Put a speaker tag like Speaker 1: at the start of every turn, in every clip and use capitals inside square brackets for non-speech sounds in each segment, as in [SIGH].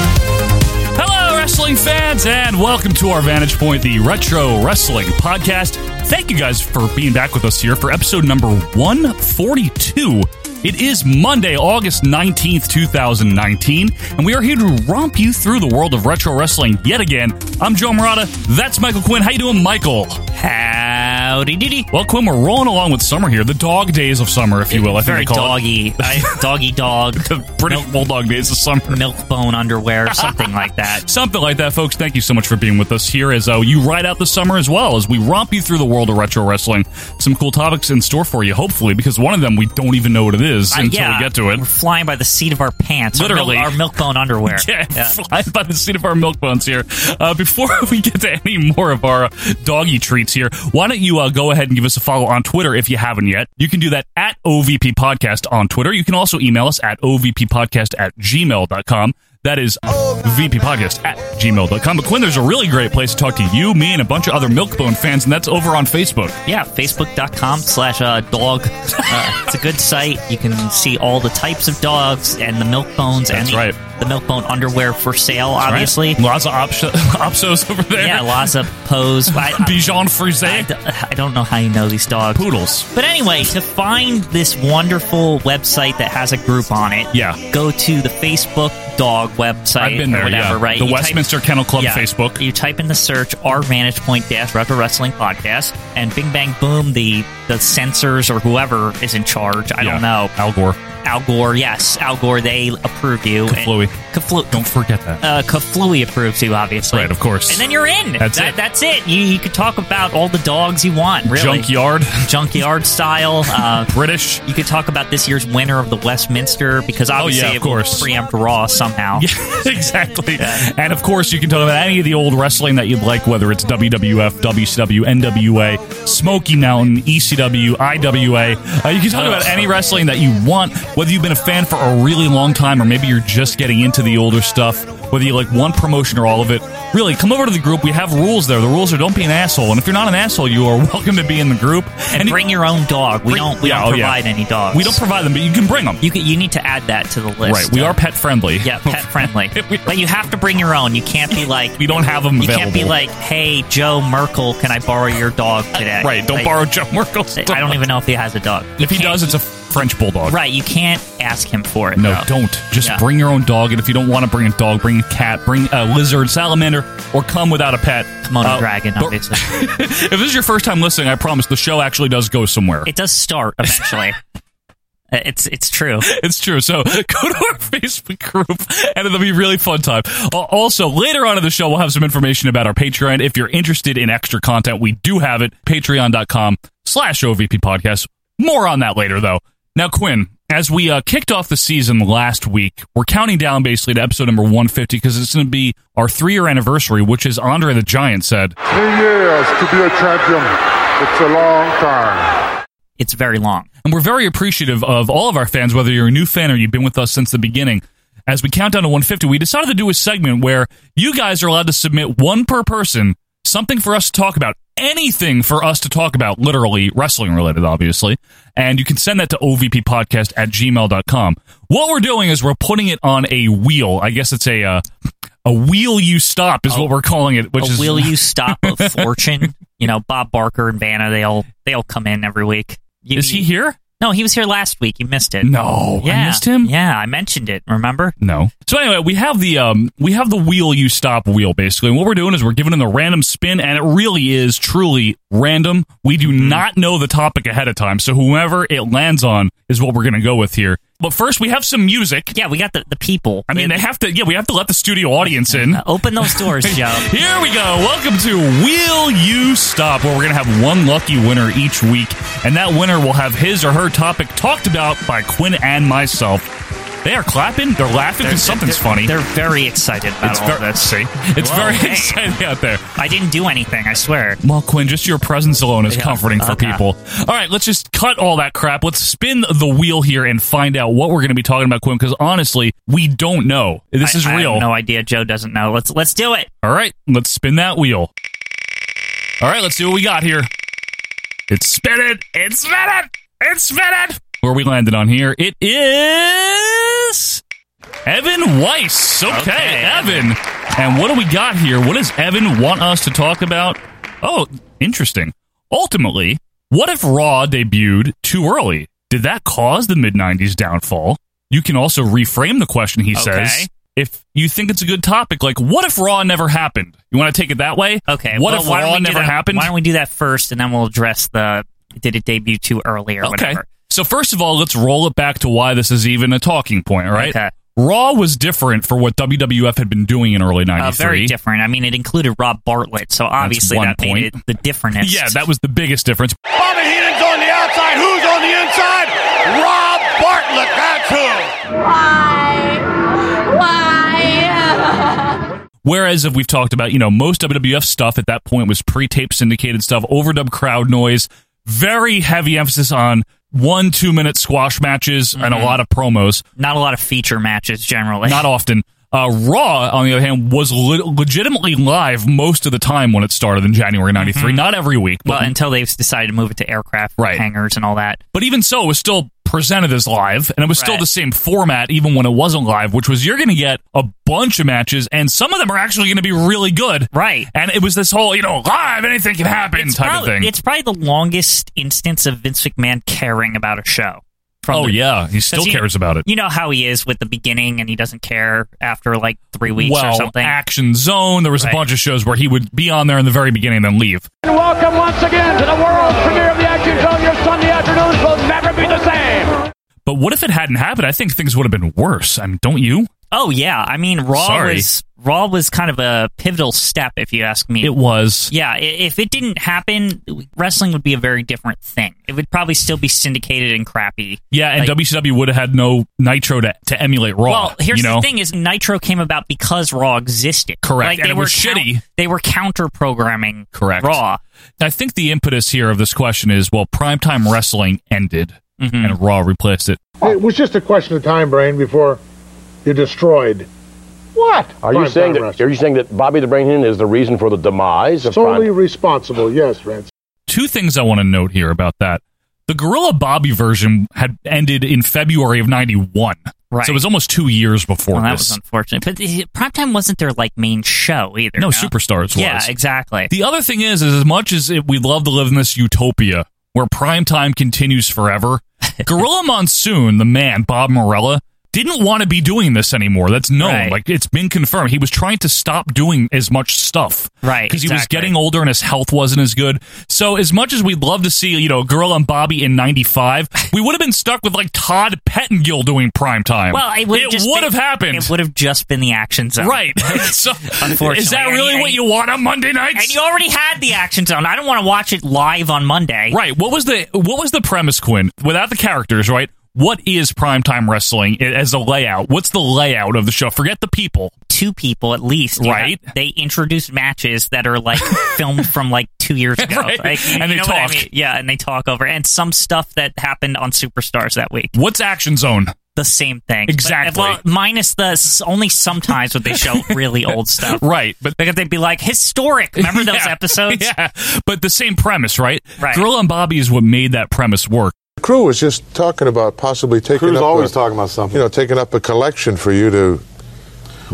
Speaker 1: Hello, wrestling fans, and welcome to our Vantage Point, the Retro Wrestling Podcast. Thank you guys for being back with us here for episode number 142. It is Monday, August 19th, 2019, and we are here to romp you through the world of retro wrestling yet again. I'm Joe Morata. That's Michael Quinn. How you doing, Michael? Howdy doody. Well, Quinn, we're rolling along with summer here, the dog days of summer, if you will. I think
Speaker 2: very
Speaker 1: they call it.
Speaker 2: doggy, I, doggy
Speaker 1: [LAUGHS]
Speaker 2: dog,
Speaker 1: The British Bulldog days of summer.
Speaker 2: milk bone underwear, or something
Speaker 1: [LAUGHS]
Speaker 2: like that.
Speaker 1: Something like that, folks. Thank you so much for being with us here as uh, you ride out the summer as well as we romp you through the world of retro wrestling. Some cool topics in store for you, hopefully, because one of them we don't even know what it is
Speaker 2: Uh,
Speaker 1: until
Speaker 2: yeah,
Speaker 1: we get to it.
Speaker 2: We're flying by the seat of our pants, our milk-
Speaker 1: Literally.
Speaker 2: our milk bone underwear.
Speaker 1: [LAUGHS] Yeah,
Speaker 2: Yeah.
Speaker 1: fly by the seat of our milk bones here. Uh, before [LAUGHS] we get to any more of our uh, doggy treats here, why don't you uh, go ahead and give us a follow on Twitter if you haven't yet? You can do that at OVP Podcast on Twitter. You can also email us at OVP Podcast at gmail.com. That is VP Podcast at gmail.com. But Quinn, there's a really great place to talk to you, me, and a bunch of other Milkbone fans, and that's over on Facebook.
Speaker 2: Yeah, facebook.com slash
Speaker 1: [LAUGHS]
Speaker 2: uh, dog. Uh, it's a good site. You can see all the types of dogs and the milk bones and
Speaker 1: That's
Speaker 2: the,
Speaker 1: right.
Speaker 2: the milk bone underwear for sale,
Speaker 1: All right?
Speaker 2: obviously.
Speaker 1: Lots of opso- [LAUGHS] opsos over there.
Speaker 2: Yeah, lots of pose.
Speaker 1: [LAUGHS]
Speaker 2: I, I-
Speaker 1: Bichon
Speaker 2: I
Speaker 1: Frise.
Speaker 2: d- I don't know how you know these dogs.
Speaker 1: Poodles.
Speaker 2: But anyway, to find this wonderful website that has a group on it,
Speaker 1: Yeah.
Speaker 2: go to the Facebook dog website
Speaker 1: I've been
Speaker 2: or
Speaker 1: there,
Speaker 2: whatever,
Speaker 1: yeah.
Speaker 2: right?
Speaker 1: The
Speaker 2: You type-
Speaker 1: Westminster Kennel Club
Speaker 2: yeah.
Speaker 1: Facebook.
Speaker 2: You type in the search our vantage point dash retro wrestling podcast, and bing bang boom, the the censors or whoever is in charge. I
Speaker 1: Yeah.
Speaker 2: don't know.
Speaker 1: Al Gore.
Speaker 2: Al Gore, yes, Al Gore, they approve you. and-
Speaker 1: Kaflooey.
Speaker 2: Kafloo-
Speaker 1: Don't forget that.
Speaker 2: uh, Kaflooey approves you, obviously.
Speaker 1: Right, of course.
Speaker 2: And then you're in.
Speaker 1: That's it.
Speaker 2: That's it. You, you could talk about all the dogs you want, really.
Speaker 1: Junkyard. [LAUGHS]
Speaker 2: Junkyard style. Uh,
Speaker 1: British. [LAUGHS]
Speaker 2: you could talk about this year's winner of the Westminster because
Speaker 1: Oh, yeah,
Speaker 2: obviously
Speaker 1: of
Speaker 2: it will
Speaker 1: course.
Speaker 2: preempt Raw somehow. [LAUGHS]
Speaker 1: exactly. And of course, you can talk about any of the old wrestling that you'd like, whether it's WWF, WCW, NWA, Smoky Mountain, E ECW, IWA. Uh, you can talk about any wrestling that you want, whether you've been a fan for a really long time or maybe you're just getting into the older stuff, whether you like one promotion or all of it. Really, come over to the group. We have rules there. The rules are don't be an asshole. And if you're not an asshole, you are [LAUGHS] welcome to be in the group.
Speaker 2: And,
Speaker 1: you-
Speaker 2: bring your own dog. We
Speaker 1: Bring-
Speaker 2: don't. We
Speaker 1: yeah,
Speaker 2: don't
Speaker 1: oh, yeah.
Speaker 2: provide any dogs.
Speaker 1: we don't provide them, but you can bring them.
Speaker 2: you, could, you need to add that to the list.
Speaker 1: Right. We are pet friendly.
Speaker 2: [LAUGHS] Yeah, pet friendly.
Speaker 1: We-
Speaker 2: but you have to bring your own. You can't be
Speaker 1: [LAUGHS]
Speaker 2: like.
Speaker 1: We don't have them
Speaker 2: You
Speaker 1: available.
Speaker 2: can't be like, hey, Joe Merkel, can I borrow your dog today?
Speaker 1: Right. Don't
Speaker 2: Like,
Speaker 1: borrow Joe Merkel's dog.
Speaker 2: I don't even know if he has a dog. You
Speaker 1: If he
Speaker 2: can't-
Speaker 1: does, it's a French bulldog.
Speaker 2: Right, you can't ask him for it.
Speaker 1: No,
Speaker 2: though.
Speaker 1: don't. Just
Speaker 2: Yeah.
Speaker 1: bring your own dog, and if you don't want to bring a dog, bring a cat, bring a lizard, salamander, or come without a pet.
Speaker 2: Komodo
Speaker 1: Uh,
Speaker 2: dragon,
Speaker 1: but-
Speaker 2: obviously.
Speaker 1: [LAUGHS] if this is your first time listening, I promise the show actually does go somewhere.
Speaker 2: it does start
Speaker 1: [LAUGHS]
Speaker 2: eventually. it's it's true.
Speaker 1: It's true. So [LAUGHS] go to our Facebook group, and it'll be a really fun time. Al- Also, later on in the show, we'll have some information about our Patreon. If you're interested in extra content, we do have it. Patreon.com slash OVP podcast. More on that later, though. Now, Quinn, as we uh, kicked off the season last week, we're counting down basically to episode number 150 because it's going to be our three year anniversary, which is Andre the Giant said.
Speaker 3: Three years to be a champion. It's a long time.
Speaker 2: It's very long.
Speaker 1: And we're very appreciative of all of our fans, whether you're a new fan or you've been with us since the beginning. As we count down to 150, we decided to do a segment where you guys are allowed to submit one per person something for us to talk about. Anything for us to talk about, literally wrestling related, obviously. And you can send that to ovppodcast at gmail.com. What we're doing is we're putting it on a wheel. I guess it's a uh, a wheel you stop is what we're calling it, which
Speaker 2: But
Speaker 1: is
Speaker 2: will
Speaker 1: [LAUGHS]
Speaker 2: you stop a fortune? You know, Bob Barker and Vanna, they all they all come in every week. You,
Speaker 1: is he here?
Speaker 2: No, he was here last week. You missed it.
Speaker 1: No,
Speaker 2: yeah,
Speaker 1: I missed him.
Speaker 2: Yeah, I mentioned it. Remember?
Speaker 1: No. So anyway, we have the um we have the wheel you stop wheel basically. And what we're doing is we're giving them the random spin and it really is truly random. We do not know the topic ahead of time. So whoever it lands on is what we're going to go with here. But first, we have some music.
Speaker 2: Yeah, we got the, the people.
Speaker 1: I mean,
Speaker 2: Yeah,
Speaker 1: they have to. Yeah, we have to let the studio audience in.
Speaker 2: open
Speaker 1: [LAUGHS]
Speaker 2: those doors, Joe.
Speaker 1: Here we go. Welcome to Will You Stop, where we're going to have one lucky winner each week, and that winner will have his or her topic talked about by Quinn and myself. They are clapping, they're laughing,
Speaker 2: They're-
Speaker 1: because something's
Speaker 2: they're-
Speaker 1: funny.
Speaker 2: They're very excited about
Speaker 1: it's
Speaker 2: all
Speaker 1: very,
Speaker 2: this.
Speaker 1: see, [LAUGHS] it's
Speaker 2: Whoa,
Speaker 1: very
Speaker 2: hey.
Speaker 1: exciting out there.
Speaker 2: I didn't do anything. I swear.
Speaker 1: Well, Quinn, just your presence alone is
Speaker 2: Yeah.
Speaker 1: comforting for
Speaker 2: Okay.
Speaker 1: people. All right, let's just cut all that crap. Let's spin the wheel here and find out what we're going to be talking about, Quinn, because honestly, we don't know. This
Speaker 2: I-
Speaker 1: is
Speaker 2: I have
Speaker 1: real.
Speaker 2: no idea. Joe doesn't know. Let's let's do it.
Speaker 1: All right, let's spin that wheel. All right, let's see what we got here. It's spin it. It's spin it. It's spin it. Where we landed on here, it is Evan Weiss. Okay,
Speaker 2: Okay,
Speaker 1: Evan. And what do we got here? What does Evan want us to talk about? Oh, interesting. Ultimately, what if Raw debuted too early? Did that cause the mid 90s downfall? You can also reframe the question, he
Speaker 2: Okay.
Speaker 1: says. If you think it's a good topic, like what if Raw never happened? You want to take it that way?
Speaker 2: Okay.
Speaker 1: What
Speaker 2: well,
Speaker 1: if
Speaker 2: why don't
Speaker 1: Raw
Speaker 2: we do
Speaker 1: never
Speaker 2: that-
Speaker 1: happened?
Speaker 2: Why don't we do that first, and then we'll address the did it debut too early or
Speaker 1: okay.
Speaker 2: whatever.
Speaker 1: So first of all, let's roll it back to why this is even a talking point, all right?
Speaker 2: Okay.
Speaker 1: Raw was different for what WWF had been doing in early
Speaker 2: Uh,
Speaker 1: 93.
Speaker 2: very different. I mean, it included Rob Bartlett, so obviously
Speaker 1: one
Speaker 2: that made it
Speaker 1: point.
Speaker 2: the difference.
Speaker 1: Yeah, that was the biggest difference.
Speaker 4: Bobby Heenan's on the outside. Who's on the inside? Rob Bartlett. That's who.
Speaker 5: Why? Why?
Speaker 1: Whereas if we've talked about, you know, most WWF stuff at that point was pre-tape syndicated stuff, overdub crowd noise, very heavy emphasis on one, two minute squash matches and a lot of promos.
Speaker 2: not a lot of feature matches generally.
Speaker 1: Not often. Uh, Raw, on the other hand, was le- legitimately live most of the time when it started in January 93. Not every week, but,
Speaker 2: well, until they've decided to move it to aircraft
Speaker 1: Right.
Speaker 2: hangars and all that.
Speaker 1: but even so, it was still presented as live, and it was still
Speaker 2: Right.
Speaker 1: the same format even when it wasn't live, which was you're going to get a bunch of matches, and some of them are actually going to be really good.
Speaker 2: Right.
Speaker 1: And it was this whole, you know, live, anything can happen type of
Speaker 2: probably,
Speaker 1: thing.
Speaker 2: It's probably the longest instance of Vince McMahon caring about a show. From
Speaker 1: Oh
Speaker 2: the-
Speaker 1: yeah, he still
Speaker 2: 'cause you-
Speaker 1: cares about it.
Speaker 2: You know how he is with the beginning, and he doesn't care after like three weeks or
Speaker 1: well,
Speaker 2: something.
Speaker 1: Action Zone. There was
Speaker 2: Right.
Speaker 1: a bunch of shows where he would be on there in the very beginning and then leave.
Speaker 6: And welcome once again to the world premiere of the Action Zone. Your Sunday afternoons will never be the same.
Speaker 1: But what if it hadn't happened? I think things would have been worse. I mean, don't you?
Speaker 2: oh yeah, I mean Raw
Speaker 1: Sorry.
Speaker 2: was Raw was kind of a pivotal step, if you ask me.
Speaker 1: It was.
Speaker 2: yeah, i- if it didn't happen, wrestling would be a very different thing. It would probably still be syndicated and crappy.
Speaker 1: Yeah, and
Speaker 2: Like-
Speaker 1: WCW would have had no Nitro to, to emulate Raw.
Speaker 2: Well, here's
Speaker 1: you know?
Speaker 2: the thing: is Nitro came about because Raw existed.
Speaker 1: Correct,
Speaker 2: Like,
Speaker 1: and
Speaker 2: they
Speaker 1: it
Speaker 2: were
Speaker 1: was shitty.
Speaker 2: They were counter programming.
Speaker 1: Correct.
Speaker 2: Raw.
Speaker 1: I think the impetus here of this question is well, primetime wrestling ended
Speaker 2: Mm-hmm.
Speaker 1: and Raw replaced it.
Speaker 7: It was just a question of time, Brain, before you destroyed. What?
Speaker 8: Are you
Speaker 7: Prime
Speaker 8: saying
Speaker 7: time
Speaker 8: that?
Speaker 7: wrestling.
Speaker 8: Are you saying that Bobby the Brain Heenan is the reason for the demise of
Speaker 7: solely
Speaker 8: Prime?
Speaker 7: responsible? Yes, Rance.
Speaker 1: Two things I want to note here about that. The Gorilla Bobby version had ended in February of 91.
Speaker 2: Right.
Speaker 1: So it was almost two years before
Speaker 2: Well, that
Speaker 1: this.
Speaker 2: was unfortunate. But the- Primetime wasn't their like main show either.
Speaker 1: No, Superstars
Speaker 2: Yeah,
Speaker 1: was.
Speaker 2: exactly.
Speaker 1: The other thing is, is as much as it, we love to live in this utopia where prime time continues
Speaker 2: [LAUGHS]
Speaker 1: forever, Gorilla Monsoon, the man Bob Morella, didn't want to be doing this anymore. That's known.
Speaker 2: Right.
Speaker 1: Like it's been confirmed. He was trying to stop doing as much stuff,
Speaker 2: Right,
Speaker 1: Because he was
Speaker 2: exactly.
Speaker 1: getting older and his health wasn't as good. So as much as we'd love to see, you know, Gorilla and Bobby in '95,
Speaker 2: [LAUGHS]
Speaker 1: we would have been stuck with like Todd Pettengill doing prime time.
Speaker 2: well, it would just
Speaker 1: would
Speaker 2: been-
Speaker 1: have happened.
Speaker 2: It would have just been the action zone,
Speaker 1: Right. [LAUGHS] so,
Speaker 2: Unfortunately,
Speaker 1: is that
Speaker 2: and-
Speaker 1: really
Speaker 2: and-
Speaker 1: what you want on Monday nights?
Speaker 2: And you already had the action zone. I don't want to watch it live on Monday.
Speaker 1: Right. What was the what was the premise, Quinn? Without the characters, right? What is primetime wrestling i- as a layout? What's the layout of the show? Forget the people.
Speaker 2: Two people at least. you
Speaker 1: Right.
Speaker 2: know, they introduced matches that
Speaker 1: [LAUGHS]
Speaker 2: are like filmed from like two years ago.
Speaker 1: Right.
Speaker 2: Like, you-
Speaker 1: And
Speaker 2: you
Speaker 1: they
Speaker 2: know what I
Speaker 1: talk.
Speaker 2: mean? Yeah, and they talk over and some stuff that happened on Superstars that week.
Speaker 1: What's Action Zone?
Speaker 2: the same thing.
Speaker 1: Exactly.
Speaker 2: But- uh, well, minus the s- only sometimes would they show
Speaker 1: [LAUGHS]
Speaker 2: really old stuff.
Speaker 1: Right, but
Speaker 2: Because they'd be like historic. [LAUGHS] Remember those
Speaker 1: Yeah.
Speaker 2: episodes?
Speaker 1: [LAUGHS] Yeah, but the same premise, right?
Speaker 2: Right.
Speaker 1: Gorilla and Bobby is what made that premise work.
Speaker 9: The crew was just talking about possibly taking
Speaker 3: Crew's
Speaker 9: up
Speaker 3: always
Speaker 9: a,
Speaker 3: talking about something.
Speaker 9: you know taking up a collection for you to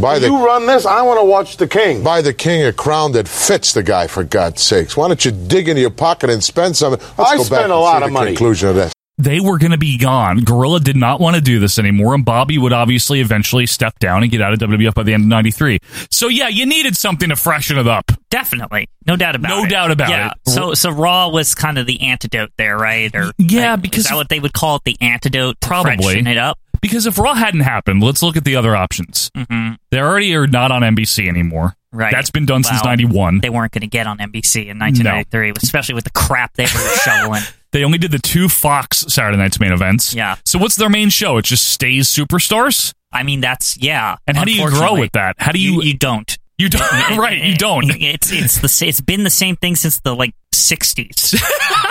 Speaker 9: buy the
Speaker 3: you run this, I want to watch the king.
Speaker 9: buy the king a crown that fits the guy for God's sakes. Why don't you dig into your pocket and spend some? Let's
Speaker 3: I
Speaker 9: go back
Speaker 3: spent a
Speaker 9: and
Speaker 3: lot
Speaker 9: see
Speaker 3: of
Speaker 9: the
Speaker 3: money.
Speaker 9: Conclusion of this.
Speaker 1: They were going to be gone. Gorilla did not want to do this anymore, and Bobby would obviously eventually step down and get out of WWF by the end of '93. So yeah, you needed something to freshen it up.
Speaker 2: Definitely. No doubt about it.
Speaker 1: No doubt about
Speaker 2: yeah.
Speaker 1: it.
Speaker 2: So so Raw was kind of the antidote there, right? Or
Speaker 1: Yeah,
Speaker 2: like,
Speaker 1: because-
Speaker 2: is that what they would call it the antidote to
Speaker 1: Probably.
Speaker 2: freshen it up.
Speaker 1: Because if Raw hadn't happened, let's look at the other options. Mm-hmm. They already are not on NBC anymore.
Speaker 2: Right.
Speaker 1: That's been done since
Speaker 2: Wow.
Speaker 1: '91.
Speaker 2: They weren't going to get on NBC in 1993, especially with the crap they were
Speaker 1: [LAUGHS]
Speaker 2: shoveling.
Speaker 1: They only did the two Fox Saturday Night's main events.
Speaker 2: Yeah.
Speaker 1: So what's their main show? It just stays superstars.
Speaker 2: I mean, that's yeah.
Speaker 1: And how do you grow
Speaker 2: unfortunately.
Speaker 1: with that? How do
Speaker 2: You
Speaker 1: you
Speaker 2: you don't.
Speaker 1: you
Speaker 2: [LAUGHS]
Speaker 1: don't [LAUGHS] right? You don't.
Speaker 2: It's it's the sa- it's been the same thing since the like
Speaker 1: [LAUGHS]
Speaker 2: 60s.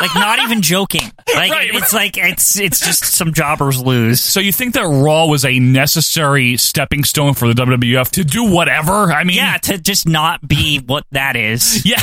Speaker 2: like not even joking. Like
Speaker 1: Right,
Speaker 2: it's like it's it's just some jobbers lose.
Speaker 1: So you think that Raw was a necessary stepping stone for the WWF to do whatever? I mean,
Speaker 2: Yeah, to just not be what that
Speaker 1: [LAUGHS]
Speaker 2: is.
Speaker 1: yeah.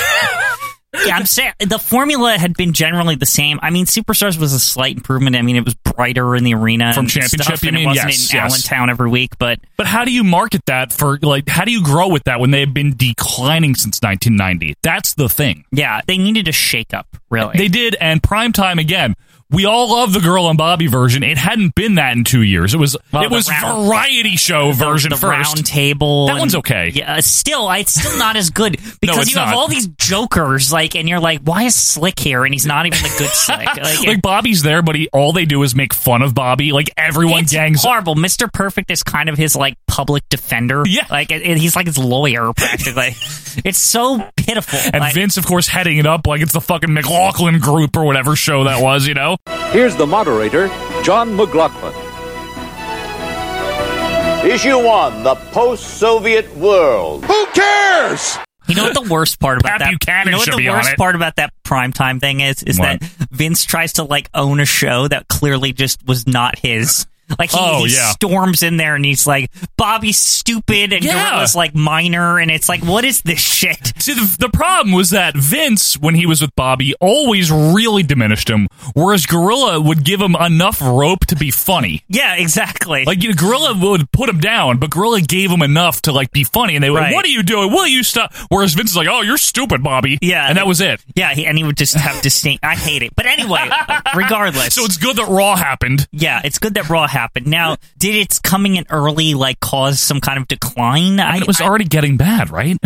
Speaker 2: Yeah, I'm saying the formula had been generally the same. I mean, Superstars was a slight improvement. I mean, it was brighter in the arena
Speaker 1: From
Speaker 2: and
Speaker 1: championship,
Speaker 2: stuff,
Speaker 1: you
Speaker 2: and
Speaker 1: mean?
Speaker 2: it wasn't
Speaker 1: Yes,
Speaker 2: in
Speaker 1: yes.
Speaker 2: Allentown every week, but
Speaker 1: But how do you market that for like? How do you grow with that when they have been declining since 1990? That's the thing.
Speaker 2: yeah, they needed a shake up. Really,
Speaker 1: They did, and prime time again. We all love the girl and Bobby version. It hadn't been that in two years. It was
Speaker 2: Well,
Speaker 1: it
Speaker 2: the
Speaker 1: was
Speaker 2: round-
Speaker 1: variety show
Speaker 2: the-
Speaker 1: version
Speaker 2: the
Speaker 1: first.
Speaker 2: round table.
Speaker 1: That
Speaker 2: and-
Speaker 1: one's okay.
Speaker 2: Yeah, still, I- it's still not as
Speaker 1: [LAUGHS]
Speaker 2: good because
Speaker 1: it's
Speaker 2: you have
Speaker 1: not.
Speaker 2: all these jokers like, and you're like, why is Slick here? And he's not even the
Speaker 1: [LAUGHS]
Speaker 2: good Slick. Like,
Speaker 1: like Bobby's there, but he, all they do is make fun of Bobby. Like everyone
Speaker 2: it's
Speaker 1: gangs up.
Speaker 2: horrible. Mr. Perfect is kind of his like public defender.
Speaker 1: Yeah.
Speaker 2: like it, it- he's like his lawyer
Speaker 1: [LAUGHS]
Speaker 2: practically. it's so pitiful.
Speaker 1: And
Speaker 2: like,
Speaker 1: Vince, of course, heading it up like it's the fucking McLaughlin group or whatever show that was, you know?
Speaker 6: Here's the moderator, John McLaughlin.
Speaker 4: Issue one the post Soviet world.
Speaker 9: Who cares?
Speaker 2: you know what the worst part about
Speaker 1: Pat
Speaker 2: that?
Speaker 1: Buchanan
Speaker 2: you know what
Speaker 1: should
Speaker 2: the
Speaker 1: be on
Speaker 2: worst
Speaker 1: it.
Speaker 2: part about that primetime thing is? Is
Speaker 1: What?
Speaker 2: that Vince tries to like own a show that clearly just was not his. Like he,
Speaker 1: Oh,
Speaker 2: he
Speaker 1: yeah.
Speaker 2: storms in there and he's like, Bobby's stupid and
Speaker 1: Yeah.
Speaker 2: Gorilla's like minor and it's like, what is this shit? [LAUGHS]
Speaker 1: See, the, the problem was that Vince, when he was with Bobby, always really diminished him, whereas Gorilla would give him enough rope to be funny.
Speaker 2: Yeah, exactly.
Speaker 1: Like, you know, Gorilla would put him down, but Gorilla gave him enough to, like, be funny. And they were
Speaker 2: Right.
Speaker 1: What are you doing? Will you stop? Whereas Vince is like, Oh, you're stupid, Bobby.
Speaker 2: Yeah.
Speaker 1: And that was it.
Speaker 2: yeah, he, and he would just have distinct. I hate it, but anyway, regardless.
Speaker 1: So it's good that Raw happened.
Speaker 2: Yeah, it's good that Raw happened. Now, did its coming in early like cause some kind of decline? I,
Speaker 1: And it was
Speaker 2: I,
Speaker 1: already getting bad, right?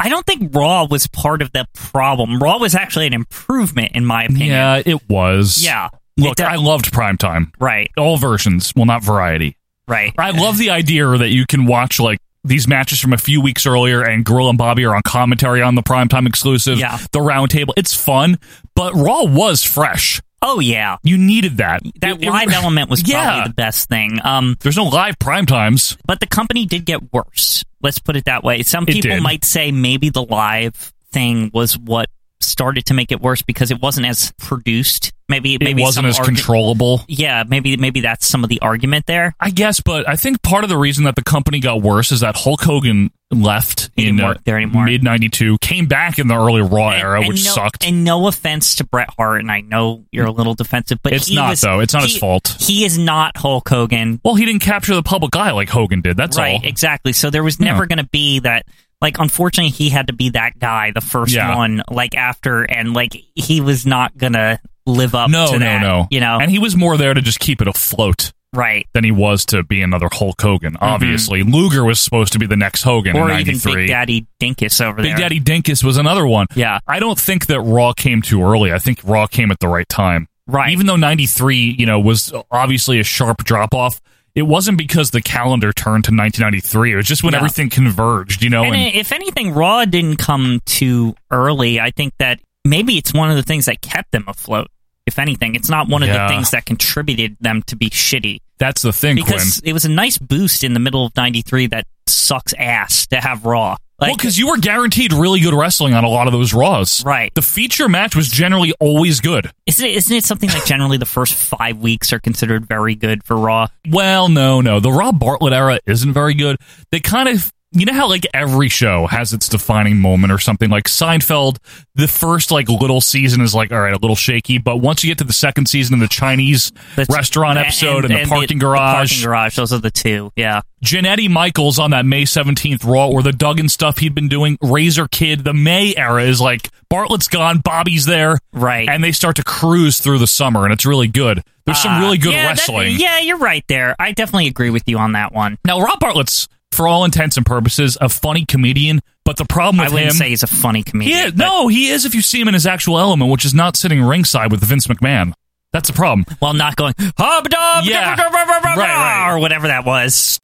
Speaker 2: I don't think Raw was part of the problem. Raw was actually an improvement, in my opinion.
Speaker 1: Yeah, it was.
Speaker 2: Yeah. It
Speaker 1: Look,
Speaker 2: de-
Speaker 1: I loved primetime.
Speaker 2: right,
Speaker 1: All versions. Well, not variety.
Speaker 2: right.
Speaker 1: I love the idea that you can watch like these matches from a few weeks earlier and Gorilla and Bobby are on commentary on the primetime exclusive,
Speaker 2: Yeah.
Speaker 1: the roundtable. It's fun, but Raw was fresh.
Speaker 2: Oh yeah,
Speaker 1: You needed that.
Speaker 2: that
Speaker 1: It- it-
Speaker 2: live element was
Speaker 1: Yeah.
Speaker 2: probably the best thing. Um,
Speaker 1: There's no live primetimes.
Speaker 2: but the company did get worse. Let's put it that way. Some
Speaker 1: It
Speaker 2: people
Speaker 1: did.
Speaker 2: might say maybe the live thing was what started to make it worse because it wasn't as produced. Maybe
Speaker 1: It
Speaker 2: maybe some
Speaker 1: wasn't as
Speaker 2: argu-
Speaker 1: controllable.
Speaker 2: Yeah, maybe maybe that's some of the argument there.
Speaker 1: I guess, but I think part of the reason that the company got worse is that Hulk Hogan left
Speaker 2: He
Speaker 1: in
Speaker 2: didn't work there anymore.
Speaker 1: mid '92, came back in the early Raw era, which
Speaker 2: no,
Speaker 1: sucked.
Speaker 2: And no offense to Bret Hart, and I know you're a little defensive, but
Speaker 1: It's
Speaker 2: he
Speaker 1: not,
Speaker 2: was-
Speaker 1: though. It's not
Speaker 2: he-
Speaker 1: his fault.
Speaker 2: He is not Hulk Hogan,
Speaker 1: well, he didn't capture the public eye like Hogan did. That's
Speaker 2: right?
Speaker 1: all.
Speaker 2: Exactly. So there was
Speaker 1: Yeah.
Speaker 2: never going to be that. Like, unfortunately, he had to be that guy, the first
Speaker 1: Yeah.
Speaker 2: one. Like after, and like he was not gonna live up.
Speaker 1: no,
Speaker 2: to
Speaker 1: no,
Speaker 2: that,
Speaker 1: no.
Speaker 2: You know,
Speaker 1: and he was more there to just keep it afloat.
Speaker 2: right?
Speaker 1: than he was to be another Hulk Hogan. Obviously, Luger was supposed to be the next Hogan
Speaker 2: Mm-hmm. Or
Speaker 1: in
Speaker 2: even
Speaker 1: '93.
Speaker 2: Big Daddy Dinkus over
Speaker 1: Big
Speaker 2: there.
Speaker 1: Daddy Dinkus was another one.
Speaker 2: Yeah.
Speaker 1: I don't think that Raw came too early. I think Raw came at the right time.
Speaker 2: Right.
Speaker 1: Even though 93, you know, was obviously a sharp drop off, it wasn't because the calendar turned to 1993. It was just when
Speaker 2: Yeah.
Speaker 1: everything converged, you know,
Speaker 2: And
Speaker 1: and,
Speaker 2: i- if anything, Raw didn't come too early. I think that maybe it's one of the things that kept them afloat. If anything, it's not one of
Speaker 1: Yeah.
Speaker 2: the things that contributed them to be shitty
Speaker 1: that's the thing, Quinn.
Speaker 2: because it was a nice boost in the middle of '93 that sucks ass to have Raw.
Speaker 1: well, because you were guaranteed really good wrestling on a lot of those Raws.
Speaker 2: Right.
Speaker 1: The feature match was generally always good.
Speaker 2: isn't it, isn't it something like generally the first five weeks are considered very good for Raw?
Speaker 1: Well, no, no. The Rob Bartlett era isn't very good. They kind of, you know how like every show has its defining moment or something. Like Seinfeld, the first like little season is like all right, a little shaky, but once you get to the second season and the Chinese
Speaker 2: That's-
Speaker 1: restaurant episode and, the parking garage,
Speaker 2: the parking garage, those are the two. Yeah,
Speaker 1: Janetti Michaels on that May seventeenth Raw or the Duggan stuff he'd been doing, Razor Kid, the May era is like Bartlett's gone, Bobby's there,
Speaker 2: Right.
Speaker 1: and they start to cruise through the summer, and it's really good. There's some
Speaker 2: Uh,
Speaker 1: really good
Speaker 2: yeah, that-
Speaker 1: wrestling.
Speaker 2: yeah, you're right there. I definitely agree with you on that one.
Speaker 1: Now, Rob Bartlett's, for all intents and purposes, a funny comedian, but the problem
Speaker 2: I
Speaker 1: with
Speaker 2: wouldn't
Speaker 1: him.
Speaker 2: say he's a funny
Speaker 1: he
Speaker 2: comedian.
Speaker 1: is, no, he is if you see him in his actual element, which is not sitting ringside with Vince McMahon. That's the problem.
Speaker 2: Well, not going hub dub.
Speaker 1: Yeah.
Speaker 2: dub, dub, dub, dub,
Speaker 1: Right,
Speaker 2: dub,
Speaker 1: right,
Speaker 2: or whatever that was.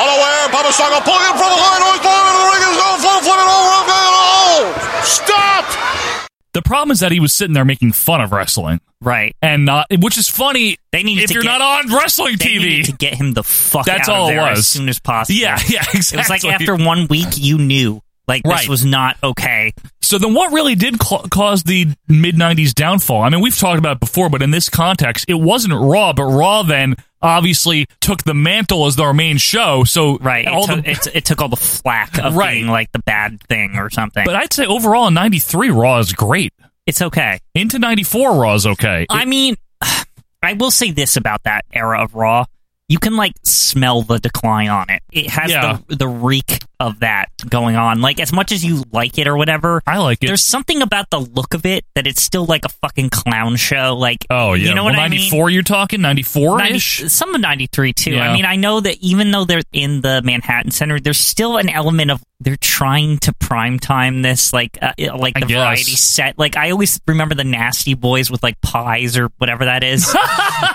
Speaker 4: Unaware, Bubba Stargo pulling him from the line. Oh, he's blowing into the ring. He's going to flip it over. Oh, stopped.
Speaker 1: The problem is that he was sitting there making fun of wrestling
Speaker 2: Right.
Speaker 1: and not, which is funny.
Speaker 2: They needed
Speaker 1: if
Speaker 2: to
Speaker 1: you're
Speaker 2: get-
Speaker 1: not on wrestling
Speaker 2: They needed
Speaker 1: TV.
Speaker 2: to get him the fuck
Speaker 1: That's
Speaker 2: out of
Speaker 1: all it
Speaker 2: there
Speaker 1: was.
Speaker 2: as soon as possible.
Speaker 1: Yeah, [LAUGHS] yeah,
Speaker 2: It was like
Speaker 1: exactly.
Speaker 2: after one week, you knew like
Speaker 1: Right.
Speaker 2: this was not okay.
Speaker 1: So then, what really did cla cause the mid '90s downfall? I mean, we've talked about it before, but in this context, it wasn't Raw, but Raw then obviously took the mantle as their main show. So
Speaker 2: Right.
Speaker 1: all
Speaker 2: It, took
Speaker 1: the-
Speaker 2: it, it took all the flack of
Speaker 1: Right.
Speaker 2: being like the bad thing or something.
Speaker 1: but I'd say overall in '93, Raw is great.
Speaker 2: it's okay.
Speaker 1: Into '94, Raw is okay.
Speaker 2: I mean, [SIGHS] I will say this about that era of Raw. You can like smell the decline on it. It has
Speaker 1: Yeah.
Speaker 2: the the reek of that going on. Like as much as you like it or whatever,
Speaker 1: I like it.
Speaker 2: There's something about the look of it that it's still like a fucking clown show. Like
Speaker 1: oh yeah,
Speaker 2: you know
Speaker 1: well,
Speaker 2: what I mean.
Speaker 1: '94 you're talking '94
Speaker 2: 90
Speaker 1: ish.
Speaker 2: some of 93 too
Speaker 1: Yeah.
Speaker 2: i mean i know that even though they're in the manhattan center there's still an element of they're trying to prime time this like uh, uh, like
Speaker 1: I
Speaker 2: the
Speaker 1: guess.
Speaker 2: variety set like i always remember the nasty boys with like pies or whatever that
Speaker 1: [LAUGHS]
Speaker 2: is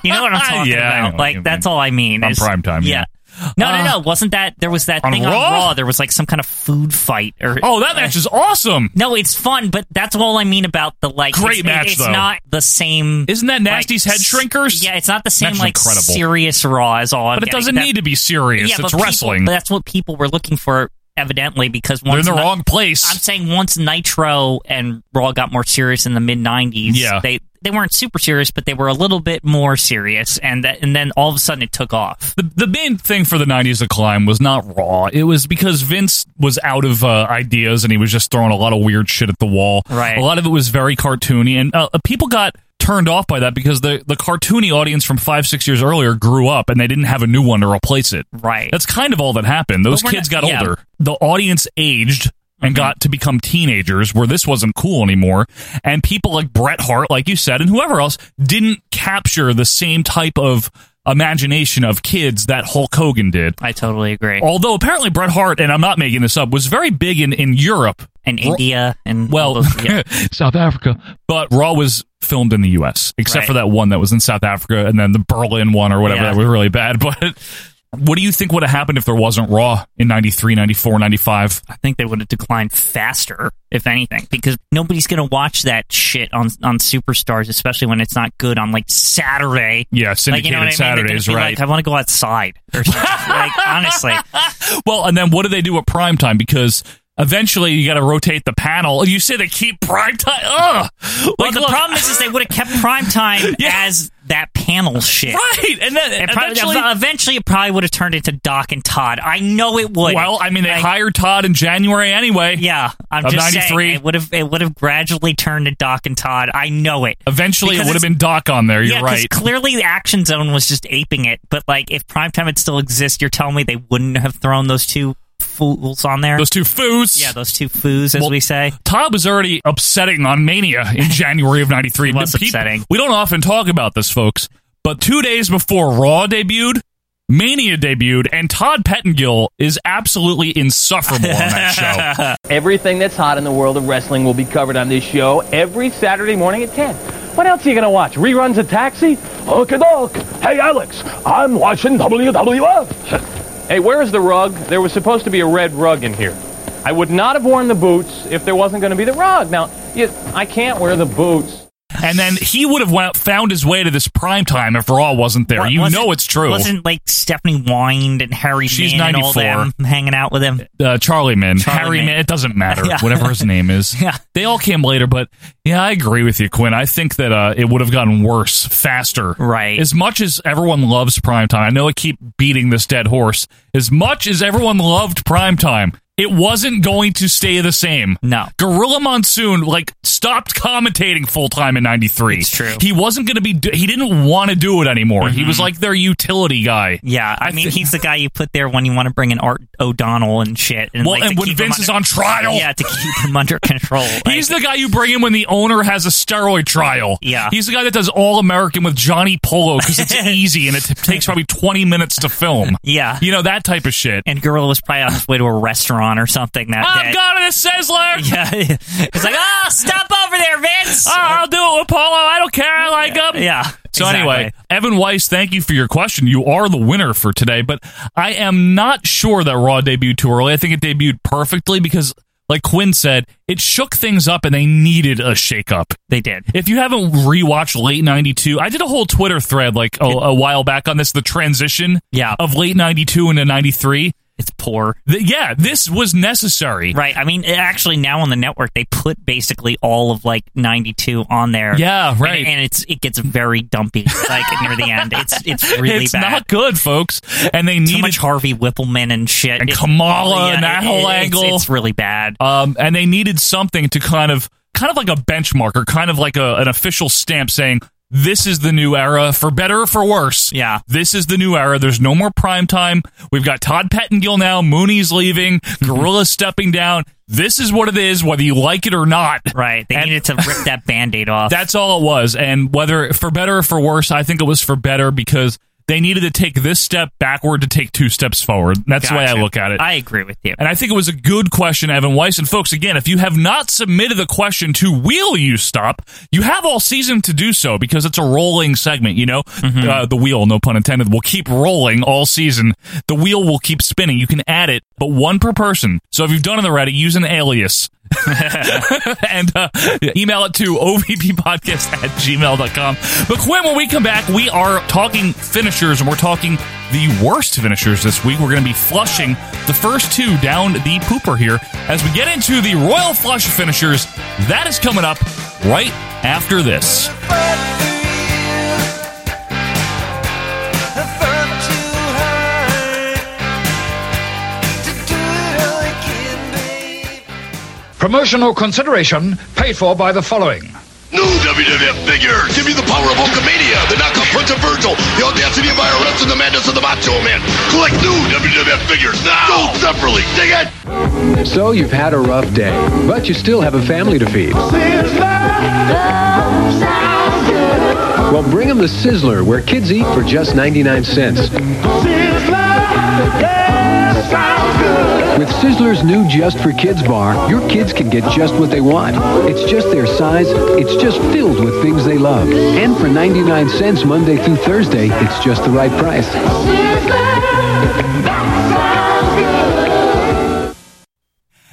Speaker 2: you know what i'm talking
Speaker 1: Yeah, I know
Speaker 2: about
Speaker 1: what you
Speaker 2: like that's
Speaker 1: mean.
Speaker 2: all i mean
Speaker 1: On
Speaker 2: is-
Speaker 1: prime time, yeah.
Speaker 2: no
Speaker 1: Uh,
Speaker 2: no no wasn't that there was that
Speaker 1: on
Speaker 2: thing
Speaker 1: Raw?
Speaker 2: on raw there was like some kind of food fight or
Speaker 1: Oh, that match
Speaker 2: uh,
Speaker 1: is awesome.
Speaker 2: no, it's fun, but that's all I mean about the like.
Speaker 1: Great
Speaker 2: it's,
Speaker 1: match,
Speaker 2: It's
Speaker 1: though.
Speaker 2: not the same.
Speaker 1: Isn't that Nasty's
Speaker 2: like,
Speaker 1: head shrinkers?
Speaker 2: Yeah, it's not the same
Speaker 1: That's
Speaker 2: like
Speaker 1: incredible.
Speaker 2: serious Raw as all. I'm
Speaker 1: but it
Speaker 2: getting.
Speaker 1: doesn't
Speaker 2: That-
Speaker 1: need to be serious.
Speaker 2: Yeah,
Speaker 1: it's
Speaker 2: but people-
Speaker 1: wrestling.
Speaker 2: but that's what people were looking for, evidently, because
Speaker 1: They're in
Speaker 2: once
Speaker 1: the
Speaker 2: Ni-
Speaker 1: wrong place.
Speaker 2: I'm saying once Nitro and Raw got more serious in the mid '90s.
Speaker 1: Yeah.
Speaker 2: they they weren't super serious, but they were a little bit more serious, and that, and then all of a sudden it took off.
Speaker 1: the, the main thing for the 90s decline was not raw it was because vince was out of uh, ideas and he was just throwing a lot of weird shit at the wall
Speaker 2: Right.
Speaker 1: a lot of it was very cartoony and uh, people got turned off by that because the, the cartoony audience from five six years earlier grew up and they didn't have a new one to replace it
Speaker 2: Right.
Speaker 1: that's kind of all that happened those
Speaker 2: we're
Speaker 1: kids
Speaker 2: not-
Speaker 1: got
Speaker 2: yeah. Mm-hmm.
Speaker 1: older the audience aged and got to become teenagers where this wasn't cool anymore and people like bret hart like you said and whoever else didn't capture the same type of imagination of kids that hulk hogan did
Speaker 2: I totally agree.
Speaker 1: although apparently bret hart and i'm not making this up was very big in, in europe
Speaker 2: and India and all
Speaker 1: well
Speaker 2: those- yeah.
Speaker 1: [LAUGHS] south africa but raw was filmed in the us except
Speaker 2: Right.
Speaker 1: for that one that was in south africa and then the berlin one or whatever
Speaker 2: Yeah.
Speaker 1: that was really bad [LAUGHS] but what do you think would have happened if there wasn't raw in 93 94 95
Speaker 2: I think they would have declined faster, if anything, because nobody's going to watch that shit on on superstars, especially when it's not good on like Saturday.
Speaker 1: yeah
Speaker 2: Like, you
Speaker 1: syndicated
Speaker 2: know what I mean? They're gonna
Speaker 1: saturdays
Speaker 2: be
Speaker 1: right
Speaker 2: Like, I want to go outside. Or something.
Speaker 1: [LAUGHS]
Speaker 2: like honestly,
Speaker 1: Well, and then what do they do at prime time? Because eventually you got to rotate the panel. You say they keep prime time. Ugh.
Speaker 2: well, the problem is, is they would have kept prime time
Speaker 1: [LAUGHS] Yeah.
Speaker 2: as that panel shit.
Speaker 1: right, and then
Speaker 2: It probably,
Speaker 1: eventually.
Speaker 2: eventually, it probably would have turned into Doc and Todd. I know it would.
Speaker 1: well, I mean, they
Speaker 2: Like,
Speaker 1: hired Todd in January anyway.
Speaker 2: Yeah, I'm
Speaker 1: Of
Speaker 2: just
Speaker 1: 93.
Speaker 2: saying it would have it would have gradually turned to Doc and Todd. I know it.
Speaker 1: Eventually, it
Speaker 2: Because
Speaker 1: would have
Speaker 2: it's-
Speaker 1: been Doc on there. You're
Speaker 2: yeah, 'cause
Speaker 1: right.
Speaker 2: clearly the Action Zone was just aping it. But like, if Primetime had still exist, you're telling me they wouldn't have thrown those two fools on there?
Speaker 1: Those two foos.
Speaker 2: yeah, those two foos, as
Speaker 1: Well,
Speaker 2: we say.
Speaker 1: Todd was already upsetting on Mania in [LAUGHS] January of '93.
Speaker 2: He was
Speaker 1: The peop-
Speaker 2: upsetting.
Speaker 1: We don't often talk about this, folks, but two days before Raw debuted, Mania debuted, and Todd Pettengill is absolutely insufferable on that show.
Speaker 2: [LAUGHS]
Speaker 6: Everything that's hot in the world of wrestling will be covered on this show every Saturday morning at 10. What else are you going to watch? Reruns of Taxi? Okie doke. Hey, Alex, I'm watching WWF. hey, where is the rug? There was supposed to be a red rug in here. I would not have worn the boots if there wasn't going to be the rug. Now, you, I can't wear the boots.
Speaker 1: And then he would have went, found his way to this prime time if Raw wasn't there.
Speaker 2: What-
Speaker 1: you
Speaker 2: wasn't-
Speaker 1: know it's true.
Speaker 2: Wasn't like Stephanie Wind and Harry
Speaker 1: She's
Speaker 2: Mann and all
Speaker 1: 94.
Speaker 2: them hanging out with him?
Speaker 1: Uh, Charlie Min,
Speaker 2: Charlie
Speaker 1: Harry Min.
Speaker 2: Min.
Speaker 1: it
Speaker 2: [LAUGHS]
Speaker 1: doesn't matter.
Speaker 2: Yeah.
Speaker 1: Whatever his name is.
Speaker 2: [LAUGHS] Yeah.
Speaker 1: They all came later, but yeah, I agree with you, Quinn. I think that uh, it would have gotten worse faster.
Speaker 2: Right.
Speaker 1: As much as everyone loves primetime, I know I keep beating this dead horse. As much as everyone loved primetime, it wasn't going to stay the same.
Speaker 2: No.
Speaker 1: Gorilla Monsoon like stopped commentating full time in '93.
Speaker 2: It's true. Mm-hmm.
Speaker 1: He wasn't going to be. Do- he didn't want to do it anymore. He was like their utility guy.
Speaker 2: Yeah, I,
Speaker 1: I
Speaker 2: mean,
Speaker 1: thi-
Speaker 2: he's the guy you put there when you want to bring in Art O'Donnell and shit. And,
Speaker 1: Well,
Speaker 2: like,
Speaker 1: and
Speaker 2: to
Speaker 1: when
Speaker 2: keep him
Speaker 1: Vince is on
Speaker 2: under-
Speaker 1: trial.
Speaker 2: yeah, to keep him [LAUGHS] under control.
Speaker 1: He's
Speaker 2: Like,
Speaker 1: the guy you bring in when the owner has a steroid trial.
Speaker 2: Yeah.
Speaker 1: He's the guy that does All American with Johnny Polo because
Speaker 2: [LAUGHS]
Speaker 1: it's easy and it t- takes probably 20 minutes to film.
Speaker 2: Yeah.
Speaker 1: You know, that type of shit.
Speaker 2: and Gorilla was probably on his way to a restaurant on or something that
Speaker 1: I'm
Speaker 2: day.
Speaker 1: going to Sizzler.
Speaker 2: Yeah, [LAUGHS] it's like, oh, stop over there, Vince.
Speaker 1: Oh, I'll do it with Polo. I don't care. I like him.
Speaker 2: Yeah.
Speaker 1: So
Speaker 2: exactly.
Speaker 1: anyway, Evan Weiss, thank you for your question. You are the winner for today, but I am not sure that Raw debuted too early. I think it debuted perfectly because, like Quinn said, it shook things up and they needed a shakeup.
Speaker 2: they did.
Speaker 1: If you haven't rewatched late '92, I did a whole Twitter thread like a, a while back on this, the transition
Speaker 2: Yeah. Oh,
Speaker 1: of late '92 into '93.
Speaker 2: It's poor.
Speaker 1: Yeah, this was necessary.
Speaker 2: Right. I mean, actually, now on the network, they put basically all of like 92 on there.
Speaker 1: Yeah, right.
Speaker 2: And, and it's it gets very dumpy, like near the end. It's it's really
Speaker 1: it's
Speaker 2: bad.
Speaker 1: not good, folks. And they needed
Speaker 2: so much Harvey Whippleman and shit.
Speaker 1: And
Speaker 2: It's-
Speaker 1: Kamala and that whole
Speaker 2: it's-
Speaker 1: angle.
Speaker 2: It's really bad.
Speaker 1: um, and they needed something to kind of kind of like a benchmark or kind of like a, an official stamp saying this is the new era for better or for worse
Speaker 2: Yeah.
Speaker 1: this is the new era there's no more prime time we've got todd pettengill now mooney's leaving
Speaker 2: Hmm.
Speaker 1: gorilla stepping down this is what it is whether you like it or not
Speaker 2: Right. They
Speaker 1: And-
Speaker 2: needed to rip that band aid off.
Speaker 1: that's all it was. And whether for better or for worse, I think it was for better because they needed to take this step backward to take two steps forward. [LAUGHS] That's the way I
Speaker 2: Gotcha.
Speaker 1: look at it.
Speaker 2: I agree with you.
Speaker 1: and I think it was a good question, Evan Weiss. And folks, again, if you have not submitted the question to Will You Stop, you have all season to do so because it's a rolling segment, you know? Uh, the wheel, no pun intended, will keep rolling all season. The wheel will keep spinning. You can add it, but one per person. So if you've done it already, use an alias [LAUGHS] and uh, email it to ovppodcast at gmail.com. But Quinn, when we come back, we are talking finishers and we're talking the worst finishers this week. We're going to be flushing the first two down the pooper here as we get into the Royal Flush of Finishers. That is coming up right after this.
Speaker 10: Promotional consideration paid for by the following.
Speaker 4: New WWF figure. Give me the power of Hulkamania, the knockout Prince of Virgil, the audacity of IRS, and the madness of the Macho Man. Collect new WWF figures now. Sold separately. Dig it.
Speaker 10: So you've had a rough day, but you still have a family to feed. Well, bring them the Sizzler, where kids eat for just 99 cents. With Sizzler's new Just for Kids bar, your kids can get just what they want. It's just their size, it's just filled with things they love. And for 99 cents Monday through Thursday, it's just the right price.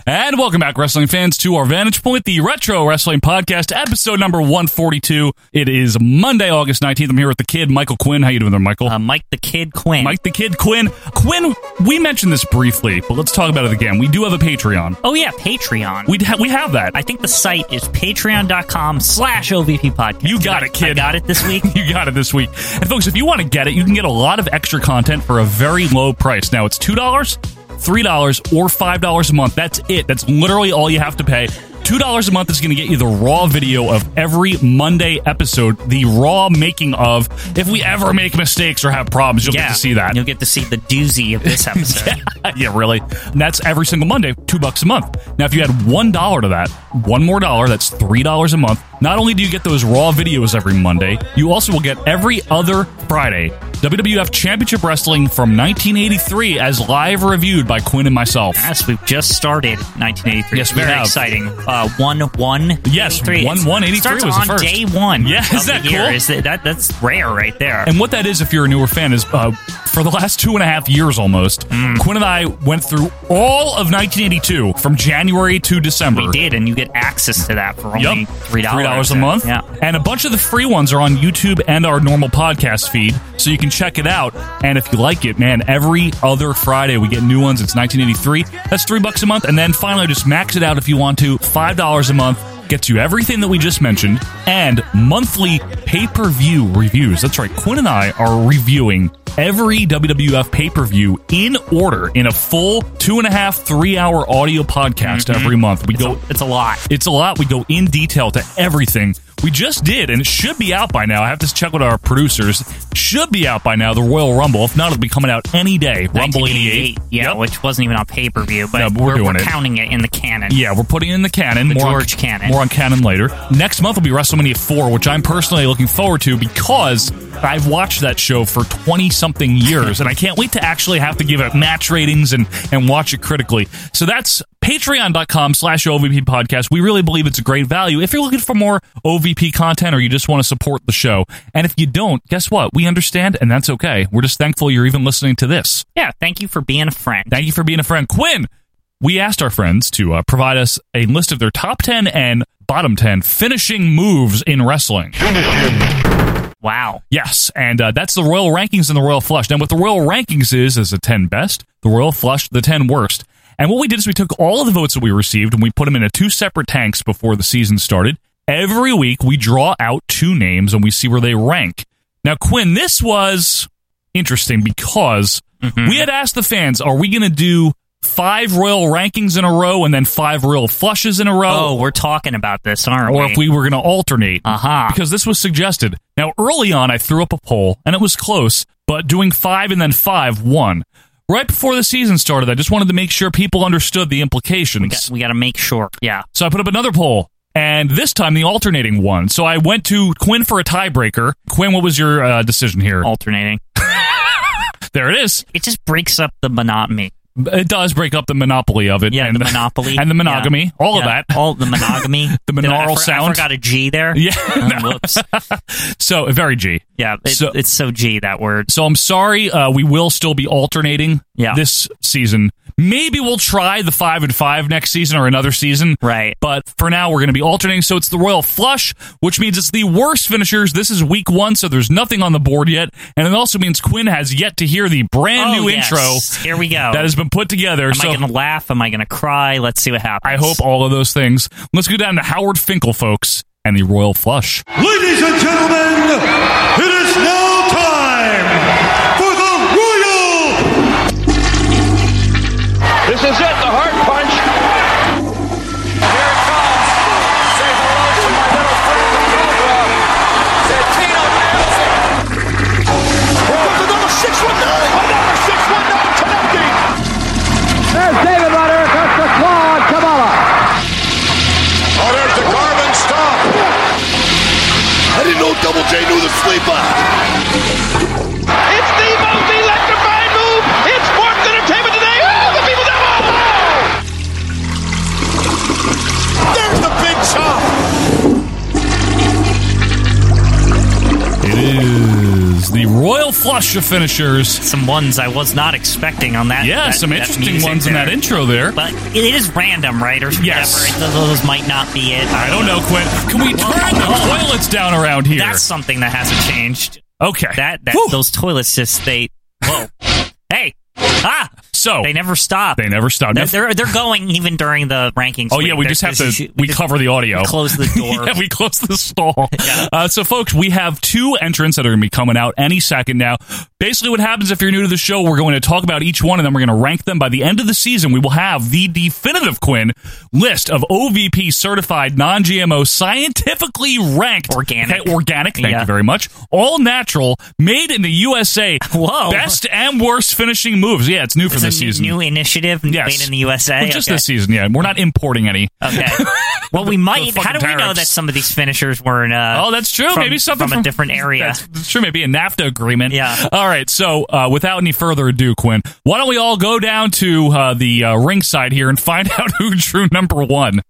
Speaker 1: And welcome back, wrestling fans, to our Vantage Point, the Retro Wrestling Podcast, episode number 142. It is Monday, August 19th. I'm here with the kid, Michael Quinn. How you doing there, Michael?
Speaker 2: Uh, Mike the Kid Quinn.
Speaker 1: Mike the Kid Quinn. Quinn, we mentioned this briefly, but let's talk about it again. We do have a Patreon.
Speaker 2: Oh yeah, Patreon.
Speaker 1: We ha- we have that.
Speaker 2: I think the site is patreon.com slash OVP podcast.
Speaker 1: You got it, kid.
Speaker 2: I got it this week.
Speaker 1: [LAUGHS] you got it this week. And folks, if you want to get it, you can get a lot of extra content for a very low price. Now it's two dollars, three dollars, or five dollars a month. That's it. That's literally all you have to pay. Two dollars a month is going to get you the raw video of every Monday episode, the raw making of. If we ever make mistakes or have problems, you'll get to see that.
Speaker 2: You'll get to see the doozy
Speaker 1: [LAUGHS]
Speaker 2: of this episode.
Speaker 1: yeah, really. And that's every single Monday, two bucks a month. Now, if you add one dollar to that, one more dollar, that's three dollars a month. Not only do you get those raw videos every Monday, you also will get every other Friday WWF Championship Wrestling from 1983 as live reviewed by Quinn and myself.
Speaker 2: Yes, we've just started 1983.
Speaker 1: Yes, we
Speaker 2: very
Speaker 1: have.
Speaker 2: exciting. Uh, one one.
Speaker 1: Yes,
Speaker 2: 83. It's-
Speaker 1: 1-1-83
Speaker 2: starts
Speaker 1: was the
Speaker 2: on
Speaker 1: first.
Speaker 2: day one.
Speaker 1: Yeah,
Speaker 2: of
Speaker 1: is that
Speaker 2: the year.
Speaker 1: cool?
Speaker 2: Is that, that- that's rare right there.
Speaker 1: And what that is, if you're a newer fan, is uh, for the last two and a half years almost, Quinn and I went through all of 1982 from January to December.
Speaker 2: we did, and you get access to that for only
Speaker 1: Yep.
Speaker 2: three dollars.
Speaker 1: a month.
Speaker 2: Yeah.
Speaker 1: And a bunch of the free ones are on YouTube and our normal podcast feed, so you can check it out. And if you like it, man, every other Friday we get new ones. It's 1983. That's three bucks a month. And then finally, just max it out if you want to. Five dollars a month gets you everything that we just mentioned and monthly pay-per-view reviews. That's right. Quinn and I are reviewing every WWF pay-per-view in order in a full two and a half, three-hour audio podcast every month. We go
Speaker 2: Mm-hmm. It's a lot.
Speaker 1: it's a lot. We go in detail to everything. We just did, and it should be out by now. I have to check with our producers. Should be out by now, the Royal Rumble. If not, it'll be coming out any day. Rumble 88.
Speaker 2: Yeah, which wasn't even on pay per view, but,
Speaker 1: No, but we're
Speaker 2: we're,
Speaker 1: doing it.
Speaker 2: counting it in the canon.
Speaker 1: Yeah, we're putting it in the canon.
Speaker 2: The
Speaker 1: more
Speaker 2: George
Speaker 1: on,
Speaker 2: canon.
Speaker 1: More on canon later. Next month will be WrestleMania 4, which I'm personally looking forward to because I've watched that show for 20 something years and I can't wait to actually have to give it match ratings and, and watch it critically. So that's patreon.com slash OVP podcast. We really believe it's a great value. If you're looking for more OVP content or you just want to support the show, and if you don't, guess what? We understand and that's okay. We're just thankful you're even listening to this.
Speaker 2: Yeah, thank you for being a friend.
Speaker 1: Thank you for being a friend. Quinn, we asked our friends to uh, provide us a list of their top 10 and bottom 10 finishing moves in wrestling.
Speaker 2: Wow.
Speaker 1: Yes, and uh, that's the Royal Rankings and the Royal Flush. Now, what the Royal Rankings is, is the 10 best, the Royal Flush, the 10 worst. And what we did is we took all of the votes that we received and we put them into two separate tanks before the season started. Every week, we draw out two names and we see where they rank. Now, Quinn, this was interesting because we had asked the fans, are we going to do five Royal Rankings in a row and then five Royal Flushes in a row?
Speaker 2: Oh, we're talking about this, aren't
Speaker 1: or
Speaker 2: we?
Speaker 1: if we were going to alternate.
Speaker 2: Uh-huh.
Speaker 1: Because this was suggested. Now, early on, I threw up a poll, and it was close, but doing five and then five won. Right before the season started, I just wanted to make sure people understood the implications.
Speaker 2: we got to make sure. Yeah.
Speaker 1: So I put up another poll, and this time the alternating one. So I went to Quinn for a tiebreaker. Quinn, what was your uh, decision here?
Speaker 2: Oh. Alternating.
Speaker 1: there it is.
Speaker 2: It just breaks up the monotony.
Speaker 1: It does break up the monopoly of it.
Speaker 2: Yeah,
Speaker 1: and
Speaker 2: the monopoly.
Speaker 1: [LAUGHS] and the monogamy.
Speaker 2: Yeah.
Speaker 1: All
Speaker 2: Yeah,
Speaker 1: of that. [LAUGHS]
Speaker 2: All the monogamy.
Speaker 1: The
Speaker 2: Did I- I
Speaker 1: monaural
Speaker 2: for-
Speaker 1: sound.
Speaker 2: I forgot a G there. [LAUGHS]
Speaker 1: Yeah.
Speaker 2: Um, whoops.
Speaker 1: So very G.
Speaker 2: Yeah. It,
Speaker 1: So-
Speaker 2: it's so G, that word.
Speaker 1: So I'm sorry, uh, we will still be alternating
Speaker 2: Yeah.
Speaker 1: this season. Maybe we'll try the five and five next season or another season.
Speaker 2: Right.
Speaker 1: But for now, we're going to be alternating. So it's the Royal Flush, which means it's the worst finishers. This is week one, so there's nothing on the board yet. And it also means Quinn has yet to hear the brand
Speaker 2: Oh,
Speaker 1: new
Speaker 2: yes.
Speaker 1: intro
Speaker 2: Here we go.
Speaker 1: that has been put together.
Speaker 2: Am
Speaker 1: so
Speaker 2: I going to laugh? Am I going to cry? Let's see what happens.
Speaker 1: I hope all of those things. Let's go down to Howard Finkel, folks, and the Royal Flush.
Speaker 4: Ladies and gentlemen, it is now time for the Royal.
Speaker 6: This is it, the heart punch.
Speaker 10: There's David Rutter across the quad. Kamala.
Speaker 4: Oh, there's the carbon stop. I didn't know Double J knew the sleeper.
Speaker 6: It's the most electrifying move in sports entertainment today. Oh, the people that want
Speaker 4: There's the big chop.
Speaker 1: It is the Royal Flush of finishers.
Speaker 2: some ones I was not expecting on that.
Speaker 1: Yeah,
Speaker 2: that-
Speaker 1: some
Speaker 2: that
Speaker 1: interesting
Speaker 2: music
Speaker 1: ones in
Speaker 2: there.
Speaker 1: that intro there.
Speaker 2: But it it is random, right? Or
Speaker 1: Yes.
Speaker 2: whatever. Those might not be it.
Speaker 1: I don't know, Quinn. Can we turn the toilets down around here?
Speaker 2: That's something that hasn't changed.
Speaker 1: okay.
Speaker 2: That that
Speaker 1: Whew.
Speaker 2: those toilet just they. Whoa. hey. Ah.
Speaker 1: so
Speaker 2: They never stop.
Speaker 1: they never stop.
Speaker 2: They're, they're they're going even during the rankings.
Speaker 1: oh yeah,
Speaker 2: week.
Speaker 1: we
Speaker 2: They're-
Speaker 1: just have
Speaker 2: they're-
Speaker 1: to we
Speaker 2: just
Speaker 1: cover the audio.
Speaker 2: Close
Speaker 1: [LAUGHS]
Speaker 2: the door.
Speaker 1: yeah, we close the
Speaker 2: [LAUGHS]
Speaker 1: stall. Uh, so, folks, we have two entrants that are going to be coming out any second now. Basically, what happens if you're new to the show, we're going to talk about each one and then we're going to rank them. By the end of the season, we will have the definitive Quinn list of OVP certified non GMO, scientifically ranked
Speaker 2: Organic.
Speaker 1: Okay, organic. Thank
Speaker 2: Yeah.
Speaker 1: you very much. All natural, made in the USA.
Speaker 2: [LAUGHS] Whoa.
Speaker 1: Best and worst finishing moves. Yeah, it's new for
Speaker 2: It's
Speaker 1: this
Speaker 2: a
Speaker 1: season.
Speaker 2: new initiative
Speaker 1: Yes.
Speaker 2: made in the USA.
Speaker 1: Well, just
Speaker 2: Okay.
Speaker 1: this season, yeah. We're not importing any.
Speaker 2: Okay.
Speaker 1: [LAUGHS]
Speaker 2: Well, we might.
Speaker 1: The
Speaker 2: How do we
Speaker 1: fucking
Speaker 2: know that
Speaker 1: tariffs.
Speaker 2: some of these finishers were in? Uh,
Speaker 1: Oh, that's true.
Speaker 2: from-
Speaker 1: maybe something
Speaker 2: from a different area.
Speaker 1: That's, that's true. Maybe a NAFTA agreement.
Speaker 2: Yeah.
Speaker 1: All right. So, uh, without any further ado, Quinn, why don't we all go down to uh, the uh, ringside here and [LAUGHS] find out who drew number one?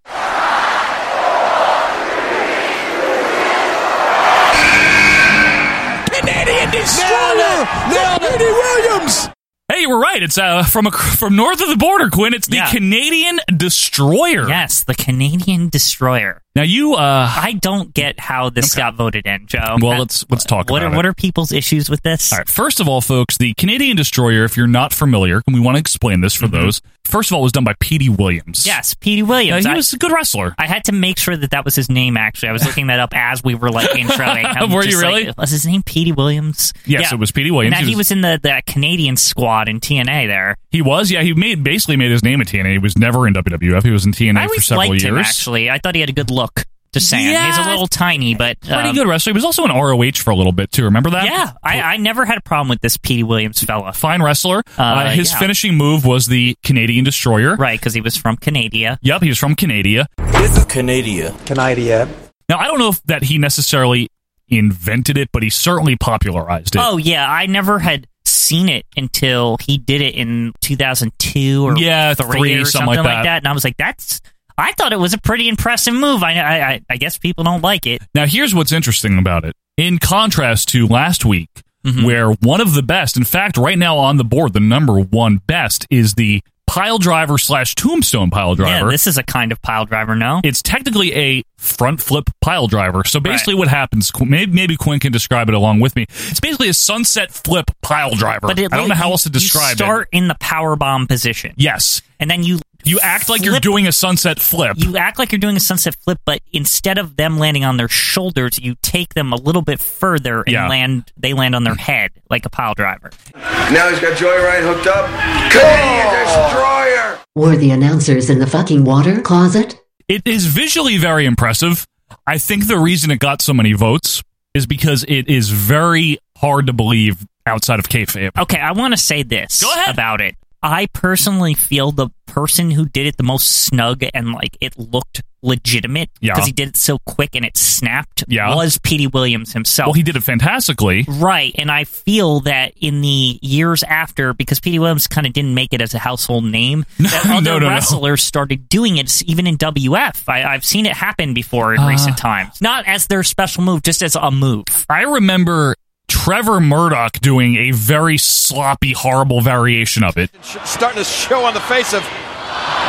Speaker 4: Canadian destroyer. Nailed it. Williams.
Speaker 1: Hey, you were right. It's uh, from a, from north of the border, Quinn. It's the
Speaker 2: Yeah.
Speaker 1: Canadian Destroyer.
Speaker 2: Yes, the Canadian destroyer.
Speaker 1: Now you, uh,
Speaker 2: I don't get how this got voted in, Joe.
Speaker 1: Well,
Speaker 2: That-
Speaker 1: let's- let's talk
Speaker 2: what
Speaker 1: about
Speaker 2: are, What
Speaker 1: it.
Speaker 2: are people's issues with this?
Speaker 1: all right. First of all, folks, the Canadian Destroyer. If you're not familiar, and we want to explain this for those. First of all, it was done by Petey Williams.
Speaker 2: Mm-hmm. Yes, Petey
Speaker 1: Now,
Speaker 2: Williams.
Speaker 1: he
Speaker 2: I-
Speaker 1: was a good wrestler.
Speaker 2: I had to make sure that that was his name. Actually, I was looking that up as we were like introing.
Speaker 1: [LAUGHS]
Speaker 2: I'm
Speaker 1: Were you
Speaker 2: just
Speaker 1: really?
Speaker 2: Like, was his name Petey Williams?
Speaker 1: Yes, it was Petey Williams.
Speaker 2: Now
Speaker 1: He
Speaker 2: he,
Speaker 1: was-
Speaker 2: was, in the that Canadian squad in TNA. There,
Speaker 1: He was, yeah. He made basically made his name in TNA. He was never in WWF. He was in TNA
Speaker 2: I
Speaker 1: for
Speaker 2: always
Speaker 1: several
Speaker 2: liked
Speaker 1: years.
Speaker 2: him. Actually, I thought he had a good look. Just saying, he's a
Speaker 1: Yeah.
Speaker 2: little tiny, but
Speaker 1: Pretty
Speaker 2: um,
Speaker 1: good wrestler. He was also in ROH for a little bit too. Remember that?
Speaker 2: Yeah, I, I never had a problem with this Petey Williams fella.
Speaker 1: Fine wrestler. Uh, his finishing move was the Canadian Destroyer.
Speaker 2: Right, because he was from Canada.
Speaker 1: Yep, he was from Canada.
Speaker 11: This is Canada. Canada.
Speaker 1: Now, I don't know if that he necessarily invented it, but he certainly popularized it.
Speaker 2: Oh yeah, I never had seen it until he did it in 2002 or
Speaker 1: Yeah,
Speaker 2: three,
Speaker 1: three, something
Speaker 2: or
Speaker 1: like
Speaker 2: something, like,
Speaker 1: that.
Speaker 2: that. And I was like, that's. I thought it was a pretty impressive move. I I, I, I guess people don't like it.
Speaker 1: Now, here's what's interesting about it. In contrast to last week,
Speaker 2: Mm-hmm.
Speaker 1: where one of the best, in fact, right now on the board, the number one best is the pile driver slash tombstone pile driver.
Speaker 2: Yeah, this is a kind of pile driver. No,
Speaker 1: it's technically a front flip pile driver. So basically, what happens? Qu- Maybe, maybe Quinn can describe it along with me. It's basically a sunset flip pile driver.
Speaker 2: But it,
Speaker 1: I don't know how
Speaker 2: you-
Speaker 1: else to
Speaker 2: You
Speaker 1: describe it.
Speaker 2: start in the power bomb position.
Speaker 1: Yes,
Speaker 2: and then you
Speaker 1: you act like you're doing a sunset flip.
Speaker 2: You act like you're doing a sunset flip, but instead of them landing on their shoulders, you take them a little bit further and
Speaker 1: Yeah.
Speaker 2: land. They land on their head like a pile driver.
Speaker 11: Now he's got Joyride hooked up. Canadian Destroyer.
Speaker 12: Were the announcers in the fucking water closet?
Speaker 1: It is visually very impressive. I think the reason it got so many votes is because it is very hard to believe outside of kayfabe.
Speaker 2: Okay, I want to say this about it. I personally feel the person who did it the most snug and like it looked legitimate
Speaker 1: Yeah.
Speaker 2: because he did it so quick and it snapped
Speaker 1: Yeah.
Speaker 2: was Petey Williams himself.
Speaker 1: Well, he did it fantastically.
Speaker 2: Right, and I feel that in the years after, because Petey Williams kind of didn't make it as a household name, that
Speaker 1: [LAUGHS] no,
Speaker 2: other
Speaker 1: no, no.
Speaker 2: wrestlers started doing it, s- even in WF. I, I've seen it happen before in
Speaker 1: Uh.
Speaker 2: recent times. Not as their special move, just as a move.
Speaker 1: I remember Trevor Murdoch doing a very sloppy, horrible variation of it.
Speaker 13: starting to show on the face of,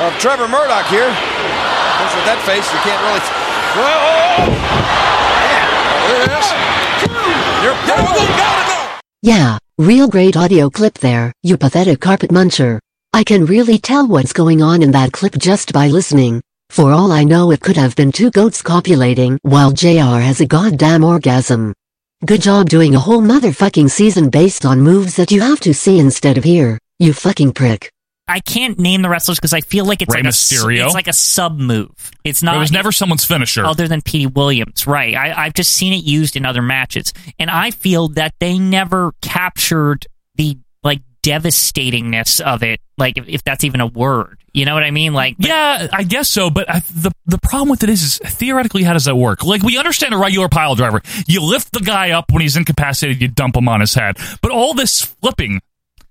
Speaker 13: of Trevor Murdoch here. Of course, with that face, you can't really. oh, Whoa! You're
Speaker 12: Yeah, real great audio clip there, you pathetic carpet muncher. I can really tell what's going on in that clip just by listening. For all I know, it could have been two goats copulating while JR has a goddamn orgasm. Good job doing a whole motherfucking season based on moves that you have to see instead of hear, you fucking prick.
Speaker 2: I can't name the wrestlers because I feel like it's
Speaker 1: Rey
Speaker 2: like a s-
Speaker 1: Mysterio?
Speaker 2: it's like a sub move. It's not.
Speaker 1: it was never someone's finisher.
Speaker 2: other than Petey Williams, right? I, I've just seen it used in other matches, and I feel that they never captured the like devastatingness of it, like if, if that's even a word. You know what I mean? Like,
Speaker 1: yeah, I guess so. But I, the the problem with it is, is theoretically, how does that work? Like we understand a regular pile driver, you lift the guy up when he's incapacitated, you dump him on his head. But all this flipping,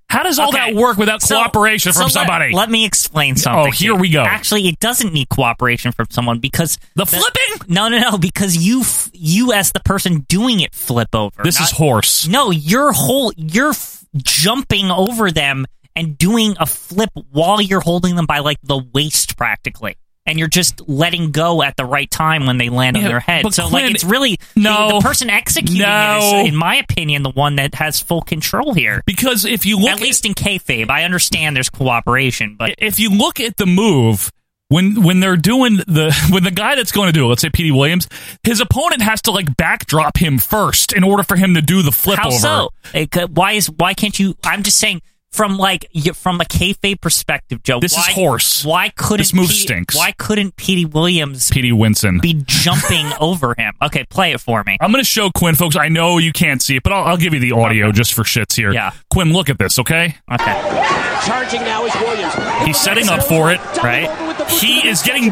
Speaker 1: how does all
Speaker 2: Okay.
Speaker 1: that work without
Speaker 2: So-
Speaker 1: cooperation
Speaker 2: so
Speaker 1: from
Speaker 2: let-
Speaker 1: somebody?
Speaker 2: Let, me explain something.
Speaker 1: Oh, here
Speaker 2: to you.
Speaker 1: we go.
Speaker 2: Actually, it doesn't need cooperation from someone because the,
Speaker 1: flipping.
Speaker 2: No, no, no. Because you, f- you as the person doing it, flip over.
Speaker 1: This is horse.
Speaker 2: No, your whole you're f- jumping over them and doing a flip while you're holding them by like the waist practically. And you're just letting go at the right time when they land
Speaker 1: Yeah,
Speaker 2: on their head.
Speaker 1: but
Speaker 2: So,
Speaker 1: Quinn,
Speaker 2: like, it's really
Speaker 1: no.
Speaker 2: the, the person executing
Speaker 1: No.
Speaker 2: it is, in my opinion, the one that has full control here.
Speaker 1: Because if you look
Speaker 2: at least in kayfabe, I understand there's cooperation, but
Speaker 1: if you look at the move when when they're doing the [LAUGHS] when the guy that's going to do it, let's say Petey Williams, his opponent has to like backdrop him first in order for him to do the flip
Speaker 2: How
Speaker 1: over.
Speaker 2: so? It could- why is why can't you? I'm just saying from like y- from a kayfabe perspective, Joe.
Speaker 1: This is
Speaker 2: why-
Speaker 1: horse.
Speaker 2: Why couldn't
Speaker 1: This move
Speaker 2: Petey-
Speaker 1: stinks.
Speaker 2: Why couldn't Petey Williams
Speaker 1: Petey Winson.
Speaker 2: be
Speaker 1: [LAUGHS]
Speaker 2: jumping over him? Okay, play it for me.
Speaker 1: I'm going to show Quinn, folks. I know you can't see it, but I'll, I'll give you the audio just for shits here. Yeah. Quinn, look at this, okay?
Speaker 2: Okay.
Speaker 14: Charging now is Williams.
Speaker 1: He's setting up for it, right? He is getting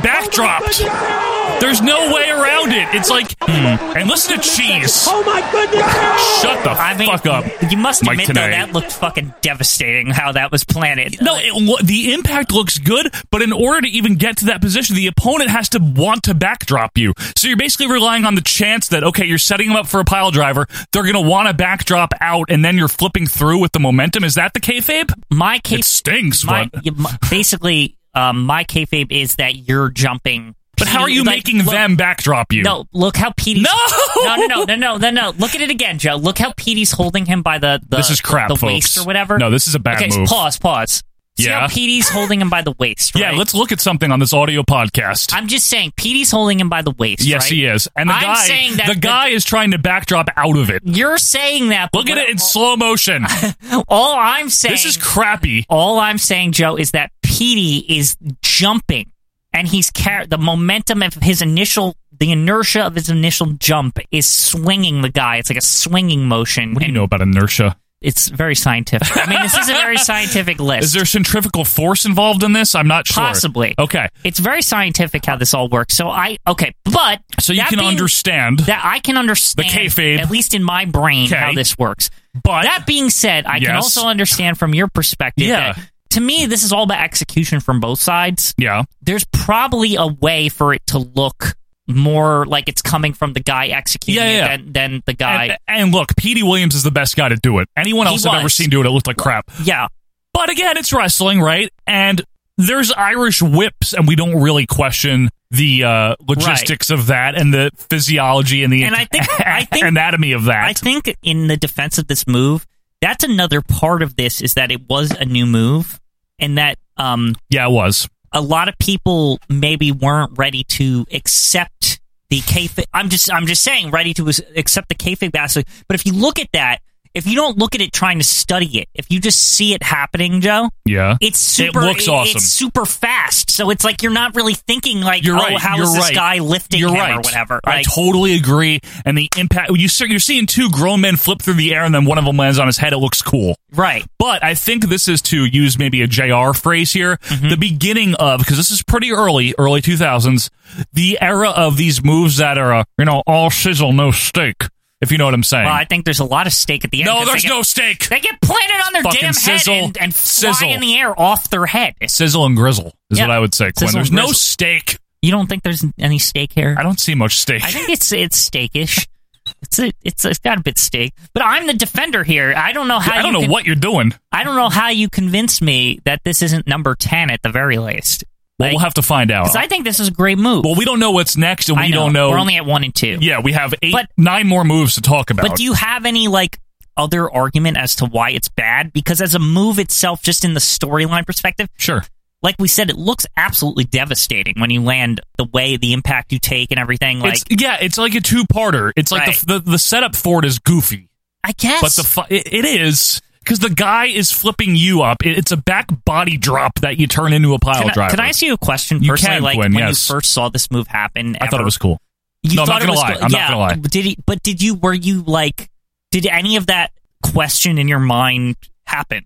Speaker 1: backdropped. There's no way around it. It's like, hmm. and listen to Cheese.
Speaker 14: Oh my goodness!
Speaker 1: Shut the fuck up.
Speaker 2: You must
Speaker 1: Mike
Speaker 2: admit though
Speaker 1: Tenay.
Speaker 2: that looked fucking devastating. How that was planted.
Speaker 1: No, it, lo- the impact looks good, but in order to even get to that position, the opponent has to want to backdrop you. So you're basically relying on the chance that okay, you're setting them up for a pile driver. They're going to want to backdrop out, and then you're flipping through with the momentum. Is that the kayfabe?
Speaker 2: My kayfabe
Speaker 1: stinks.
Speaker 2: My,
Speaker 1: but
Speaker 2: you- my- basically, um, my kayfabe is that you're jumping.
Speaker 1: but how are you
Speaker 2: like,
Speaker 1: making
Speaker 2: look-
Speaker 1: them backdrop you?
Speaker 2: No, look how Petey's.
Speaker 1: No!
Speaker 2: no, no, no, no, no, no. Look at it again, Joe. Look how Petey's holding him by the, the
Speaker 1: This is crap,
Speaker 2: the
Speaker 1: folks.
Speaker 2: waist or whatever.
Speaker 1: No, this is a bad
Speaker 2: okay, so
Speaker 1: move.
Speaker 2: Pause, pause. See
Speaker 1: Yeah.
Speaker 2: how Petey's holding him by the waist. Right?
Speaker 1: Yeah, let's look at something on this audio podcast.
Speaker 2: I'm just saying, Petey's holding him by the waist.
Speaker 1: yes,
Speaker 2: right?
Speaker 1: he is, and the
Speaker 2: I'm
Speaker 1: guy,
Speaker 2: saying that
Speaker 1: the guy is trying to backdrop out of it.
Speaker 2: You're saying that. but
Speaker 1: Look at
Speaker 2: what-
Speaker 1: it in slow motion.
Speaker 2: [LAUGHS] All I'm saying.
Speaker 1: This is crappy.
Speaker 2: All I'm saying, Joe, is that Petey is jumping and he's car- the momentum of his initial the inertia of his initial jump is swinging the guy. It's like a swinging motion. What do you know
Speaker 1: about inertia?
Speaker 2: It's very scientific. I mean, this is a very scientific
Speaker 1: [LAUGHS]
Speaker 2: list.
Speaker 1: Is there centrifugal force involved in this? I'm not sure.
Speaker 2: Possibly.
Speaker 1: Okay.
Speaker 2: It's very scientific how this all works. So I okay, but
Speaker 1: so you
Speaker 2: that
Speaker 1: can
Speaker 2: being-
Speaker 1: understand
Speaker 2: that I can understand
Speaker 1: The kayfabe.
Speaker 2: at least in my brain how
Speaker 1: Okay.
Speaker 2: this works.
Speaker 1: But
Speaker 2: that being said, I can
Speaker 1: Yes.
Speaker 2: also understand from your perspective
Speaker 1: Yeah.
Speaker 2: that to me this is all about execution from both sides.
Speaker 1: Yeah.
Speaker 2: There's probably a way for it to look more like it's coming from the guy executing
Speaker 1: Yeah, yeah.
Speaker 2: it than, than the guy
Speaker 1: And, and look, Petey Williams is the best guy to do it. Anyone
Speaker 2: He
Speaker 1: else I've ever
Speaker 2: was.
Speaker 1: seen do it, it looked like crap.
Speaker 2: Yeah.
Speaker 1: But again, it's wrestling, right? And there's Irish whips, and we don't really question the uh, logistics of that and the physiology and the
Speaker 2: And I think-
Speaker 1: [LAUGHS]
Speaker 2: I think-
Speaker 1: anatomy of that.
Speaker 2: I think in the defense of this move, that's another part of this is that it was a new move, and that um,
Speaker 1: yeah, it was.
Speaker 2: A lot of people maybe weren't ready to accept the kayfabe. I'm just I'm just saying ready to as- accept the kayfabe aspect. But if you look at that, if you don't look at it trying to study it, if you just see it happening, Joe.
Speaker 1: yeah,
Speaker 2: It's super.
Speaker 1: It looks
Speaker 2: it-
Speaker 1: awesome.
Speaker 2: It's super fast, so it's like you're not really thinking like,
Speaker 1: You're
Speaker 2: oh,
Speaker 1: right.
Speaker 2: how
Speaker 1: you're
Speaker 2: is
Speaker 1: right.
Speaker 2: this guy lifting
Speaker 1: you're
Speaker 2: him
Speaker 1: right.
Speaker 2: or whatever?
Speaker 1: I totally agree. And the impact you see, you're seeing two grown men flip through the air, and then one of them lands on his head. It looks cool,
Speaker 2: right?
Speaker 1: But I think this is to use maybe a JR phrase here,
Speaker 2: Mm-hmm.
Speaker 1: the beginning of because this is pretty early, early 2000s, the era of these moves that are uh, you know all sizzle, no steak. If you know what I'm saying.
Speaker 2: Well, I think there's a lot of stake at the end.
Speaker 1: No,
Speaker 2: 'cause they
Speaker 1: there's
Speaker 2: get-
Speaker 1: no steak.
Speaker 2: They get planted on their
Speaker 1: Fucking
Speaker 2: damn
Speaker 1: sizzle.
Speaker 2: head and, and fly
Speaker 1: Sizzle.
Speaker 2: in the air off their head.
Speaker 1: sizzle and grizzle is
Speaker 2: Yeah.
Speaker 1: what I would say. Quinn.
Speaker 2: Sizzle
Speaker 1: There's
Speaker 2: and
Speaker 1: no
Speaker 2: grizzle.
Speaker 1: steak.
Speaker 2: You don't think there's any steak here?
Speaker 1: I don't see much steak.
Speaker 2: I think it's it's steakish. It's a, it's it's got a bit steak. But I'm the defender here. I don't know how.
Speaker 1: I don't
Speaker 2: you
Speaker 1: know
Speaker 2: con-
Speaker 1: what you're doing.
Speaker 2: I don't know how you convinced me that this isn't number ten at the very least.
Speaker 1: Well, we'll have to find out.
Speaker 2: Because I think this is a great move.
Speaker 1: Well, we don't know what's next, and
Speaker 2: I
Speaker 1: we don't know.
Speaker 2: We're only at one and two.
Speaker 1: yeah, we have eight,
Speaker 2: But-
Speaker 1: nine more moves to talk about.
Speaker 2: But do you have any like other argument as to why it's bad? Because as a move itself, just in the storyline perspective,
Speaker 1: sure.
Speaker 2: Like we said, it looks absolutely devastating when you land the way the impact you take and everything. Like
Speaker 1: It's- yeah, it's like a two-parter. It's like
Speaker 2: Right.
Speaker 1: the, the the setup for it is goofy,
Speaker 2: I guess,
Speaker 1: but the fu- it, it is because the guy is flipping you up. It, it's a back body drop that you turn into a pile
Speaker 2: can, I,
Speaker 1: driver.
Speaker 2: can I ask you a question
Speaker 1: You
Speaker 2: personally?
Speaker 1: can,
Speaker 2: like
Speaker 1: Quinn,
Speaker 2: when
Speaker 1: yes.
Speaker 2: you first saw this move happen,
Speaker 1: I thought
Speaker 2: ever,
Speaker 1: it was cool.
Speaker 2: You
Speaker 1: No, I'm
Speaker 2: thought
Speaker 1: not gonna
Speaker 2: it was
Speaker 1: lie.
Speaker 2: cool-
Speaker 1: I'm not
Speaker 2: yeah,
Speaker 1: gonna lie.
Speaker 2: Did he, but did you were you like did any of that question in your mind happen?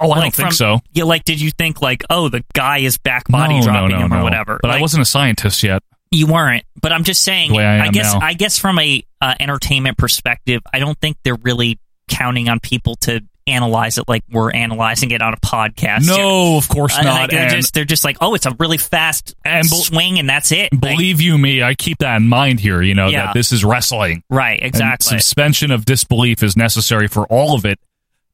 Speaker 1: Oh, I don't
Speaker 2: Like,
Speaker 1: think
Speaker 2: from-
Speaker 1: so.
Speaker 2: Yeah, like did you think like oh the guy is back body
Speaker 1: no,
Speaker 2: dropping
Speaker 1: no, no,
Speaker 2: him or
Speaker 1: no.
Speaker 2: whatever?
Speaker 1: But I
Speaker 2: Like,
Speaker 1: wasn't a scientist yet.
Speaker 2: You weren't, but I'm just saying.
Speaker 1: The way I am
Speaker 2: guess
Speaker 1: now.
Speaker 2: I guess from a uh, entertainment perspective, I don't think they're really counting on people to analyze it like we're analyzing it on a podcast.
Speaker 1: No, of course
Speaker 2: Uh,
Speaker 1: not.
Speaker 2: like, they're
Speaker 1: and
Speaker 2: just they're just like, oh, it's a really fast
Speaker 1: And bel-
Speaker 2: swing, and that's it. Like,
Speaker 1: believe you me, I keep that in mind here. You know
Speaker 2: Yeah.
Speaker 1: that this is wrestling.
Speaker 2: right,
Speaker 1: and
Speaker 2: exactly.
Speaker 1: suspension of disbelief is necessary for all of it.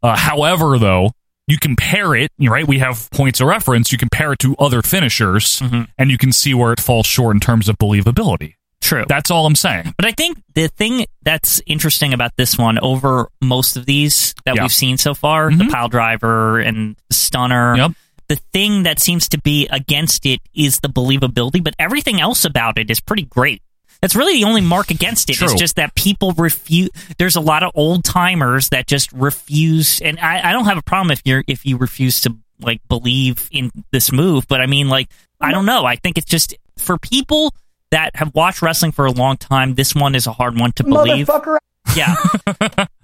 Speaker 1: Uh, however, though, you compare it, right? We have points of reference. You compare it to other finishers, and you can see where it falls short in terms of believability.
Speaker 2: True.
Speaker 1: That's all I'm saying.
Speaker 2: But I think the thing that's interesting about this one over most of these that
Speaker 1: Yeah. Mm-hmm.
Speaker 2: we've seen so far, the pile driver and stunner.
Speaker 1: Yep.
Speaker 2: The thing that seems to be against it is the believability, but everything else about it is pretty great. That's really the only mark against it.
Speaker 1: True.
Speaker 2: It's just that people refuse. There's a lot of old timers that just refuse, and I, I don't have a problem if you're if you refuse to like believe in this move. But I mean, like, I don't know. I think it's just for people that have watched wrestling for a long time. This one is a hard one to believe.
Speaker 1: [LAUGHS]
Speaker 2: Yeah,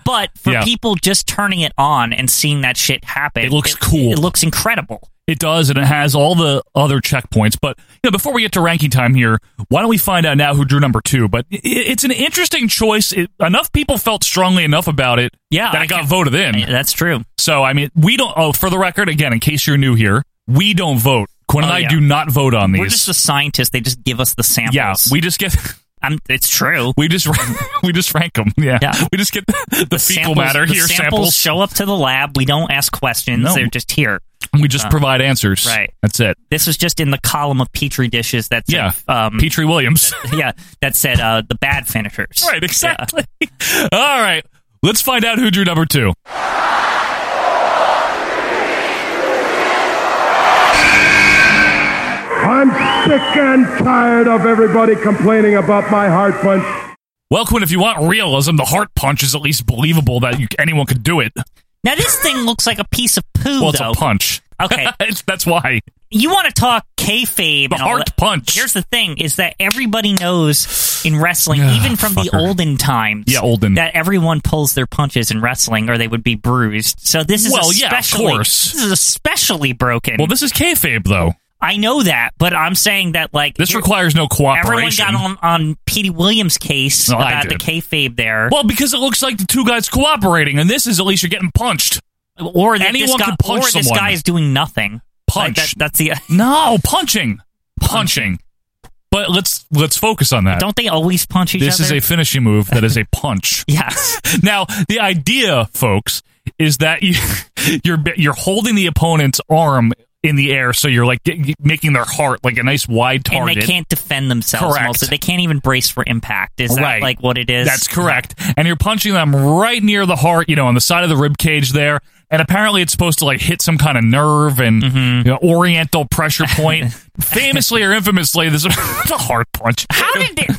Speaker 2: but for
Speaker 1: Yeah.
Speaker 2: people just turning it on and seeing that shit happen,
Speaker 1: It looks cool.
Speaker 2: It looks incredible.
Speaker 1: It does, and it has all the other checkpoints. But you know, before we get to ranking time here, why don't we find out now who drew number two? But i- i it's an interesting choice. It, enough people felt strongly enough about it,
Speaker 2: Yeah,
Speaker 1: that
Speaker 2: I
Speaker 1: it got
Speaker 2: can-
Speaker 1: voted in.
Speaker 2: I- that's true.
Speaker 1: So I mean, we don't. Oh, for the record, again, in case you're new here, we don't vote. Quinn and
Speaker 2: Oh,
Speaker 1: I
Speaker 2: yeah.
Speaker 1: do not vote on these.
Speaker 2: We're just the scientists. They just give us the samples.
Speaker 1: yeah, we just get. [LAUGHS]
Speaker 2: I'm, it's true.
Speaker 1: We just [LAUGHS] we just rank them. Yeah,
Speaker 2: Yeah.
Speaker 1: we just get [LAUGHS] the, the, fecal
Speaker 2: samples-
Speaker 1: matter
Speaker 2: the
Speaker 1: here.
Speaker 2: Samples, show up to the lab. We don't ask questions.
Speaker 1: No.
Speaker 2: They're just here.
Speaker 1: We just
Speaker 2: Uh,
Speaker 1: provide answers.
Speaker 2: right.
Speaker 1: That's it.
Speaker 2: This was just in the column of petri dishes that said,
Speaker 1: Yeah.
Speaker 2: um,
Speaker 1: Petrie Williams. [LAUGHS]
Speaker 2: yeah, that said uh, the bad finishers.
Speaker 1: right. Exactly. [LAUGHS] All right. Let's find out who drew number two.
Speaker 15: I'm sick and tired of everybody complaining about my heart punch.
Speaker 1: Well, Quinn, if you want realism, the heart punch is at least believable that you, anyone could do it.
Speaker 2: Now this thing looks like a piece of poo.
Speaker 1: Well, it's
Speaker 2: though.
Speaker 1: a punch.
Speaker 2: Okay.
Speaker 1: [LAUGHS] It's- that's why.
Speaker 2: you want to talk kayfabe? The hard
Speaker 1: punch.
Speaker 2: Here's the thing: is that everybody knows in wrestling, even from the olden times,
Speaker 1: Yeah, olden.
Speaker 2: that everyone pulls their punches in wrestling, or they would be bruised. So this is
Speaker 1: Well, yeah, of
Speaker 2: especially,
Speaker 1: course.
Speaker 2: this is especially broken.
Speaker 1: Well, this is kayfabe though.
Speaker 2: I know that, but I'm saying that like
Speaker 1: This requires no
Speaker 2: Everyone
Speaker 1: cooperation.
Speaker 2: got on on Petey Williams' case
Speaker 1: No, I
Speaker 2: about the
Speaker 1: did.
Speaker 2: kayfabe there.
Speaker 1: Well, because it looks like the two guys cooperating, and this is at least you're getting punched.
Speaker 2: Or that
Speaker 1: anyone
Speaker 2: this guy,
Speaker 1: can punch
Speaker 2: or
Speaker 1: someone.
Speaker 2: this guy is doing nothing.
Speaker 1: punch.
Speaker 2: Like, that-
Speaker 1: [LAUGHS]
Speaker 2: that's the
Speaker 1: no punching, punching. But let's let's focus on that.
Speaker 2: Don't they always punch each
Speaker 1: this
Speaker 2: other? [LAUGHS]
Speaker 1: is a finishing move that is a punch. [LAUGHS]
Speaker 2: yes.
Speaker 1: Now the idea, folks, is that you [LAUGHS] you're you're holding the opponent's arm in the air, so you're like get- making their heart like a nice wide
Speaker 2: and
Speaker 1: target.
Speaker 2: they can't defend themselves.
Speaker 1: Correct.
Speaker 2: Mostly. They can't even brace for impact. Is that
Speaker 1: Right.
Speaker 2: like what it is?
Speaker 1: That's correct. And you're punching them right near the heart, you know, on the side of the rib cage there. And apparently, it's supposed to like hit some kind of nerve and
Speaker 2: Mm-hmm.
Speaker 1: you know, oriental pressure
Speaker 2: [LAUGHS]
Speaker 1: point. Famously or infamously, this is [LAUGHS] a hard punch.
Speaker 2: How
Speaker 1: [LAUGHS]
Speaker 2: did it,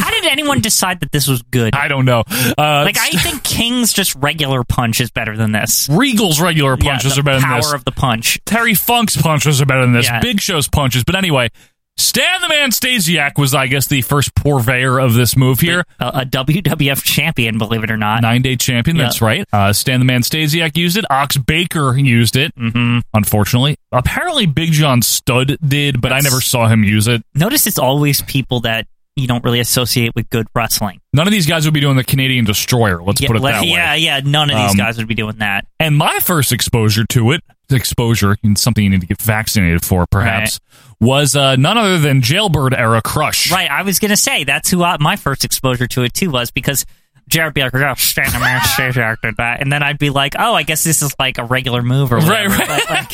Speaker 2: how did anyone decide that this was good?
Speaker 1: I don't know. Uh,
Speaker 2: [LAUGHS] like I think King's just regular punch is better than this.
Speaker 1: Regal's regular
Speaker 2: Yeah,
Speaker 1: punches
Speaker 2: the
Speaker 1: are better than
Speaker 2: power
Speaker 1: this.
Speaker 2: of the punch.
Speaker 1: Terry Funk's punches are better than this.
Speaker 2: Yeah.
Speaker 1: Big Show's punches. But anyway, Stan the Man Stasiak was, I guess, the first purveyor of this move here.
Speaker 2: A, a WWF champion, believe it or not.
Speaker 1: Nine day champion, that's
Speaker 2: Yeah.
Speaker 1: right. Uh, Stan the Man Stasiak used it. Ox Baker used it, mm-hmm. unfortunately. Apparently, Big John Stud did, but I never saw him use it.
Speaker 2: Notice it's always people that you don't really associate with good wrestling.
Speaker 1: None of these guys would be doing the Canadian Destroyer, let's
Speaker 2: yeah,
Speaker 1: put it
Speaker 2: like-
Speaker 1: that way.
Speaker 2: yeah, yeah, None of
Speaker 1: Um,
Speaker 2: these guys would be doing that.
Speaker 1: And my first exposure to it, exposure, and something you need to get vaccinated for, perhaps, was uh, none other than Jailbird era Crush.
Speaker 2: Right. I was gonna say that's who I, my first exposure to it too was because Jared be like, "Oh, stand
Speaker 1: [LAUGHS]
Speaker 2: a man, stand a man," like that, and then I'd be like, "Oh, I guess this is like a regular move or
Speaker 1: Right,
Speaker 2: whatever." But, like,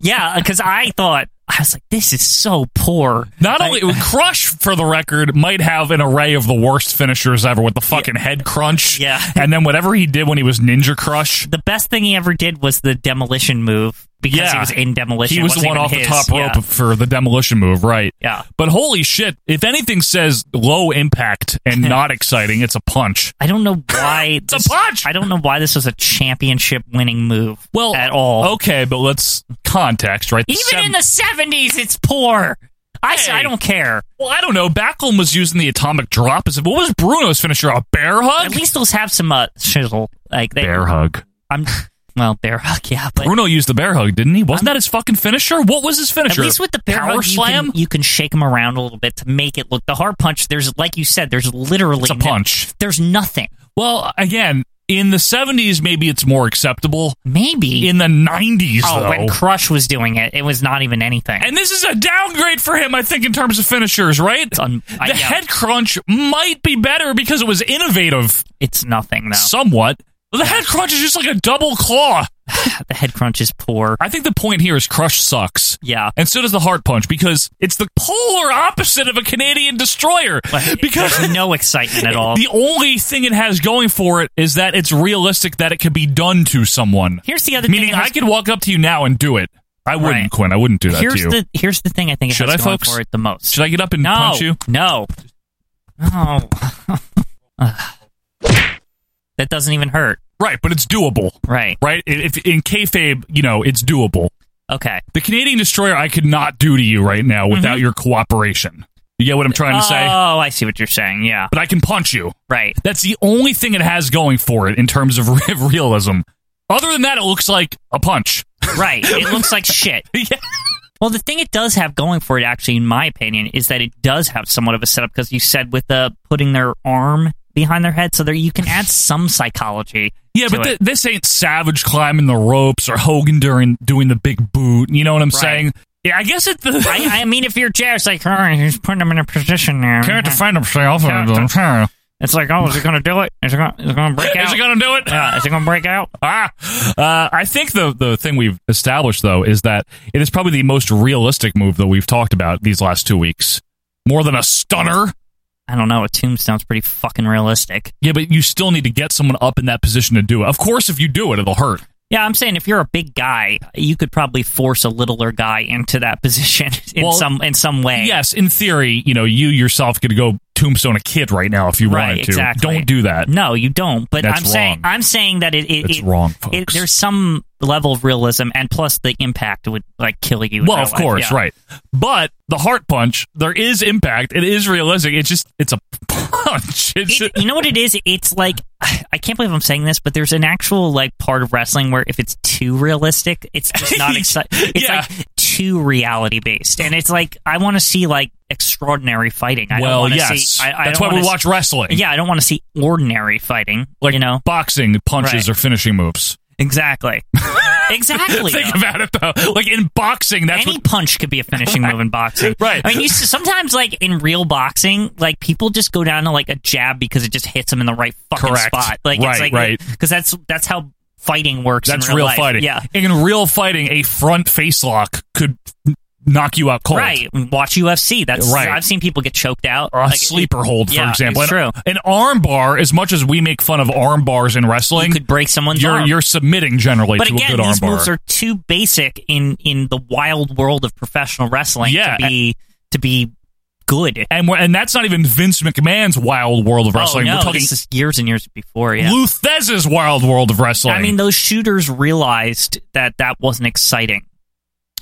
Speaker 2: yeah, because I thought I was like, "This is so poor."
Speaker 1: Not only [LAUGHS] Crush, for the record, might have an array of the worst finishers ever with the fucking head crunch.
Speaker 2: Yeah.
Speaker 1: And then whatever he did when he was Ninja Crush.
Speaker 2: The best thing he ever did was the demolition move because he
Speaker 1: Yeah.
Speaker 2: was in demolition.
Speaker 1: He
Speaker 2: It
Speaker 1: was the
Speaker 2: wasn't
Speaker 1: one
Speaker 2: even
Speaker 1: off
Speaker 2: his,
Speaker 1: the top
Speaker 2: yeah.
Speaker 1: rope for the demolition move, right?
Speaker 2: Yeah.
Speaker 1: But holy shit, if anything says low impact
Speaker 2: [LAUGHS]
Speaker 1: and not exciting, it's a punch.
Speaker 2: I don't know
Speaker 1: [LAUGHS]
Speaker 2: why it's a punch. I don't know why this was a championship winning move.
Speaker 1: Well,
Speaker 2: at all.
Speaker 1: Okay, but let's context, right? The
Speaker 2: Even
Speaker 1: seven-
Speaker 2: in the seventies, it's poor. I s- I don't care.
Speaker 1: Well, I don't know. Backlund was using the atomic drop. As if, what was Bruno's finisher? A bear hug?
Speaker 2: At least those have some uh, chisel. Like they,
Speaker 1: bear hug.
Speaker 2: I'm well, bear hug. Yeah, but
Speaker 1: Bruno used the bear hug, didn't he? Wasn't that his fucking finisher? What was his
Speaker 2: at
Speaker 1: finisher?
Speaker 2: least with the bear
Speaker 1: power
Speaker 2: hug,
Speaker 1: slam.
Speaker 2: You, can, you can shake him around a little bit to make it look. The hard punch, there's like you said, there's literally
Speaker 1: It's a
Speaker 2: no-
Speaker 1: punch.
Speaker 2: there's nothing.
Speaker 1: well, again, in the seventies, maybe it's more acceptable.
Speaker 2: Maybe
Speaker 1: In the nineties,
Speaker 2: oh,
Speaker 1: though.
Speaker 2: when Crush was doing it, it was not even anything.
Speaker 1: and this is a downgrade for him, I think, in terms of finishers, right?
Speaker 2: un-
Speaker 1: the
Speaker 2: I- yeah.
Speaker 1: head crunch might be better because it was innovative,
Speaker 2: it's nothing though.
Speaker 1: somewhat. The head crunch is just like a double claw.
Speaker 2: the head crunch is poor.
Speaker 1: I think the point here is Crush sucks.
Speaker 2: Yeah.
Speaker 1: And so does the heart punch because it's the polar opposite of a Canadian
Speaker 2: [LAUGHS]
Speaker 1: destroyer. Because
Speaker 2: There's no excitement
Speaker 1: [LAUGHS]
Speaker 2: at all.
Speaker 1: the only thing it has going for it is that it's realistic that it could be done to someone.
Speaker 2: Here's the other
Speaker 1: Meaning,
Speaker 2: thing.
Speaker 1: I could walk up to you now and do it. I wouldn't,
Speaker 2: Right.
Speaker 1: Quinn. I wouldn't do that
Speaker 2: here's
Speaker 1: to you.
Speaker 2: the here's the thing I think it
Speaker 1: Should
Speaker 2: has
Speaker 1: I,
Speaker 2: going
Speaker 1: folks?
Speaker 2: for it the most.
Speaker 1: Should I get up and
Speaker 2: no,
Speaker 1: punch you?
Speaker 2: no, no. [LAUGHS] that doesn't even hurt.
Speaker 1: Right, but it's doable.
Speaker 2: Right.
Speaker 1: Right? If if- in kayfabe, you know, it's doable.
Speaker 2: Okay.
Speaker 1: The Canadian destroyer, I could not do to you right now without
Speaker 2: Mm-hmm.
Speaker 1: your cooperation. You get what I'm trying to say?
Speaker 2: Oh, I see what you're saying. Yeah.
Speaker 1: but I can punch you.
Speaker 2: Right.
Speaker 1: That's the only thing it has going for it in terms of [LAUGHS] re- realism. Other than that, it looks like a punch. [LAUGHS]
Speaker 2: Right. It looks like shit.
Speaker 1: Yeah.
Speaker 2: Well, the thing it does have going for it, actually, in my opinion, is that it does have somewhat of a setup because you said with the putting their arm behind their head, so there you can add some psychology.
Speaker 1: Yeah,
Speaker 2: to
Speaker 1: but
Speaker 2: it.
Speaker 1: th- this ain't Savage climbing the ropes or Hogan during doing the big boot. You know what I'm saying? Yeah, [LAUGHS] I guess it's the.
Speaker 2: I, I mean, if your chair's like, all right, he's putting him in a position there.
Speaker 1: can't defend himself.
Speaker 2: Character. It's like, oh, is he gonna do it? Is he gonna, is he gonna break out?
Speaker 1: Is he gonna do it?
Speaker 2: Yeah, is he gonna break out?
Speaker 1: [LAUGHS] Ah, uh, I think the the thing we've established though is that it is probably the most realistic move that we've talked about these last two weeks. More than a stunner.
Speaker 2: I don't know. A tombstone's pretty fucking realistic.
Speaker 1: Yeah, but you still need to get someone up in that position to do it. Of course, if you do it, it'll hurt.
Speaker 2: Yeah, I'm saying if you're a big guy, you could probably force a littler guy into that [LAUGHS] position in
Speaker 1: Well,
Speaker 2: some in some way.
Speaker 1: Yes, in theory, you know, you yourself could go tombstone a kid right now if you
Speaker 2: Right,
Speaker 1: wanted to.
Speaker 2: exactly.
Speaker 1: Don't do that.
Speaker 2: No, you don't. But
Speaker 1: That's
Speaker 2: I'm saying
Speaker 1: wrong.
Speaker 2: I'm saying that it, it
Speaker 1: That's
Speaker 2: it-
Speaker 1: wrong,
Speaker 2: it- there's some level of realism, and plus the impact would like kill you. in
Speaker 1: Well,
Speaker 2: real
Speaker 1: of
Speaker 2: life,
Speaker 1: course,
Speaker 2: yeah.
Speaker 1: right. But the heart punch, there is impact. It is realistic. It's just it's a [LAUGHS] punch. It's
Speaker 2: It- you know what it is? It's like [SIGHS] I can't believe I'm saying this, but there's an actual like part of wrestling where if it's too realistic, it's just
Speaker 1: [LAUGHS]
Speaker 2: not exciting. It's like too reality based, and it's like I want to see like extraordinary fighting. I
Speaker 1: Well,
Speaker 2: don't wanna
Speaker 1: yes.
Speaker 2: see, I, I
Speaker 1: That's
Speaker 2: don't
Speaker 1: why we
Speaker 2: wanna
Speaker 1: watch
Speaker 2: see,
Speaker 1: wrestling.
Speaker 2: Yeah, I don't want to see ordinary fighting.
Speaker 1: like you know boxing punches
Speaker 2: Right.
Speaker 1: or finishing moves.
Speaker 2: Exactly.
Speaker 1: [LAUGHS]
Speaker 2: Exactly.
Speaker 1: Think
Speaker 2: though.
Speaker 1: about it though. Like in boxing, that's
Speaker 2: Any
Speaker 1: what
Speaker 2: punch could be a finishing move in boxing.
Speaker 1: [LAUGHS] Right.
Speaker 2: I mean, you s- sometimes like in real boxing, like people just go down to like a jab because it just hits them in the right fucking
Speaker 1: Correct.
Speaker 2: spot. Like
Speaker 1: Right,
Speaker 2: it's like
Speaker 1: right.
Speaker 2: Because that's that's how fighting works. in
Speaker 1: that's
Speaker 2: real,
Speaker 1: real
Speaker 2: life.
Speaker 1: fighting.
Speaker 2: Yeah.
Speaker 1: In real fighting, a front face lock could knock you out cold.
Speaker 2: Right. Watch UFC. That's
Speaker 1: Right.
Speaker 2: I've seen people get choked out.
Speaker 1: Or a
Speaker 2: Like,
Speaker 1: sleeper hold, for
Speaker 2: yeah,
Speaker 1: example. uh,
Speaker 2: It's
Speaker 1: An-
Speaker 2: true.
Speaker 1: An arm bar, as much as we make fun of arm bars in wrestling,
Speaker 2: You could break someone's
Speaker 1: you're
Speaker 2: arm.
Speaker 1: you're submitting generally
Speaker 2: but
Speaker 1: to a
Speaker 2: again,
Speaker 1: good arm
Speaker 2: these
Speaker 1: bar.
Speaker 2: moves are too basic in in the wild world of professional wrestling
Speaker 1: Yeah,
Speaker 2: to be to be good.
Speaker 1: and we're- and that's not even Vince McMahon's wild world of wrestling.
Speaker 2: Oh, no,
Speaker 1: We're talking
Speaker 2: this is years and years before. Yeah.
Speaker 1: Lou Thes's wild world of wrestling.
Speaker 2: I mean, those shooters realized that that wasn't exciting.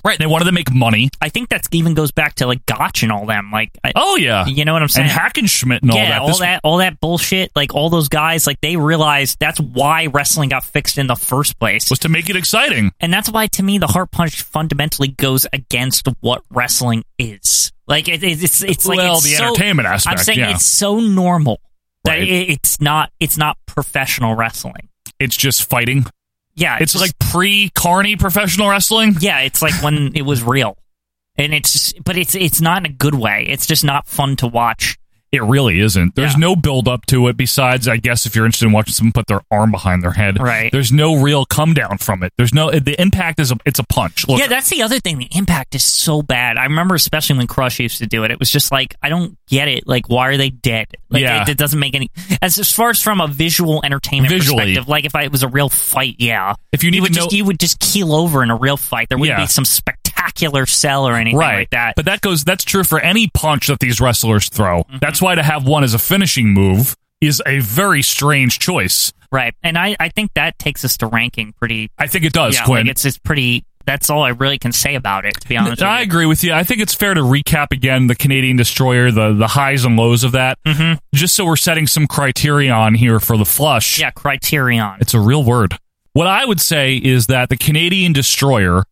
Speaker 1: right? They wanted to make money.
Speaker 2: I think that even goes back to like Gotch and all them. Like, I,
Speaker 1: Oh yeah,
Speaker 2: you know what I'm saying?
Speaker 1: And Hackenschmidt and all
Speaker 2: yeah,
Speaker 1: that.
Speaker 2: all
Speaker 1: This-
Speaker 2: that, all that bullshit. Like all those guys, like they realized that's why wrestling got fixed in the first place.
Speaker 1: was to make it exciting.
Speaker 2: And that's why, to me, the heart punch fundamentally goes against what wrestling is. Like it, it- it's it's like
Speaker 1: Well,
Speaker 2: it's
Speaker 1: the
Speaker 2: so-
Speaker 1: entertainment aspect,
Speaker 2: I'm saying
Speaker 1: yeah.
Speaker 2: it's so normal that
Speaker 1: Right.
Speaker 2: it, it's not it's not professional wrestling.
Speaker 1: It's just fighting.
Speaker 2: Yeah,
Speaker 1: It's
Speaker 2: just-
Speaker 1: like pre carny professional wrestling.
Speaker 2: yeah, it's like when it was real, and it's just, but it's it's not in a good way. It's just not fun to watch.
Speaker 1: It really isn't. There's no build up to it besides, I guess, if you're interested in watching someone put their arm behind their head.
Speaker 2: Right.
Speaker 1: There's no real come down from it. There's no the impact is a, it's a punch. Look,
Speaker 2: yeah, that's the other thing. The impact is so bad. I remember, especially when Crush used to do it. It was just like I don't get it. Like, why are they dead? Like,
Speaker 1: Yeah.
Speaker 2: it, it doesn't make any. As as far as from a visual entertainment
Speaker 1: Visually.
Speaker 2: perspective, like if I, it was a real fight, yeah.
Speaker 1: If you need
Speaker 2: would
Speaker 1: to
Speaker 2: just
Speaker 1: know-
Speaker 2: you would just keel over in a real fight. There wouldn't
Speaker 1: Yeah.
Speaker 2: be some spectacular sell or anything
Speaker 1: right.
Speaker 2: like that.
Speaker 1: But that goes. That's true for any punch that these wrestlers throw.
Speaker 2: Mm-hmm.
Speaker 1: That's why to have one as a finishing move is a very strange choice.
Speaker 2: Right. And I, I think that takes us to ranking pretty.
Speaker 1: I think it does,
Speaker 2: yeah,
Speaker 1: Quinn.
Speaker 2: Like it's, it's pretty. That's all I really can say about it, to be honest.
Speaker 1: I
Speaker 2: with
Speaker 1: agree with you. I think it's fair to recap again the Canadian Destroyer, the the highs and lows of that,
Speaker 2: Mhm.
Speaker 1: just so we're setting some criterion here for the flush.
Speaker 2: you. Yeah, Criterion.
Speaker 1: It's a real word. What I would say is that the Canadian Destroyer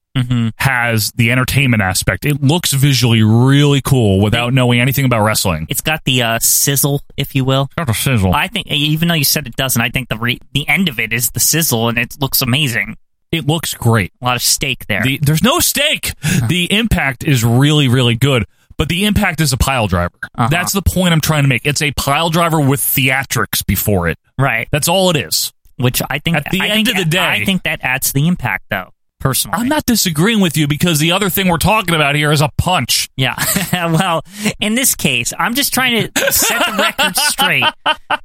Speaker 1: has the entertainment aspect. It looks visually really cool without knowing anything about wrestling.
Speaker 2: It's got the uh, sizzle, if you will.
Speaker 1: Got a sizzle.
Speaker 2: I think, e, even though you said it doesn't, I think the re- the end of it is the sizzle, and it looks amazing.
Speaker 1: It looks great.
Speaker 2: A lot of steak there.
Speaker 1: The, there's no stake. The impact is really, really good, but the impact is a pile driver.
Speaker 2: Uh-huh.
Speaker 1: That's the point I'm trying to make. It's a pile driver with theatrics before it.
Speaker 2: right.
Speaker 1: That's all it is.
Speaker 2: Which I think
Speaker 1: At the
Speaker 2: I
Speaker 1: end
Speaker 2: think-
Speaker 1: of the day-
Speaker 2: I think that adds to the impact, though. Personally,
Speaker 1: I'm not disagreeing with you because the other thing we're talking about here is a punch.
Speaker 2: Yeah. [LAUGHS] well, in this case, I'm just trying to set the
Speaker 1: [LAUGHS]
Speaker 2: record straight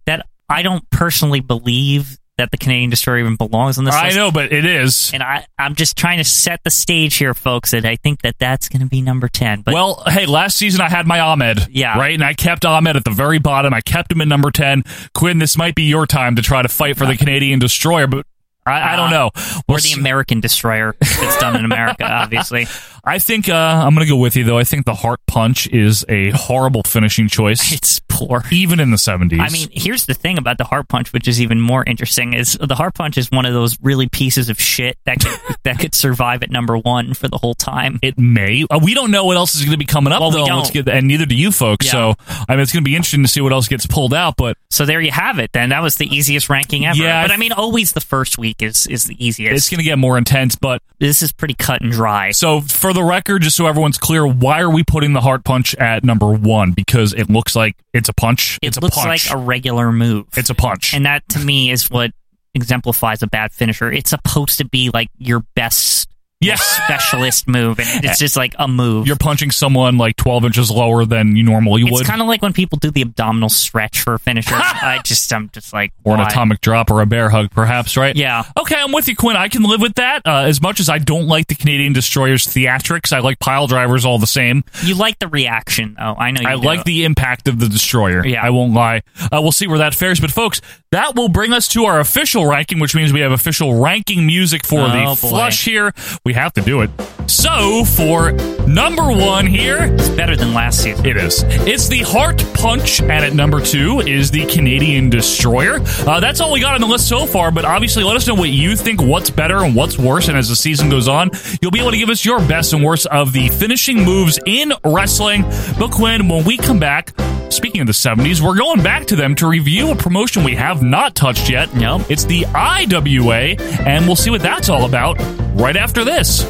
Speaker 2: that I don't personally believe that the Canadian Destroyer even belongs on this
Speaker 1: I
Speaker 2: list.
Speaker 1: know, but it is.
Speaker 2: And I, I'm just trying to set the stage here, folks, and I think that that's going to be number 10. But
Speaker 1: well, hey, last season I had my Ahmed.
Speaker 2: Yeah.
Speaker 1: Right? And I kept Ahmed at the very bottom. I kept him at number 10. Quinn, this might be your time to try to fight for the Canadian Destroyer, but I, I don't know.
Speaker 2: Uh, Or
Speaker 1: We'll
Speaker 2: the
Speaker 1: s-
Speaker 2: American Destroyer, if it's done
Speaker 1: [LAUGHS]
Speaker 2: in America, obviously.
Speaker 1: I think uh, I'm going to go with you, though. I think the heart punch is a horrible finishing choice.
Speaker 2: [LAUGHS] It's poor.
Speaker 1: even in the 70s.
Speaker 2: I mean, here's the thing about the heart punch, which is even more interesting, is the heart punch is one of those really pieces of shit that could, [LAUGHS] that could survive at number one for the whole time.
Speaker 1: it may. Uh, we don't know what else is going to be coming up,
Speaker 2: Well, we
Speaker 1: though.
Speaker 2: don't.
Speaker 1: Let's get- and neither do you folks.
Speaker 2: Yeah.
Speaker 1: So, I mean, it's going to be interesting to see what else gets pulled out, but
Speaker 2: So there you have it. Then that was the easiest ranking ever.
Speaker 1: Yeah.
Speaker 2: but I mean, always the first week is is the easiest.
Speaker 1: it's going to get more intense. But
Speaker 2: this is pretty cut and dry.
Speaker 1: so, for the record, just so everyone's clear, why are we putting the heart punch at number one? Because it looks like it's a punch.
Speaker 2: It
Speaker 1: it's
Speaker 2: looks
Speaker 1: a punch.
Speaker 2: like a regular move,
Speaker 1: it's a punch.
Speaker 2: and that to me is what exemplifies a bad finisher. It's supposed to be like your best
Speaker 1: yes.
Speaker 2: specialist move, and it's just like a move.
Speaker 1: You're punching someone like 12 inches lower than you normally would.
Speaker 2: It's kind of like when people do the abdominal stretch
Speaker 1: [LAUGHS]
Speaker 2: for finishers. I just, I'm just like,
Speaker 1: or an
Speaker 2: why?
Speaker 1: atomic drop or a bear hug, perhaps, right?
Speaker 2: Yeah.
Speaker 1: Okay, I'm with you, Quinn. I can live with that. Uh, as much as I don't like the Canadian Destroyer's theatrics, I like pile drivers all the same.
Speaker 2: You like the reaction, though. I know. You
Speaker 1: I
Speaker 2: do.
Speaker 1: like the impact of the Destroyer.
Speaker 2: Yeah.
Speaker 1: I won't lie. Uh, we'll see where that fares. But, folks, that will bring us to our official ranking, which means we have official ranking music for the
Speaker 2: Oh, boy.
Speaker 1: flush here. We have to do it. So, for number one here,
Speaker 2: It's better than last season.
Speaker 1: it is. It's the Heart Punch, and at number two is the Canadian Destroyer. Uh, that's all we got on the list so far, but obviously let us know what you think, what's better and what's worse, and as the season goes on, you'll be able to give us your best and worst of the finishing moves in wrestling. But Quinn, when we come back, speaking of the 70s, we're going back to them to review a promotion we have not touched yet. No. It's the IWA, and we'll see what that's all about right after this.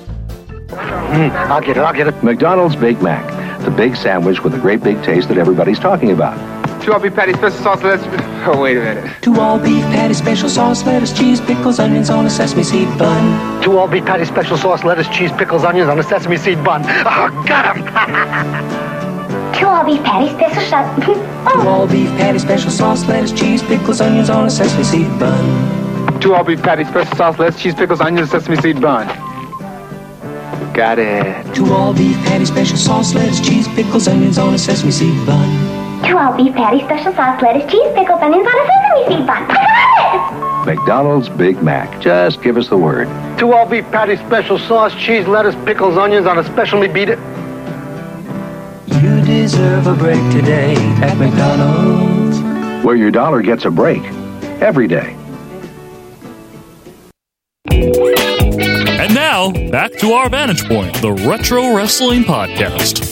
Speaker 16: Mm, I'll get it, I'll get it. McDonald's Big Mac, the big sandwich with the great big taste that everybody's talking about.
Speaker 17: Two all beef patty special sauce.
Speaker 5: [LAUGHS]
Speaker 17: Let's. Oh wait a minute.
Speaker 18: Two all beef patty, special sauce, lettuce, cheese, pickles, onions on a sesame seed bun.
Speaker 19: Two all beef patty special sauce, lettuce, cheese, pickles, onions on a sesame seed bun. Oh, got him!
Speaker 5: [LAUGHS]
Speaker 20: Two all beef patties, special Oh. shot. [LAUGHS]
Speaker 18: Two all beef patty, special sauce, lettuce, cheese, pickles, onions on a sesame seed bun.
Speaker 17: Two all beef patty special sauce. Let's cheese pickles onions sesame seed bun. Got it.
Speaker 18: Two all beef patty, special sauce, lettuce, cheese, pickles, onions on a sesame seed bun.
Speaker 20: Two all beef patties, special sauce, lettuce, cheese, pickles, onions on a sesame seed bun.
Speaker 16: McDonald's Big Mac, just give us the word.
Speaker 19: Two all beef patty special sauce, cheese, lettuce, pickles, onions on a specially beat it.
Speaker 18: You deserve a break today at McDonald's.
Speaker 16: Where your dollar gets a break every day.
Speaker 1: And now, back to our vantage point, the Retro Wrestling Podcast.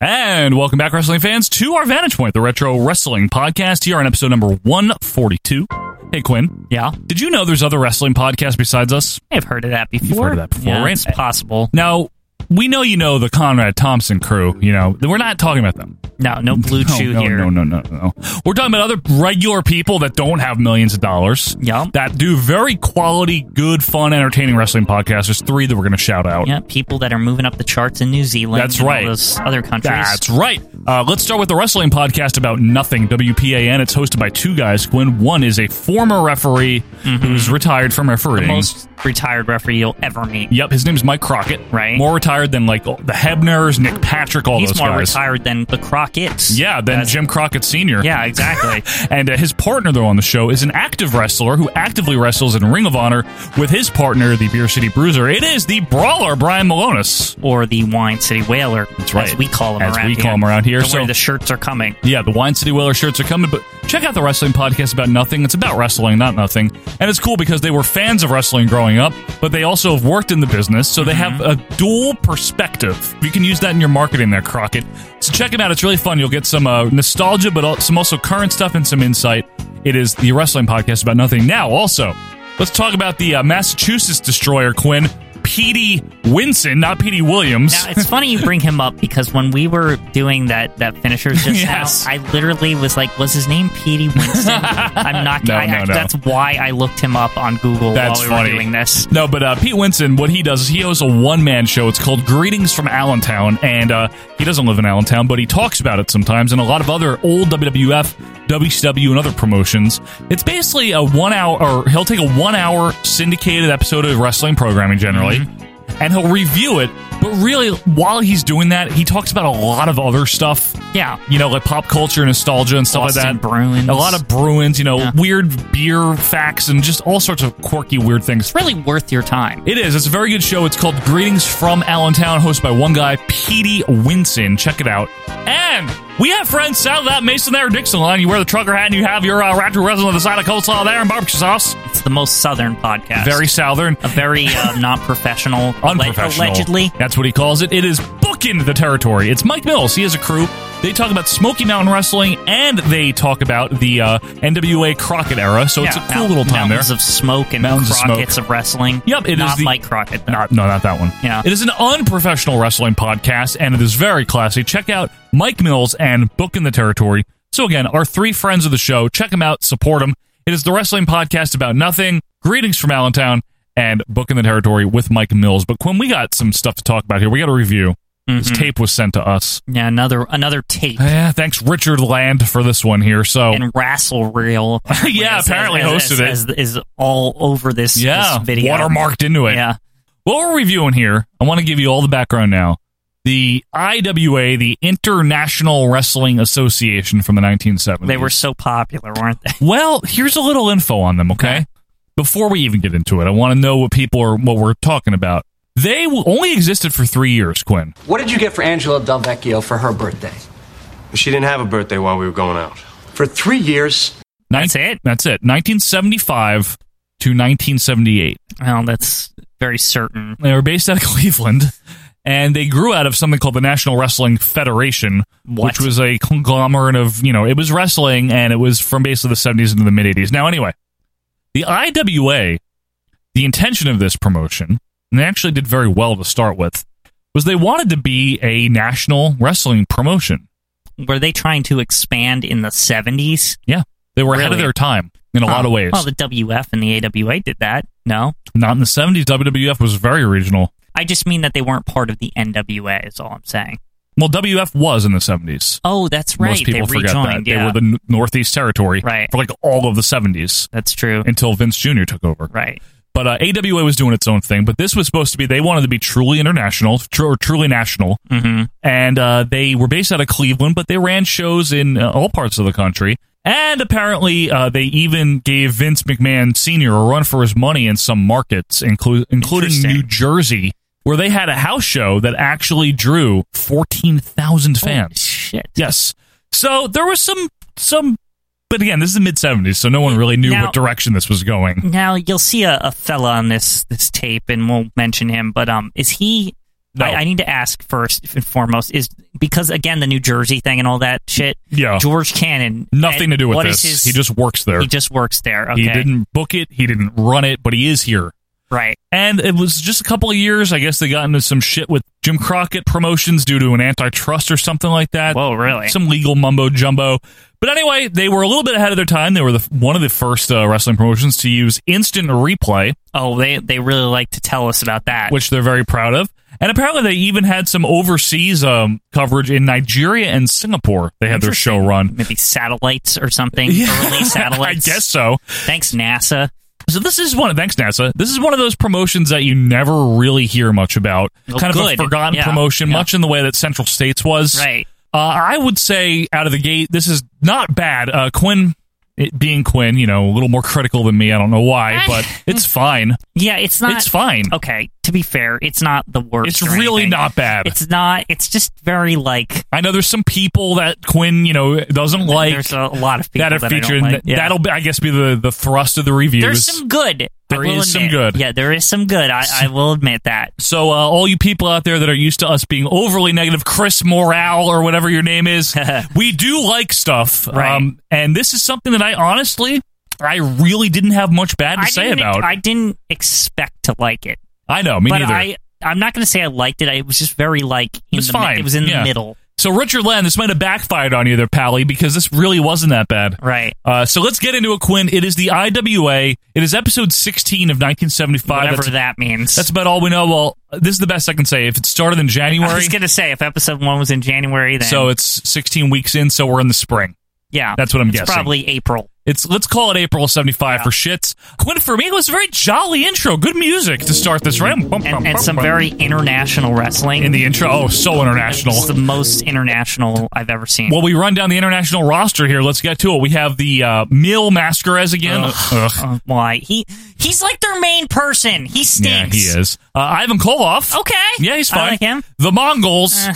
Speaker 1: And welcome back, wrestling fans, to our Vantage Point, the Retro Wrestling Podcast, here on episode number 142. Hey, Quinn.
Speaker 2: Yeah.
Speaker 1: Did you know there's other wrestling podcasts besides us?
Speaker 2: I've heard of that before.
Speaker 1: You've heard of that before,
Speaker 2: Yeah,
Speaker 1: right?
Speaker 2: It's possible.
Speaker 1: Now, we know you know the Conrad Thompson crew, you know. We're not talking about them.
Speaker 2: No, no blue
Speaker 1: No,
Speaker 2: chew
Speaker 1: no,
Speaker 2: here.
Speaker 1: No, no, no, no. We're talking about other regular people that don't have millions of dollars.
Speaker 2: Yeah.
Speaker 1: That do very quality, good, fun, entertaining wrestling podcasts. There's three that we're going to shout out.
Speaker 2: Yeah, people that are moving up the charts in New Zealand.
Speaker 1: That's
Speaker 2: and all
Speaker 1: right.
Speaker 2: those other countries.
Speaker 1: That's right. Uh, let's start with the wrestling podcast about nothing. WPAN. It's hosted by two guys. Quinn. One is a former referee who's retired from refereeing.
Speaker 2: most retired referee you'll ever meet.
Speaker 1: Yep, his name's Mike Crockett. Right, more retired than like the Hebners, Nick Patrick, all
Speaker 2: He's
Speaker 1: those
Speaker 2: more
Speaker 1: guys.
Speaker 2: retired than the Crockett's.
Speaker 1: Yeah, then Jim Crockett Sr.
Speaker 2: Yeah, exactly.
Speaker 1: [LAUGHS] and uh, his partner, though, on the show is an active wrestler who actively wrestles in Ring of Honor with his partner, the Beer City Bruiser. It is the brawler, Brian Malonis.
Speaker 2: Or the Wine City Whaler. That's
Speaker 1: right.
Speaker 2: As we call him
Speaker 1: As
Speaker 2: around
Speaker 1: we
Speaker 2: here.
Speaker 1: call 'em around here,
Speaker 2: Don't
Speaker 1: so-
Speaker 2: worry, the shirts are coming.
Speaker 1: Yeah, the Wine City Whaler shirts are coming, but check out the wrestling podcast about nothing. It's about wrestling, not nothing. And it's cool because they were fans of wrestling growing up, but they also have worked in the business, so they have a dual perspective. You can use that in your marketing there, Crockett. So check it out. It's really fun. You'll get some uh, nostalgia, but al- some also current stuff and some insight. It is the wrestling podcast about nothing. Now, also, let's talk about the uh, Massachusetts destroyer, Quinn. Petey Winson, not Petey Williams.
Speaker 2: Now, it's funny you bring him up because when we were doing that that
Speaker 1: [LAUGHS]
Speaker 2: finishers just
Speaker 1: Yes.
Speaker 2: now, I literally was like, was his name Petey
Speaker 1: [LAUGHS]
Speaker 2: Winston? I'm not.
Speaker 1: No,
Speaker 2: I,
Speaker 1: no,
Speaker 2: I-
Speaker 1: no.
Speaker 2: That's why I looked him up on Google
Speaker 1: That's
Speaker 2: while we
Speaker 1: funny.
Speaker 2: were doing this.
Speaker 1: No, but uh, Pete Winston, what he does is he hosts a one man show. It's called Greetings from Allentown, and uh, he doesn't live in Allentown, but he talks about it sometimes and a lot of other old WWF, WCW, and other promotions. It's basically a one hour, or he'll take a one hour syndicated episode of wrestling programming generally,
Speaker 2: Mm-hmm.
Speaker 1: and he'll review it. But really, while he's doing that, he talks about a lot of other stuff.
Speaker 2: Yeah.
Speaker 1: You know, like pop culture, nostalgia, and stuff
Speaker 2: Boston
Speaker 1: like that.
Speaker 2: Bruins.
Speaker 1: A lot of Bruins, you know, weird beer facts and just all sorts of quirky, weird things.
Speaker 2: Really worth your time.
Speaker 1: It is. It's a very good show. It's called Greetings from Allentown, hosted by one guy, Petey Winson. Check it out. And we have friends south of that Mason there, Dixon line. You wear the trucker hat and you have your uh, Raptor resin with a side of coleslaw there and barbecue sauce.
Speaker 2: It's the most southern podcast.
Speaker 1: Very southern.
Speaker 2: a very uh, [LAUGHS] non-professional, alle-
Speaker 1: Unprofessional.
Speaker 2: allegedly.
Speaker 1: That's what he calls it. It is booking the territory. It's Mike Mills. He has a crew. They talk about Smoky Mountain Wrestling and they talk about the uh, NWA Crockett era. So it's a
Speaker 2: Yeah,
Speaker 1: cool
Speaker 2: mount-
Speaker 1: little time
Speaker 2: mountains
Speaker 1: there.
Speaker 2: of smoke and
Speaker 1: Mountains of smoke.
Speaker 2: Crockett's of, wrestling.
Speaker 1: Yep, it is
Speaker 2: not
Speaker 1: the-
Speaker 2: Mike Crockett. Though.
Speaker 1: Not, no, not that one.
Speaker 2: Yeah.
Speaker 1: It is an unprofessional wrestling podcast, and it is very classy. Check out Mike Mills and Book in the Territory. So, again, our three friends of the show, check them out, support them. It is the wrestling podcast about nothing. Greetings from Allentown and Book in the Territory with Mike Mills. But, Quinn, we got some stuff to talk about here. We got a review. This
Speaker 2: Mhm.
Speaker 1: tape was sent to us.
Speaker 2: Yeah, another another tape
Speaker 1: Yeah, thanks, Richard Land, for this one here. So,
Speaker 2: and wrestle
Speaker 1: [LAUGHS]
Speaker 2: reel.
Speaker 1: Oh. yeah, apparently
Speaker 2: as-
Speaker 1: hosted it.
Speaker 2: as- as- is all over this, this
Speaker 1: yeah,
Speaker 2: video.
Speaker 1: watermarked into it.
Speaker 2: Yeah.
Speaker 1: What we're reviewing here, I want to give you all the background now. The IWA, the International Wrestling Association from the 1970s.
Speaker 2: They were so popular, weren't they? [LAUGHS]
Speaker 1: Well, here's a little info on them, okay? Before we even get into it, I want to know what people are, what we're talking about. They w- only existed for three years, Quinn.
Speaker 21: What did you get for Angela Delvecchio for her birthday?
Speaker 22: She didn't have a birthday while we were going out.
Speaker 21: For three years.
Speaker 1: that's it. That's it. 1975 to 1978.
Speaker 2: Well, that's very certain.
Speaker 1: They were based out of [LAUGHS] Cleveland, and they grew out of something called the National Wrestling Federation, which was a conglomerate of you know it was wrestling, and it was from basically the seventies into the mid eighties. Now, anyway, the IWA, the intention of this promotion, and they actually did very well to start with, was they wanted to be a national wrestling promotion.
Speaker 2: Were they trying to expand in the seventies?
Speaker 1: Yeah, they were ahead of
Speaker 2: Really?
Speaker 1: their time in a lot of ways.
Speaker 2: Well, the WF and the AWA did that. No,
Speaker 1: Not in the seventies. WWF was very regional.
Speaker 2: I just mean that they weren't part of the NWA. Is all I'm saying.
Speaker 1: Well, WF was in the seventies.
Speaker 2: Oh, that's right.
Speaker 1: Most people
Speaker 2: they
Speaker 1: forget that
Speaker 2: rejoined. Yeah.
Speaker 1: they were the N- Northeast Territory right. for like all of the seventies.
Speaker 2: That's true.
Speaker 1: Until Vince Jr. took over.
Speaker 2: Right.
Speaker 1: But uh, AWA was doing its own thing. But this was supposed to be they wanted to be truly international tru- or truly national,
Speaker 2: mm-hmm.
Speaker 1: and uh, they were based out of Cleveland, but they ran shows in uh, all parts of the country. And apparently, uh, they even gave Vince McMahon Sr. a run for his money in some markets, inclu- including
Speaker 2: Interesting.
Speaker 1: New Jersey, where they had a house show that actually drew 14,000 fans.
Speaker 2: shit.
Speaker 1: Yes. So there was some, some, but again, this is the mid 70s, so no one really knew
Speaker 2: Now-
Speaker 1: what direction this was going.
Speaker 2: Now you'll see a, a fella on this this tape, and we'll mention him. But um, is he? I, I need to ask first and foremost is because again the New Jersey thing and all that shit.
Speaker 1: Yeah.
Speaker 2: George Cannon.
Speaker 1: Nothing
Speaker 2: and
Speaker 1: to do with
Speaker 2: what is
Speaker 1: this.
Speaker 2: his-
Speaker 1: he just works there.
Speaker 2: he just works there. Okay.
Speaker 1: He didn't book it. He didn't run it, but he is here.
Speaker 2: Right.
Speaker 1: And it was just a couple of years. I guess they got into some shit with Jim Crockett Promotions due to an antitrust or something like that.
Speaker 2: Whoa, really?
Speaker 1: Some legal mumbo jumbo. But anyway, they were a little bit ahead of their time. They were the, one of the first uh, wrestling promotions to use instant replay,
Speaker 2: Oh, they they really like to tell us about that.
Speaker 1: which they're very proud of. And apparently, they even had some overseas um, coverage in Nigeria and Singapore. They had their show run.
Speaker 2: maybe satellites or something. Early satellites.
Speaker 1: [LAUGHS] I guess so.
Speaker 2: Thanks, NASA.
Speaker 1: So this is one. Thanks, NASA. This is one of those promotions that you never really hear much about.
Speaker 2: Oh,
Speaker 1: kind
Speaker 2: good.
Speaker 1: of a forgotten
Speaker 2: Yeah.
Speaker 1: promotion,
Speaker 2: Yeah.
Speaker 1: much in the way that Central States was.
Speaker 2: Right.
Speaker 1: Uh, I would say out of the gate, this is not bad. Uh, Quinn, it being Quinn, you know, a little more critical than me. I don't know why, but
Speaker 2: [LAUGHS]
Speaker 1: it's fine.
Speaker 2: Yeah, it's not.
Speaker 1: It's fine.
Speaker 2: Okay, to be fair, it's not the worst.
Speaker 1: It's
Speaker 2: or
Speaker 1: really
Speaker 2: anything.
Speaker 1: not bad.
Speaker 2: It's not. It's just very like
Speaker 1: I know there's some people that Quinn, you know, doesn't like.
Speaker 2: there's a lot of people
Speaker 1: that are
Speaker 2: that I don't
Speaker 1: featured. in
Speaker 2: like. Yeah.
Speaker 1: That'll, be, I guess, be the the thrust of the reviews.
Speaker 2: there's some good.
Speaker 1: There
Speaker 2: I will
Speaker 1: is some
Speaker 2: admit.
Speaker 1: good.
Speaker 2: Yeah, there is some good. I, I will admit that.
Speaker 1: So, uh, all you people out there that are used to us being overly negative, Chris Morale or whatever your name
Speaker 2: [LAUGHS]
Speaker 1: is, we do like stuff.
Speaker 2: Right.
Speaker 1: Um, and this is something that I honestly, I really didn't have much bad to
Speaker 2: I
Speaker 1: say
Speaker 2: didn't-
Speaker 1: about.
Speaker 2: I didn't expect to like it.
Speaker 1: I know, me
Speaker 2: but
Speaker 1: neither.
Speaker 2: I, I'm not going to say I liked it. I- It was just very like in
Speaker 1: it was
Speaker 2: the mi-
Speaker 1: fine.
Speaker 2: it was in
Speaker 1: Yeah.
Speaker 2: the middle.
Speaker 1: So, Richard Land, this might have backfired on you there, Pally, because this really wasn't that bad.
Speaker 2: Right.
Speaker 1: Uh, so let's get into it, Quinn. It is the IWA. It is episode 16 of 1975.
Speaker 2: Whatever
Speaker 1: That's-
Speaker 2: that means.
Speaker 1: That's about all we know. Well, this is the best I can say. If it started in January,
Speaker 2: [LAUGHS] I was going to say if episode one was in January, then
Speaker 1: so it's 16 weeks in, so we're in the spring.
Speaker 2: yeah,
Speaker 1: That's what I'm
Speaker 2: it's
Speaker 1: guessing.
Speaker 2: Probably April.
Speaker 1: It's let's call it April of '75 for shits. Quinn, for me, it was a very jolly intro. Good music to start this round,
Speaker 2: And, and some very international wrestling
Speaker 1: in the intro. Oh, so international.
Speaker 2: It's the most international I've ever seen.
Speaker 1: Well, we run down the international roster here. Let's get to it. We have the uh, Mil Mascaraz again.
Speaker 2: Ugh. Uh, why he he's like their main person. He
Speaker 1: Yeah,
Speaker 2: stinks.
Speaker 1: he is. Uh, Ivan Koloff.
Speaker 2: Okay.
Speaker 1: Yeah, he's fine.
Speaker 2: I like him. Uh.
Speaker 1: The Mongols.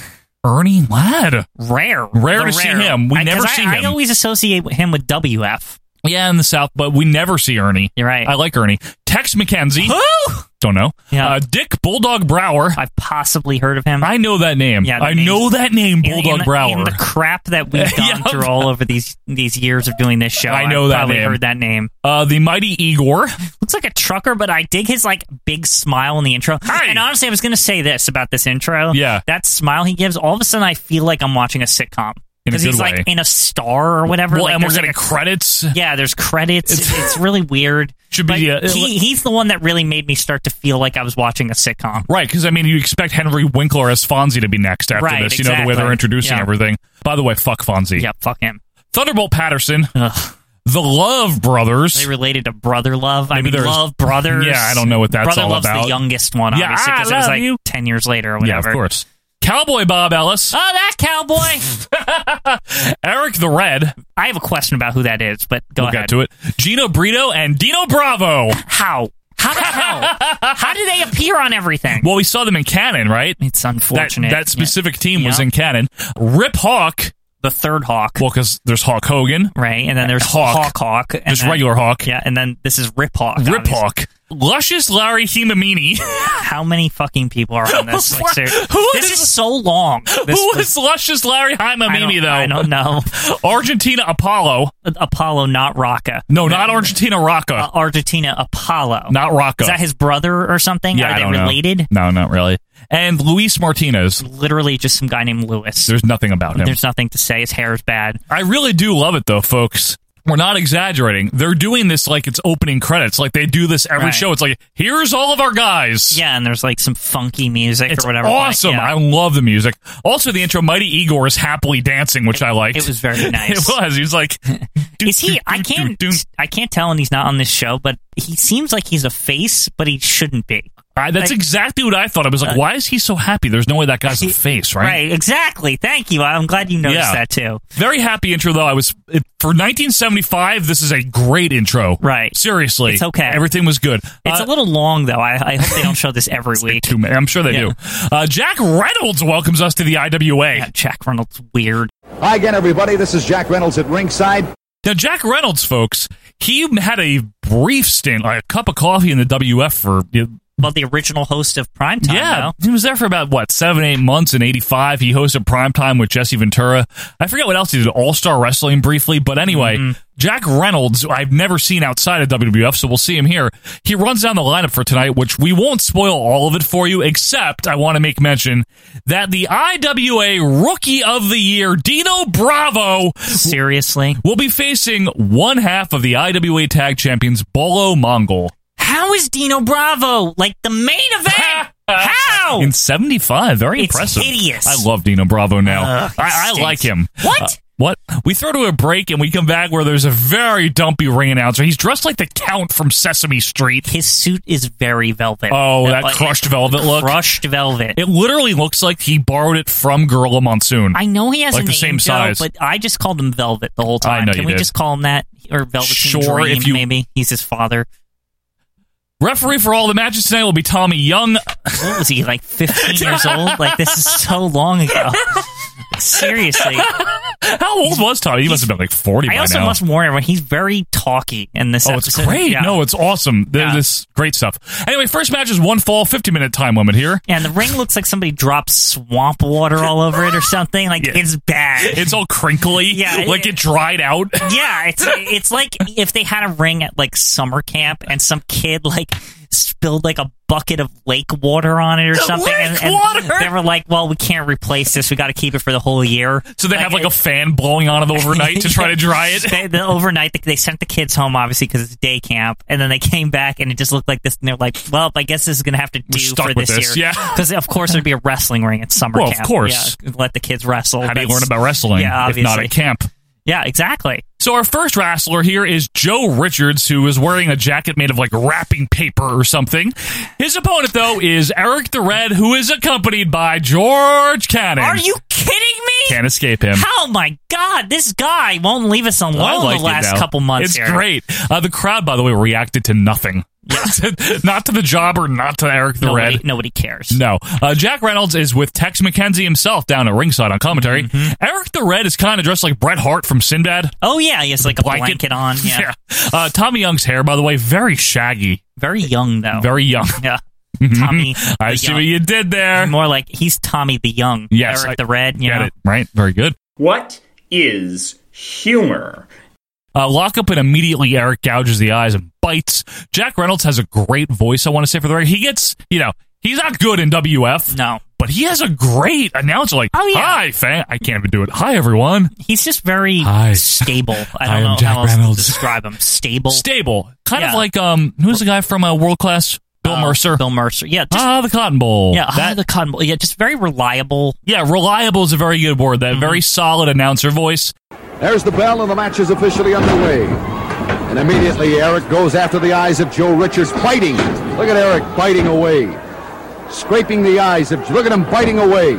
Speaker 1: Ernie Ladd.
Speaker 2: Rare.
Speaker 1: Rare
Speaker 2: The
Speaker 1: to see him. We
Speaker 2: I- 'cause
Speaker 1: never
Speaker 2: I-
Speaker 1: see
Speaker 2: I
Speaker 1: him.
Speaker 2: always associate him with WF.
Speaker 1: Yeah, in the South, but we never see Ernie.
Speaker 2: You're right.
Speaker 1: I like Ernie. Tex McKenzie.
Speaker 2: Who?
Speaker 1: Don't know. Uh, Dick Bulldog Brower.
Speaker 2: I've possibly heard of him.
Speaker 1: I know that name.
Speaker 2: Yeah, the
Speaker 1: I
Speaker 2: name's-
Speaker 1: know that name,
Speaker 2: In- in
Speaker 1: Bulldog
Speaker 2: the-
Speaker 1: Brower.
Speaker 2: in the crap
Speaker 1: [LAUGHS]
Speaker 2: that we've gone
Speaker 1: Yeah.
Speaker 2: through all over these these years of doing this show,
Speaker 1: I know
Speaker 2: I've
Speaker 1: that
Speaker 2: probably
Speaker 1: name.
Speaker 2: heard that name.
Speaker 1: Uh, the Mighty Igor.
Speaker 2: Looks like a trucker, but I dig his like big smile in the intro. And honestly, I was gonna say this about this intro.
Speaker 1: Yeah.
Speaker 2: that smile he gives. All of a sudden, I feel like I'm watching a
Speaker 1: In a
Speaker 2: sitcom because he's
Speaker 1: good way.
Speaker 2: like in a star or whatever.
Speaker 1: Well,
Speaker 2: like,
Speaker 1: and we're
Speaker 2: there's,
Speaker 1: getting
Speaker 2: like, a-
Speaker 1: credits.
Speaker 2: Yeah, there's credits. It's, really weird.
Speaker 1: Should be,
Speaker 2: But
Speaker 1: uh,
Speaker 2: he, he's the one that really made me start to feel like I was watching a sitcom.
Speaker 1: Right, because I mean, you expect Henry Winkler as Fonzie to be next after
Speaker 2: Right,
Speaker 1: this. You know the way
Speaker 2: exactly.
Speaker 1: they're introducing
Speaker 2: Yeah.
Speaker 1: everything. By the way, fuck Fonzie.
Speaker 2: Yeah, fuck him.
Speaker 1: Thunderbolt Patterson. The Love Brothers.
Speaker 2: They related to brother love. I
Speaker 1: Maybe
Speaker 2: mean,
Speaker 1: there's-
Speaker 2: love brothers.
Speaker 1: [LAUGHS] Yeah, I don't know what that's
Speaker 2: brother
Speaker 1: all
Speaker 2: love's
Speaker 1: about.
Speaker 2: The youngest one,
Speaker 1: Yeah,
Speaker 2: obviously,
Speaker 1: I
Speaker 2: because it was
Speaker 1: love
Speaker 2: like
Speaker 1: you.
Speaker 2: ten years later or
Speaker 1: Yeah,
Speaker 2: whatever.
Speaker 1: of course. Cowboy Bob Ellis.
Speaker 2: Oh, that
Speaker 1: [LAUGHS]
Speaker 2: cowboy!
Speaker 1: Eric the Red.
Speaker 2: I have a question about who that is, but go
Speaker 1: we'll
Speaker 2: ahead.
Speaker 1: get to it. Gino Brito and Dino Bravo.
Speaker 2: How? How
Speaker 1: [LAUGHS]
Speaker 2: the hell? How do they appear on everything?
Speaker 1: Well, we saw them in Cannon, right?
Speaker 2: It's
Speaker 1: That,
Speaker 2: unfortunate.
Speaker 1: that specific team was
Speaker 2: Yeah.
Speaker 1: in Cannon. Rip Hawk.
Speaker 2: The third Hawk,
Speaker 1: Well, because there's Hawk Hogan.
Speaker 2: right? And then there's
Speaker 1: Hawk.
Speaker 2: Hawk, Hawk, and
Speaker 1: Just
Speaker 2: then-
Speaker 1: regular Hawk.
Speaker 2: Yeah, and then this is Rip Hawk.
Speaker 1: Rip
Speaker 2: obviously.
Speaker 1: Hawk. Luscious Larry Himamini. [LAUGHS]
Speaker 2: How many fucking people are on this? Like,
Speaker 1: What?
Speaker 2: seriously.
Speaker 1: Who
Speaker 2: this
Speaker 1: is-
Speaker 2: is so long. This
Speaker 1: Who
Speaker 2: was-
Speaker 1: is Luscious Larry
Speaker 2: I don't-
Speaker 1: Himamini, though?
Speaker 2: I don't know.
Speaker 1: [LAUGHS]
Speaker 2: [LAUGHS]
Speaker 1: Argentina Apollo.
Speaker 2: Apollo, not Rocca.
Speaker 1: No, not Argentina Rocca.
Speaker 2: uh, Argentina Apollo.
Speaker 1: not Rocca.
Speaker 2: Is that his brother or something?
Speaker 1: yeah,
Speaker 2: Are
Speaker 1: I
Speaker 2: they
Speaker 1: don't know.
Speaker 2: related?
Speaker 1: No, not really. And Luis Martinez.
Speaker 2: Literally just some guy named Lewis.
Speaker 1: There's nothing about him.
Speaker 2: There's nothing to say. His hair is bad.
Speaker 1: I really do love it though, folks. We're not exaggerating. They're doing this like it's opening credits. Like they do this every
Speaker 2: Right.
Speaker 1: show. It's like, here's all of our guys.
Speaker 2: Yeah, and there's like some funky music
Speaker 1: It's
Speaker 2: or whatever.
Speaker 1: awesome.
Speaker 2: Like, yeah.
Speaker 1: I love the music. Also, the intro, Mighty Igor is happily dancing, which I liked.
Speaker 2: it was
Speaker 1: [LAUGHS]
Speaker 2: very nice.
Speaker 1: it was. He's like,
Speaker 2: [LAUGHS]
Speaker 1: [LAUGHS]
Speaker 2: Is he? I can't.
Speaker 1: do- do-
Speaker 2: I can't tell, and he's not on this show. But he seems like he's a face, but he shouldn't be.
Speaker 1: I- that's
Speaker 2: Like- Uh,
Speaker 1: exactly what I thought. I was like, why is he so happy? There's no way that guy's a face, right?
Speaker 2: Right. Exactly. Thank you. I'm glad you noticed
Speaker 1: Yeah.
Speaker 2: that too.
Speaker 1: Very happy intro though. I was it, for 1975. This is a great intro.
Speaker 2: Right.
Speaker 1: Seriously,
Speaker 2: It's okay.
Speaker 1: Everything was good.
Speaker 2: It's
Speaker 1: Uh,
Speaker 2: a little long though. I, I hope they don't show
Speaker 1: [LAUGHS]
Speaker 2: this every week.
Speaker 1: too many. I'm sure they
Speaker 2: Yeah.
Speaker 1: do. Uh, Jack Reynolds welcomes us to the IWA.
Speaker 2: Yeah, Jack Reynolds weird.
Speaker 5: Hi again, everybody. This is Jack Reynolds at ringside.
Speaker 1: Now, Jack Reynolds, folks, he had a brief stint, like a cup of coffee in the WF for.
Speaker 2: Well, the original host of Primetime.
Speaker 1: yeah,
Speaker 2: though.
Speaker 1: he was there for about what seven, eight months in '85. He hosted Primetime with Jesse Ventura. I forget what else he did. All Star Wrestling briefly, but anyway, Jack Reynolds, I've never seen outside of WWF, so we'll see him here. He runs down the lineup for tonight, which we won't spoil all of it for you, except I want to make mention that the IWA Rookie of the Year, Dino Bravo,
Speaker 2: Seriously.
Speaker 1: will be facing one half of the IWA Tag Champions, Bolo Mongol.
Speaker 2: How is Dino Bravo like the main event?
Speaker 1: [LAUGHS]
Speaker 2: How?
Speaker 1: In 75. Very
Speaker 2: It's
Speaker 1: impressive.
Speaker 2: hideous.
Speaker 1: I love Dino Bravo now.
Speaker 2: Ugh, he
Speaker 1: I, I
Speaker 2: stinks.
Speaker 1: like him.
Speaker 2: What?
Speaker 1: Uh, what? We throw to a break and we come back where there's a very dumpy ring announcer. He's dressed like the Count from Sesame Street.
Speaker 2: His suit is very velvet.
Speaker 1: Oh, that
Speaker 2: Like,
Speaker 1: crushed velvet look.
Speaker 2: Crushed velvet.
Speaker 1: It literally looks like he borrowed it from Gorilla Monsoon.
Speaker 2: I know he has
Speaker 1: Like
Speaker 2: a
Speaker 1: the same
Speaker 2: name, Joe,
Speaker 1: size.
Speaker 2: but I just called him Velvet the whole time.
Speaker 1: know
Speaker 2: Can
Speaker 1: you
Speaker 2: we
Speaker 1: did.
Speaker 2: just call him that or Velveteen
Speaker 1: Sure,
Speaker 2: Dream?
Speaker 1: if you-
Speaker 2: maybe he's his father.
Speaker 1: Referee for all the matches tonight will be Tommy Young.
Speaker 2: What was he like? Fifteen
Speaker 1: [LAUGHS]
Speaker 2: years old? Like this is so long ago. Seriously,
Speaker 1: How old was Tommy? He must have been like 40
Speaker 2: I
Speaker 1: by
Speaker 2: also
Speaker 1: now.
Speaker 2: must warn everyone he's very talky in this.
Speaker 1: Oh, it's
Speaker 2: episode.
Speaker 1: great.
Speaker 2: [LAUGHS] Yeah.
Speaker 1: No, it's awesome. Th-
Speaker 2: Yeah.
Speaker 1: This great stuff. Anyway, first match is one fall, 50 minute time limit here.
Speaker 2: and the ring looks like somebody dropped swamp water
Speaker 1: [LAUGHS]
Speaker 2: all over it or something. Like it's bad.
Speaker 1: It's all crinkly.
Speaker 2: [LAUGHS] Yeah.
Speaker 1: Like it dried out.
Speaker 2: Yeah, it's it's like if they had a ring at like summer camp and some kid like spilled like a bucket of lake water on it or something. and,
Speaker 1: Lake
Speaker 2: and
Speaker 1: water?
Speaker 2: They were like, "Well, we can't replace this. We got to keep it for the whole year."
Speaker 1: So they have like a fan blowing on it overnight to
Speaker 2: [LAUGHS]
Speaker 1: try to dry it.
Speaker 2: They, the overnight, they, they sent the kids home obviously because it's day camp, and then they came back and it just looked like this. And they're like, "Well, I guess this is gonna have to do
Speaker 1: stuck
Speaker 2: for
Speaker 1: with
Speaker 2: this,
Speaker 1: this,
Speaker 2: year."
Speaker 1: yeah.
Speaker 2: because of course there'd be a wrestling ring at summer
Speaker 1: Well, of
Speaker 2: camp.
Speaker 1: course.
Speaker 2: yeah, let the kids wrestle.
Speaker 1: How do you
Speaker 2: That's-
Speaker 1: learn about wrestling
Speaker 2: Yeah,
Speaker 1: if not
Speaker 2: obviously.
Speaker 1: at camp?
Speaker 2: Yeah, exactly.
Speaker 1: So our first wrestler here is Joe Richards, who is wearing a jacket made of like wrapping paper or something. His opponent, though, is Eric the Red, who is accompanied by George Cannon.
Speaker 2: Are you kidding me?
Speaker 1: Can't escape him.
Speaker 2: Oh my God, this guy won't leave us alone
Speaker 1: I like
Speaker 2: the
Speaker 1: it
Speaker 2: last
Speaker 1: now.
Speaker 2: couple months.
Speaker 1: It's
Speaker 2: here.
Speaker 1: great. Uh, the crowd, by the way, reacted to nothing. [LAUGHS] not to the jobber, not to Eric the
Speaker 2: Nobody,
Speaker 1: Red.
Speaker 2: nobody cares.
Speaker 1: No. Uh, Jack Reynolds is with Tex McKenzie himself down at ringside on commentary.
Speaker 2: Mm-hmm.
Speaker 1: Eric the Red is kind of dressed like Bret Hart from Sinbad.
Speaker 2: Oh yeah, he has like a
Speaker 1: Blanket. [LAUGHS]
Speaker 2: blanket, on. Yeah.
Speaker 1: Uh, Tommy Young's hair, by the way, very shaggy,
Speaker 2: very young though.
Speaker 1: very young. [LAUGHS]
Speaker 2: yeah. [LAUGHS] Tommy.
Speaker 1: I see what you did there.
Speaker 2: [LAUGHS] More like he's Tommy the Young.
Speaker 1: Yes,
Speaker 2: Eric
Speaker 1: I
Speaker 2: the Red. You
Speaker 1: Got
Speaker 2: know.
Speaker 1: it. Right. Very good.
Speaker 7: What is humor?
Speaker 1: Uh, lock up and immediately Eric gouges the eyes and bites. Jack Reynolds has a great voice, I want to say for the record. He gets, you know, he's not good in WF.
Speaker 2: No.
Speaker 1: But he has a great announcer like,
Speaker 2: Oh, yeah.
Speaker 1: hi, fan. I can't even do it. Hi, everyone.
Speaker 2: He's just very
Speaker 1: Hi. [LAUGHS]
Speaker 2: stable. I
Speaker 1: I
Speaker 2: don't
Speaker 1: am
Speaker 2: know
Speaker 1: Jack
Speaker 2: how else
Speaker 1: Reynolds.
Speaker 2: to describe him. Stable.
Speaker 1: Stable. Kind of
Speaker 2: Oh. Yeah.
Speaker 1: like, um, who's the guy from uh, World Class? Bill Mercer.
Speaker 2: Bill Mercer. Yeah. Just,
Speaker 1: Ah, the Cotton Bowl.
Speaker 2: yeah.
Speaker 1: That-
Speaker 2: the Cotton Bowl. Yeah. Just very reliable.
Speaker 1: yeah, reliable is a very good word.
Speaker 2: Mm-hmm.
Speaker 1: That very solid announcer voice.
Speaker 5: There's the bell, and the match is officially underway. And immediately, Eric goes after the eyes of Joe Richards, biting. Look at Eric biting away, scraping the eyes of. Look at him biting away.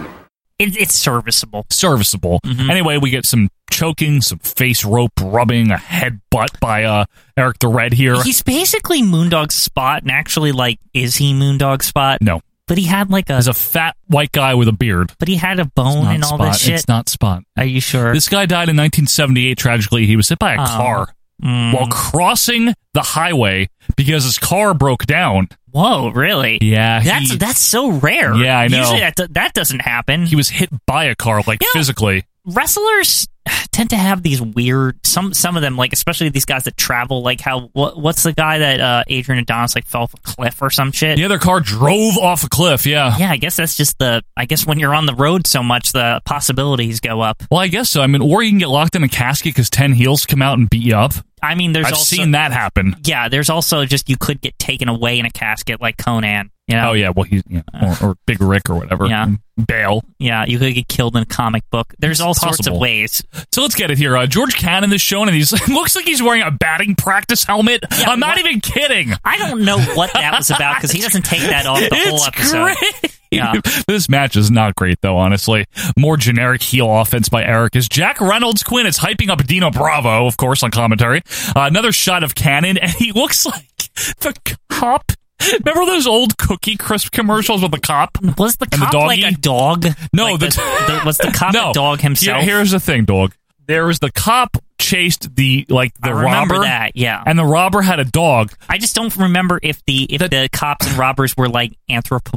Speaker 2: It, it's serviceable.
Speaker 1: serviceable.
Speaker 2: Mm-hmm.
Speaker 1: Anyway, we get some choking, some face rope rubbing, a headbutt by uh, Eric the Red here.
Speaker 2: He's basically Moondog's spot, and actually, like, is he Moondog's spot?
Speaker 1: no,
Speaker 2: But he had like a.
Speaker 1: he's a fat white guy with a beard.
Speaker 2: but he had a
Speaker 1: It's
Speaker 2: bone
Speaker 1: not
Speaker 2: and all
Speaker 1: spot.
Speaker 2: this shit.
Speaker 1: It's not spot.
Speaker 2: Are you sure?
Speaker 1: This guy died in 1978. Tragically, he was hit by a
Speaker 2: Oh.
Speaker 1: car
Speaker 2: Mm.
Speaker 1: while crossing the highway because his car broke down.
Speaker 2: Whoa, really?
Speaker 1: Yeah, he-
Speaker 2: That's that's so rare.
Speaker 1: Yeah, I know.
Speaker 2: Usually that, do- that doesn't happen.
Speaker 1: He was hit by a car, like
Speaker 2: Yeah.
Speaker 1: physically.
Speaker 2: Wrestlers [SIGHS] tend to have these weird some some of them like especially these guys that travel like how what, what's the guy that uh, Adrian Adonis like fell off a cliff or some shit.
Speaker 1: The other car drove off a cliff. Yeah.
Speaker 2: Yeah, I guess that's just the. I guess when you're on the road so much, the possibilities go up.
Speaker 1: Well, I guess so. I mean, or you can get locked in a casket because ten heels come out and beat you up.
Speaker 2: I mean, there's
Speaker 1: I've
Speaker 2: also
Speaker 1: seen that happen.
Speaker 2: Yeah, there's also just you could get taken away in a casket like Conan. You know?
Speaker 1: Oh yeah, well he's yeah, or, or Big Rick or whatever.
Speaker 2: Yeah.
Speaker 1: Bale.
Speaker 2: Yeah, you could get killed in a comic book. There's all sorts of
Speaker 1: possible.
Speaker 2: ways.
Speaker 1: So let's get it here. Uh, George Cannon is shown, and he's [LAUGHS] looks like he's wearing a batting practice helmet.
Speaker 2: Yeah,
Speaker 1: I'm not
Speaker 2: what-
Speaker 1: even kidding.
Speaker 2: I don't know what that was about because he doesn't take that off the
Speaker 1: [LAUGHS]
Speaker 2: whole
Speaker 1: It's
Speaker 2: episode.
Speaker 1: great.
Speaker 2: Yeah.
Speaker 1: [LAUGHS] This match is not great though, honestly. More generic heel offense by Eric is Jack Reynolds Quinn is hyping up Dino Bravo, of course, on commentary. Uh, another shot of Cannon, [LAUGHS] and he looks like the cop. Remember those old cookie crisp commercials with the cop?
Speaker 2: Was the
Speaker 1: And the
Speaker 2: cop
Speaker 1: doggy?
Speaker 2: like a dog?
Speaker 1: No,
Speaker 2: Like
Speaker 1: the-
Speaker 2: the- was the
Speaker 1: [LAUGHS]
Speaker 2: cop
Speaker 1: no
Speaker 2: a dog himself?
Speaker 1: Here- here's the thing, dog. There was the cop chased the like the
Speaker 2: I remember
Speaker 1: robber,
Speaker 2: that. Yeah,
Speaker 1: and the robber had a dog.
Speaker 2: I just don't remember if the if the cops and robbers were like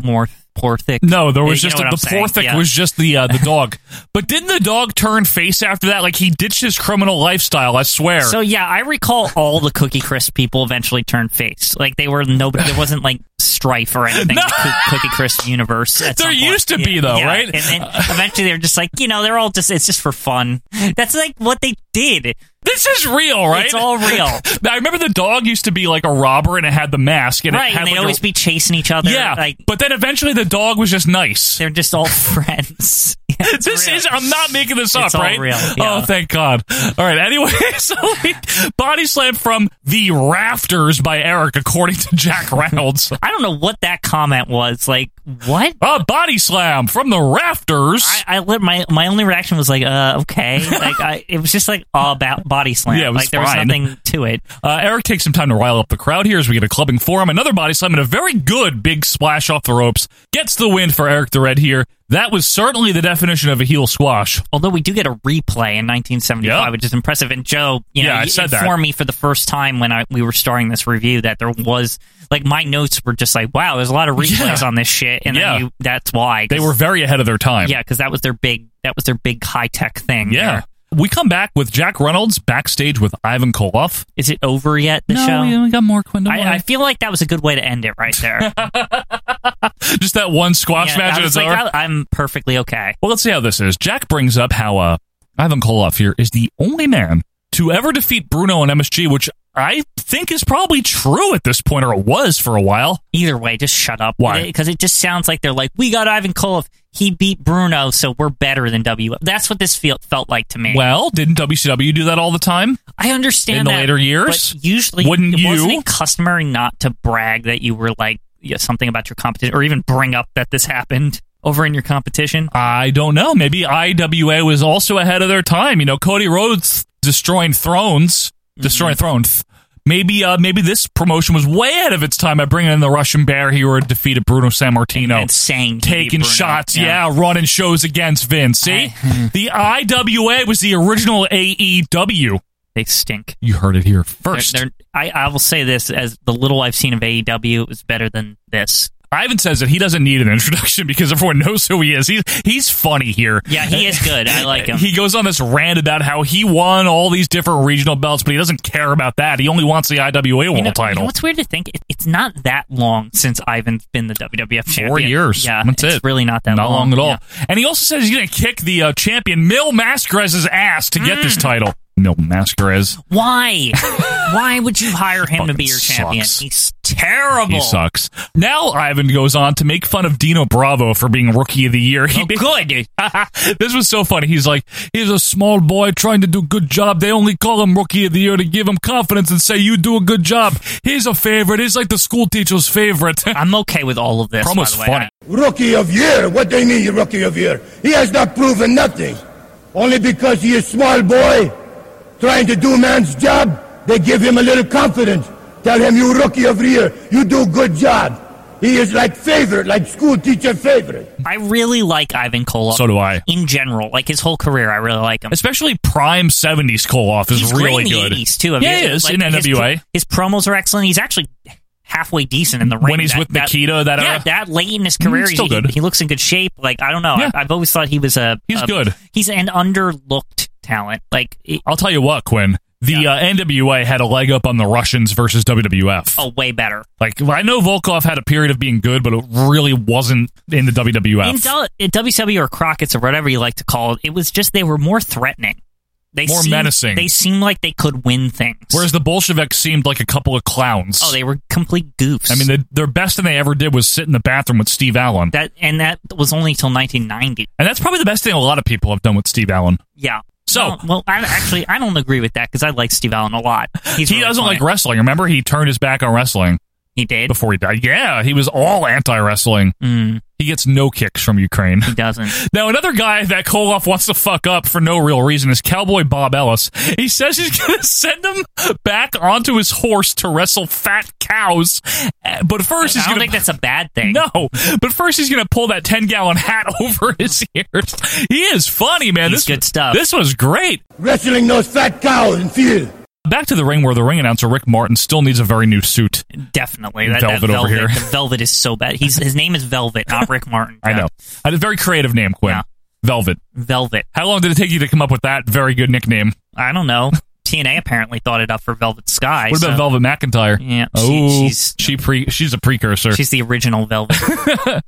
Speaker 2: anthropomorphic.
Speaker 1: No, there
Speaker 2: You
Speaker 1: was
Speaker 2: know
Speaker 1: just
Speaker 2: what
Speaker 1: a,
Speaker 2: I'm
Speaker 1: the
Speaker 2: saying,
Speaker 1: Porthic
Speaker 2: yeah.
Speaker 1: was just the uh, the dog. [LAUGHS] but didn't the dog turn face after that? Like he ditched his criminal lifestyle. I swear.
Speaker 2: So yeah, I recall all the Cookie Crisp people eventually turned face. Like they were no, there wasn't like strife or anything.
Speaker 1: [LAUGHS]
Speaker 2: in
Speaker 1: No.
Speaker 2: the Coo- Cookie Crisp universe. At
Speaker 1: There
Speaker 2: some point.
Speaker 1: used to be,
Speaker 2: Yeah,
Speaker 1: though,
Speaker 2: yeah.
Speaker 1: right? [LAUGHS]
Speaker 2: And then eventually they're just like, you know, they're all just it's just for fun. That's like what they did.
Speaker 1: this is real, right? [LAUGHS]
Speaker 2: It's all real.
Speaker 1: I remember the dog used to be like a robber and it had the mask and
Speaker 2: right,
Speaker 1: it had
Speaker 2: and they
Speaker 1: like, a-
Speaker 2: always be chasing each other.
Speaker 1: yeah.
Speaker 2: like
Speaker 1: but then eventually the dog was just nice.
Speaker 2: they're just all [LAUGHS] friends. [LAUGHS] Yeah,
Speaker 1: [LAUGHS]
Speaker 2: it's
Speaker 1: This
Speaker 2: real.
Speaker 1: is I'm not making this up,
Speaker 2: all
Speaker 1: right?
Speaker 2: real, yeah.
Speaker 1: Oh, thank God. All right. Anyway, [LAUGHS] so we, body slam from the rafters by Eric, according to Jack Reynolds. [LAUGHS]
Speaker 2: I don't know what that comment was. Like what?
Speaker 1: A body slam from the rafters.
Speaker 2: I, I lit my my only reaction was like, uh, okay.
Speaker 1: [LAUGHS]
Speaker 2: Like I, it was just like all about body slam.
Speaker 1: Yeah, it was
Speaker 2: like there
Speaker 1: fine.
Speaker 2: was nothing to it.
Speaker 1: uh, Eric takes some time to rile up the crowd here as we get a clubbing for him. Another body slam and a very good big splash off the ropes. Gets the win for Eric the Red here. That was certainly the definition of a heel squash.
Speaker 2: Although we do get a replay in 1975,
Speaker 1: Yep.
Speaker 2: which is impressive. And Joe, you know,
Speaker 1: Yeah, I
Speaker 2: you
Speaker 1: said that.
Speaker 2: informed me for the first time when I we were starting this review that there was like my notes were just like, wow, there's a lot of
Speaker 1: [LAUGHS]
Speaker 2: replays
Speaker 1: Yeah.
Speaker 2: on this shit, and
Speaker 1: Yeah.
Speaker 2: then you, that's why 'cause-
Speaker 1: They were very ahead of their time.
Speaker 2: yeah, because that was their big that was their big high tech thing.
Speaker 1: Yeah.
Speaker 2: there.
Speaker 1: We come back with Jack Reynolds backstage with Ivan Koloff.
Speaker 2: Is it over yet? The
Speaker 1: no,
Speaker 2: show.
Speaker 1: Oh, we only got more Quinn. don't worry.
Speaker 2: I, I feel like that was a good way to end it right
Speaker 1: [LAUGHS]
Speaker 2: there.
Speaker 1: Just that one squash
Speaker 2: Yeah,
Speaker 1: match
Speaker 2: I
Speaker 1: and it's
Speaker 2: was like,
Speaker 1: over.
Speaker 2: I- I'm perfectly okay.
Speaker 1: Well, let's see how this is. Jack brings up how uh, Ivan Koloff here is the only man to ever defeat Bruno and MSG, which I think is probably true at this point, or it was for a while.
Speaker 2: Either way, just shut up.
Speaker 1: Why?
Speaker 2: Because it just sounds like they're like, we got Ivan Koloff. He beat Bruno, so we're better than W. That's what this feel, felt like to me.
Speaker 1: Well, didn't WCW do that all the time?
Speaker 2: I understand
Speaker 1: in the
Speaker 2: that,
Speaker 1: later years?
Speaker 2: but usually
Speaker 1: Wouldn't
Speaker 2: it wasn't
Speaker 1: you?
Speaker 2: it customary not to brag that you were like yeah, something about your competition, or even bring up that this happened over in your competition.
Speaker 1: I don't know. Maybe IWA was also ahead of their time. You know, Cody Rhodes destroying thrones, destroying
Speaker 2: Mm-hmm.
Speaker 1: thrones. Maybe, uh, maybe this promotion was way ahead of its time by bringing in the Russian Bear here who defeated Bruno San Martino.
Speaker 2: and saying he beat
Speaker 1: Oh, taking
Speaker 2: Bruno.
Speaker 1: shots, yeah. running shows against Vince. See,
Speaker 2: [LAUGHS]
Speaker 1: the IWA was the original AEW.
Speaker 2: they stink.
Speaker 1: You heard it here
Speaker 2: They're-
Speaker 1: 1st
Speaker 2: E they're- I, I will say this as the little I've seen of AEW is better than this.
Speaker 1: Ivan says that he doesn't need an introduction because everyone knows who he is. He's he's funny here.
Speaker 2: Yeah, he is good.
Speaker 1: [LAUGHS]
Speaker 2: I like him.
Speaker 1: he goes on this rant about how he won all these different regional belts, but he doesn't care about that. He only wants the IWA world
Speaker 2: You know-
Speaker 1: title.
Speaker 2: You know what's weird to think? It- It's not that long since Ivan's been the WWF champion.
Speaker 1: Four years.
Speaker 2: Yeah,
Speaker 1: that's
Speaker 2: it's
Speaker 1: it.
Speaker 2: really not that
Speaker 1: Not long,
Speaker 2: long
Speaker 1: at all. And he also says he's going to kick the uh, champion Mil Mascarez's ass to get
Speaker 2: Mm.
Speaker 1: this title. Mil Mascarez. [LAUGHS]
Speaker 2: Why? Why would you hire him to be your
Speaker 1: Fucking
Speaker 2: champion?
Speaker 1: sucks.
Speaker 2: He's terrible.
Speaker 1: He sucks. Now Ivan goes on to make fun of Dino Bravo for being Rookie of the Year. He
Speaker 2: Oh, good.
Speaker 1: [LAUGHS] this was so funny. He's like, he's a small boy trying to do good job. They only call him Rookie of the Year to give him confidence and say you do a good job. He's a favorite. He's like the school teacher's favorite. [LAUGHS]
Speaker 2: I'm okay with all of this.
Speaker 1: Promo's
Speaker 2: by the way.
Speaker 1: funny.
Speaker 3: Rookie of year? What they mean, rookie of year? He has not proven nothing. Only because he is small boy, trying to do man's job, they give him a little confidence. Tell him you rookie of year, you do good job. He is like favorite, like school teacher favorite.
Speaker 2: I really like Ivan Koloff.
Speaker 1: So do I.
Speaker 2: In general, like his whole career, I really like him.
Speaker 1: Especially prime 70s Koloff is
Speaker 2: He's
Speaker 1: really
Speaker 2: great in
Speaker 1: good.
Speaker 2: The 80s too. I
Speaker 1: yeah,
Speaker 2: mean,
Speaker 1: he is
Speaker 2: like,
Speaker 1: in
Speaker 2: his
Speaker 1: NWA.
Speaker 2: pro- His, promos are excellent. He's actually halfway decent in the ring.
Speaker 1: When he's
Speaker 2: That-
Speaker 1: with Nikita, that
Speaker 2: yeah,
Speaker 1: era?
Speaker 2: that late in his career,
Speaker 1: Mm, still
Speaker 2: he,
Speaker 1: good.
Speaker 2: he looks in good shape. Like I don't know,
Speaker 1: Yeah.
Speaker 2: I, I've always thought he was a
Speaker 1: He's
Speaker 2: a-
Speaker 1: good.
Speaker 2: He's an underlooked talent. Like it-
Speaker 1: I'll tell you what, Quinn. The uh, NWA had a leg up on the Russians versus WWF.
Speaker 2: oh, way better.
Speaker 1: Like I know Volkov had a period of being good, but it really wasn't in the WWF.
Speaker 2: In Del- in WCW or Crockett's or whatever you like to call it, it was just they were more threatening. They
Speaker 1: More
Speaker 2: seemed-
Speaker 1: menacing.
Speaker 2: They seemed like they could win things.
Speaker 1: Whereas the Bolsheviks seemed like a couple of clowns.
Speaker 2: oh, they were complete goofs.
Speaker 1: I mean, the, their best thing they ever did was sit in the bathroom with Steve Allen,
Speaker 2: that and that was only till 1990.
Speaker 1: and that's probably the best thing a lot of people have done with Steve Allen.
Speaker 2: Yeah.
Speaker 1: So-
Speaker 2: No, well, I actually I don't agree with that because I like Steve Allen
Speaker 1: [LAUGHS]
Speaker 2: a lot. He's
Speaker 1: he
Speaker 2: really
Speaker 1: doesn't
Speaker 2: funny.
Speaker 1: like wrestling. Remember, he turned his back on wrestling
Speaker 2: He did.
Speaker 1: before he died. Yeah, he was all anti-wrestling.
Speaker 2: Mm,
Speaker 1: He gets no kicks from
Speaker 2: [LAUGHS]
Speaker 1: Ukraine.
Speaker 2: he doesn't.
Speaker 1: Now, another guy that Koloff wants to fuck up for no real reason is Cowboy Bob Ellis. He says he's [LAUGHS] going to send him back onto his horse to wrestle fat cows, eh, but first
Speaker 2: I
Speaker 1: he's
Speaker 2: don't
Speaker 1: going [LAUGHS]
Speaker 2: think that's a bad thing.
Speaker 1: No, but first he's going to pull that 10 gallon hat [LAUGHS] over his ears. He is funny, man.
Speaker 2: He's
Speaker 1: this
Speaker 2: good stuff.
Speaker 1: This was great.
Speaker 3: Wrestling those fat cows in field.
Speaker 1: Back to the ring where the ring announcer Rick Martin still needs a very new suit.
Speaker 2: Definitely. That,
Speaker 1: Velvet
Speaker 2: that
Speaker 1: over
Speaker 2: velvet
Speaker 1: here.
Speaker 2: The velvet is so bad. He's his name is Velvet,
Speaker 1: [LAUGHS]
Speaker 2: not Rick Martin.
Speaker 1: I know. I had a very creative name, Quinn.
Speaker 2: Yeah.
Speaker 1: Velvet.
Speaker 2: Velvet.
Speaker 1: How long did it take you to come up with that very good nickname?
Speaker 2: I don't know. TNA apparently thought it up for Velvet Sky.
Speaker 1: What about
Speaker 2: so-
Speaker 1: Velvet McIntyre?
Speaker 2: Yeah, she-
Speaker 1: oh,
Speaker 2: she's-
Speaker 1: she pre- she's a precursor.
Speaker 2: She's the original Velvet.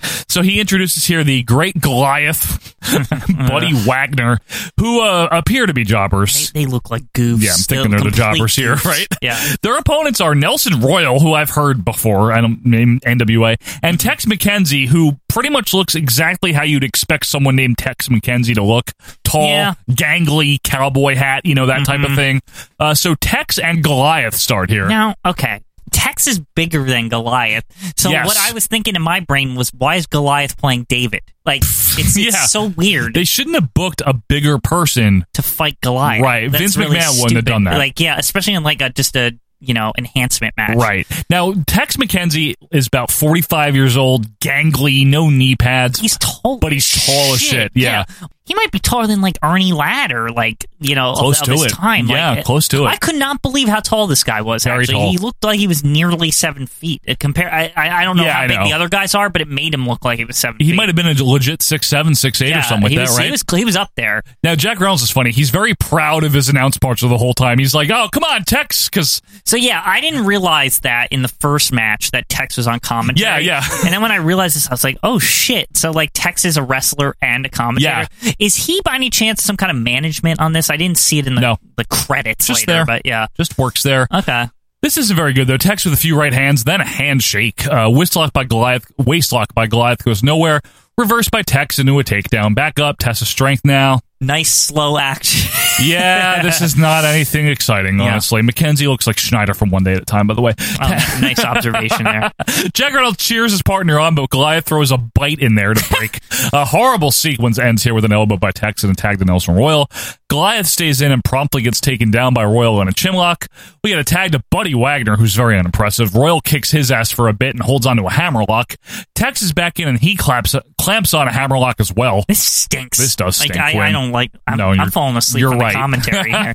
Speaker 1: [LAUGHS] so he introduces here the great Goliath, [LAUGHS]
Speaker 2: [LAUGHS]
Speaker 1: Buddy Wagner, who uh, appear to be
Speaker 2: they,
Speaker 1: jobbers.
Speaker 2: they look like goofs.
Speaker 1: Yeah, I'm thinking they're the
Speaker 2: complete
Speaker 1: jobbers here,
Speaker 2: goofs.
Speaker 1: right?
Speaker 2: Yeah.
Speaker 1: Their opponents are Nelson Royal, who I've heard before, I don't name NWA,
Speaker 2: Mm-hmm.
Speaker 1: and Tex McKenzie, who pretty much looks exactly how you'd expect someone named Tex McKenzie to look. Tall,
Speaker 2: Yeah. Mm-hmm.
Speaker 1: gangly, cowboy hat, you know, that type of thing. Uh, so Tex and Goliath start here.
Speaker 2: Now, okay. Tex is bigger than Goliath. So
Speaker 1: Yes.
Speaker 2: what I was thinking in my brain was why is Goliath playing David?
Speaker 1: [LAUGHS]
Speaker 2: Like it's, it's
Speaker 1: Yeah.
Speaker 2: so weird
Speaker 1: They shouldn't have booked a bigger person
Speaker 2: to fight Goliath.
Speaker 1: Right.
Speaker 2: That's
Speaker 1: Vince
Speaker 2: really
Speaker 1: McMahon wouldn't have
Speaker 2: stupid.
Speaker 1: done that.
Speaker 2: Like yeah, especially in like a just a you know enhancement match.
Speaker 1: Right. Now, Tex McKenzie is about 45 years old, gangly, no knee pads.
Speaker 2: He's tall,
Speaker 1: But he's tall as shit, yeah.
Speaker 2: he might be taller than like Ernie Ladd or like you know of-
Speaker 1: Close
Speaker 2: of,
Speaker 1: to
Speaker 2: his
Speaker 1: it.
Speaker 2: time. Like,
Speaker 1: Yeah, close to it.
Speaker 2: I could not believe how tall this guy was.
Speaker 1: Very
Speaker 2: actually,
Speaker 1: tall.
Speaker 2: he looked like he was nearly seven feet. It compare, I, I I don't know
Speaker 1: Yeah,
Speaker 2: how
Speaker 1: I
Speaker 2: big
Speaker 1: know.
Speaker 2: the other guys are, but it made him look like he was seven.
Speaker 1: he
Speaker 2: feet.
Speaker 1: might have been a legit six seven, six eight, or something like
Speaker 2: he
Speaker 1: that,
Speaker 2: was,
Speaker 1: right?
Speaker 2: He was, he was up there.
Speaker 1: now, Jack Reynolds is funny. He's very proud of his announce parts the whole time. He's like, oh, come on, Tex, because
Speaker 2: So yeah, I didn't realize that in the first match that Tex was on commentary.
Speaker 1: Yeah, yeah.
Speaker 2: and then when I realized this, I was like, oh shit. So like Tex is a wrestler and a commentator.
Speaker 1: Yeah.
Speaker 2: Is he by any chance some kind of management on this? I didn't see it in the,
Speaker 1: No.
Speaker 2: the credits
Speaker 1: Just
Speaker 2: later,
Speaker 1: there.
Speaker 2: but yeah.
Speaker 1: just works there.
Speaker 2: Okay.
Speaker 1: This isn't very good, though. Tex with a few right hands, then a handshake. Uh, wristlock by Goliath, waistlock by Goliath goes nowhere. Reversed by Tex into a takedown. Back up, test of strength now.
Speaker 2: Nice
Speaker 1: [LAUGHS]
Speaker 2: slow action.
Speaker 1: Yeah, this is not anything exciting,
Speaker 2: Yeah.
Speaker 1: honestly. Mackenzie looks like Schneider from One Day at a Time, by the way.
Speaker 2: Um, nice observation there.
Speaker 1: Jack Reynolds cheers his partner on, but Goliath throws a bite in there to break. a horrible sequence ends here with an elbow by Tex and a tag to Nelson Royal. Goliath stays in and promptly gets taken down by Royal in a chinlock. We get a tag to Buddy Wagner, who's very unimpressive. Royal kicks his ass for a bit and holds onto a hammerlock. Tex is back in and he claps clamps on a hammerlock as well.
Speaker 2: This stinks.
Speaker 1: This does
Speaker 2: Like,
Speaker 1: stink,
Speaker 2: I, I
Speaker 1: Quinn.
Speaker 2: don't like. I'm,
Speaker 1: No,
Speaker 2: I'm
Speaker 1: you're-
Speaker 2: falling
Speaker 1: [LAUGHS]
Speaker 2: asleep
Speaker 1: you're
Speaker 2: on
Speaker 1: right.
Speaker 2: the commentary. here.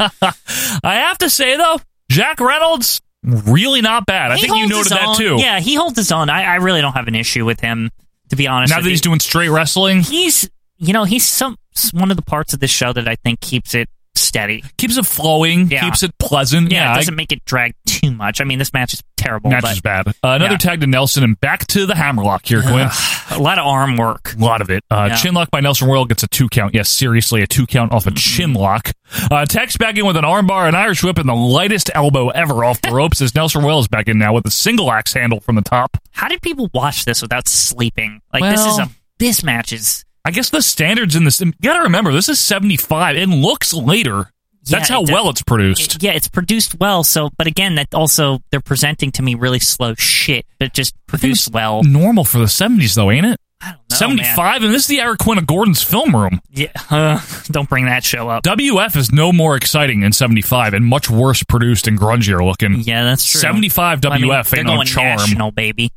Speaker 1: I have to say though, Jack Reynolds really not bad. I
Speaker 2: He
Speaker 1: think you
Speaker 2: holds
Speaker 1: noted
Speaker 2: his
Speaker 1: that
Speaker 2: own.
Speaker 1: too.
Speaker 2: Yeah, he holds his own. I, I really don't have an issue with him, to be honest.
Speaker 1: Now
Speaker 2: with
Speaker 1: that he's
Speaker 2: you.
Speaker 1: doing straight wrestling,
Speaker 2: he's you know he's some s- one of the parts of the show that I think keeps it steady,
Speaker 1: keeps it flowing,
Speaker 2: Yeah.
Speaker 1: keeps it pleasant.
Speaker 2: Yeah,
Speaker 1: Yeah,
Speaker 2: it
Speaker 1: I-
Speaker 2: doesn't make it drag too much. I mean, this match is terrible.
Speaker 1: match
Speaker 2: but
Speaker 1: is bad. Uh, another
Speaker 2: Yeah.
Speaker 1: tag to Nelson and back to the hammerlock here, Quinn.
Speaker 2: a lot of arm work.
Speaker 1: A lot of it. Uh,
Speaker 2: Yeah. Mm-hmm.
Speaker 1: Chin lock by Nelson Royal gets a two count. Yes, seriously, a two count off a chin lock. Uh, Tex back in with an armbar, an Irish whip, and the lightest elbow ever
Speaker 2: [LAUGHS]
Speaker 1: off the ropes as Nelson Royal is back in now with a single axe handle from the top.
Speaker 2: How did people watch this without sleeping? Like this is
Speaker 1: Well-
Speaker 2: a this match is
Speaker 1: I guess the standards in this, you gotta remember, this is 75 and looks later. That's
Speaker 2: Yeah,
Speaker 1: how
Speaker 2: it
Speaker 1: well
Speaker 2: does-
Speaker 1: it's produced.
Speaker 2: it- yeah, it's produced well. So, but again, that also they're presenting to me really slow shit, but just produced well. Oh,
Speaker 1: Normal for the 70s, though, ain't it?
Speaker 2: know,
Speaker 1: 75, and this is the Eric Quinn of Gordon's film room.
Speaker 2: Yeah, [LAUGHS] uh, don't bring that show up.
Speaker 1: WF is no more exciting than 75 and much worse produced and grungier looking.
Speaker 2: Yeah, that's true.
Speaker 1: 75 WF
Speaker 2: I mean,
Speaker 1: ain't
Speaker 2: they're
Speaker 1: no
Speaker 2: going
Speaker 1: charm.
Speaker 2: national, baby.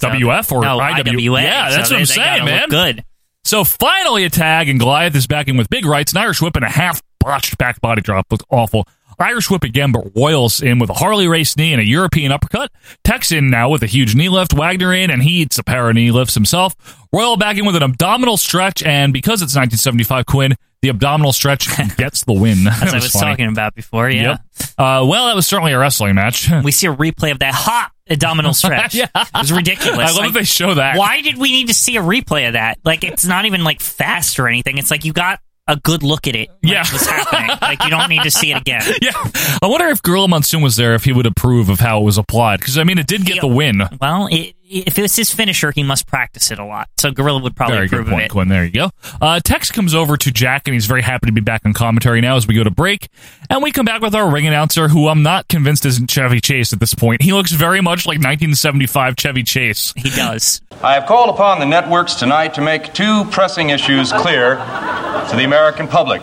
Speaker 2: So-
Speaker 1: WF or
Speaker 2: no,
Speaker 1: IWA? Yeah, that's
Speaker 2: so
Speaker 1: what I'm
Speaker 2: they- they gotta
Speaker 1: saying, man.
Speaker 2: look Good.
Speaker 1: So finally a tag, and Goliath is back in with big rights, an Irish whip and a half botched back body drop. Looked awful. Irish whip again, but Royals in with a Harley race knee and a European uppercut. Tex in now with a huge knee lift. Wagner in, and he eats a pair of knee lifts himself. Royal back in with an abdominal stretch, and because it's 1975, Quinn, the abdominal
Speaker 2: [LAUGHS]
Speaker 1: stretch gets the win.
Speaker 2: As I was talking about before, yeah.
Speaker 1: Uh, well, that was certainly a wrestling
Speaker 2: [LAUGHS]
Speaker 1: match.
Speaker 2: We see a replay of that hot
Speaker 1: [LAUGHS]
Speaker 2: abdominal stretch.
Speaker 1: Yeah.
Speaker 2: It was ridiculous.
Speaker 1: I love
Speaker 2: Like,
Speaker 1: that they show that.
Speaker 2: Why did we need to see a replay of that? Like, it's not even like fast or anything. It's like you got a good look at it. when
Speaker 1: Yeah.
Speaker 2: it was
Speaker 1: [LAUGHS]
Speaker 2: happening. like you don't need to see it again.
Speaker 1: yeah. I wonder if Gorilla Monsoon was there if he would approve of how it was applied. Because, I mean, it did get the win.
Speaker 2: Well, it, if it was his finisher, he must practice it a lot. So Gorilla would probably
Speaker 1: Very good
Speaker 2: approve of
Speaker 1: point,
Speaker 2: it.
Speaker 1: Quinn. There you go. Uh, Tex comes over to Jack, and he's very happy to be back on commentary now as we go to break. And we come back with our ring announcer, who I'm not convinced isn't Chevy Chase at this point. He looks very much like 1975 Chevy Chase.
Speaker 2: He does.
Speaker 8: I have called upon the networks tonight to make two pressing issues clear to the American public.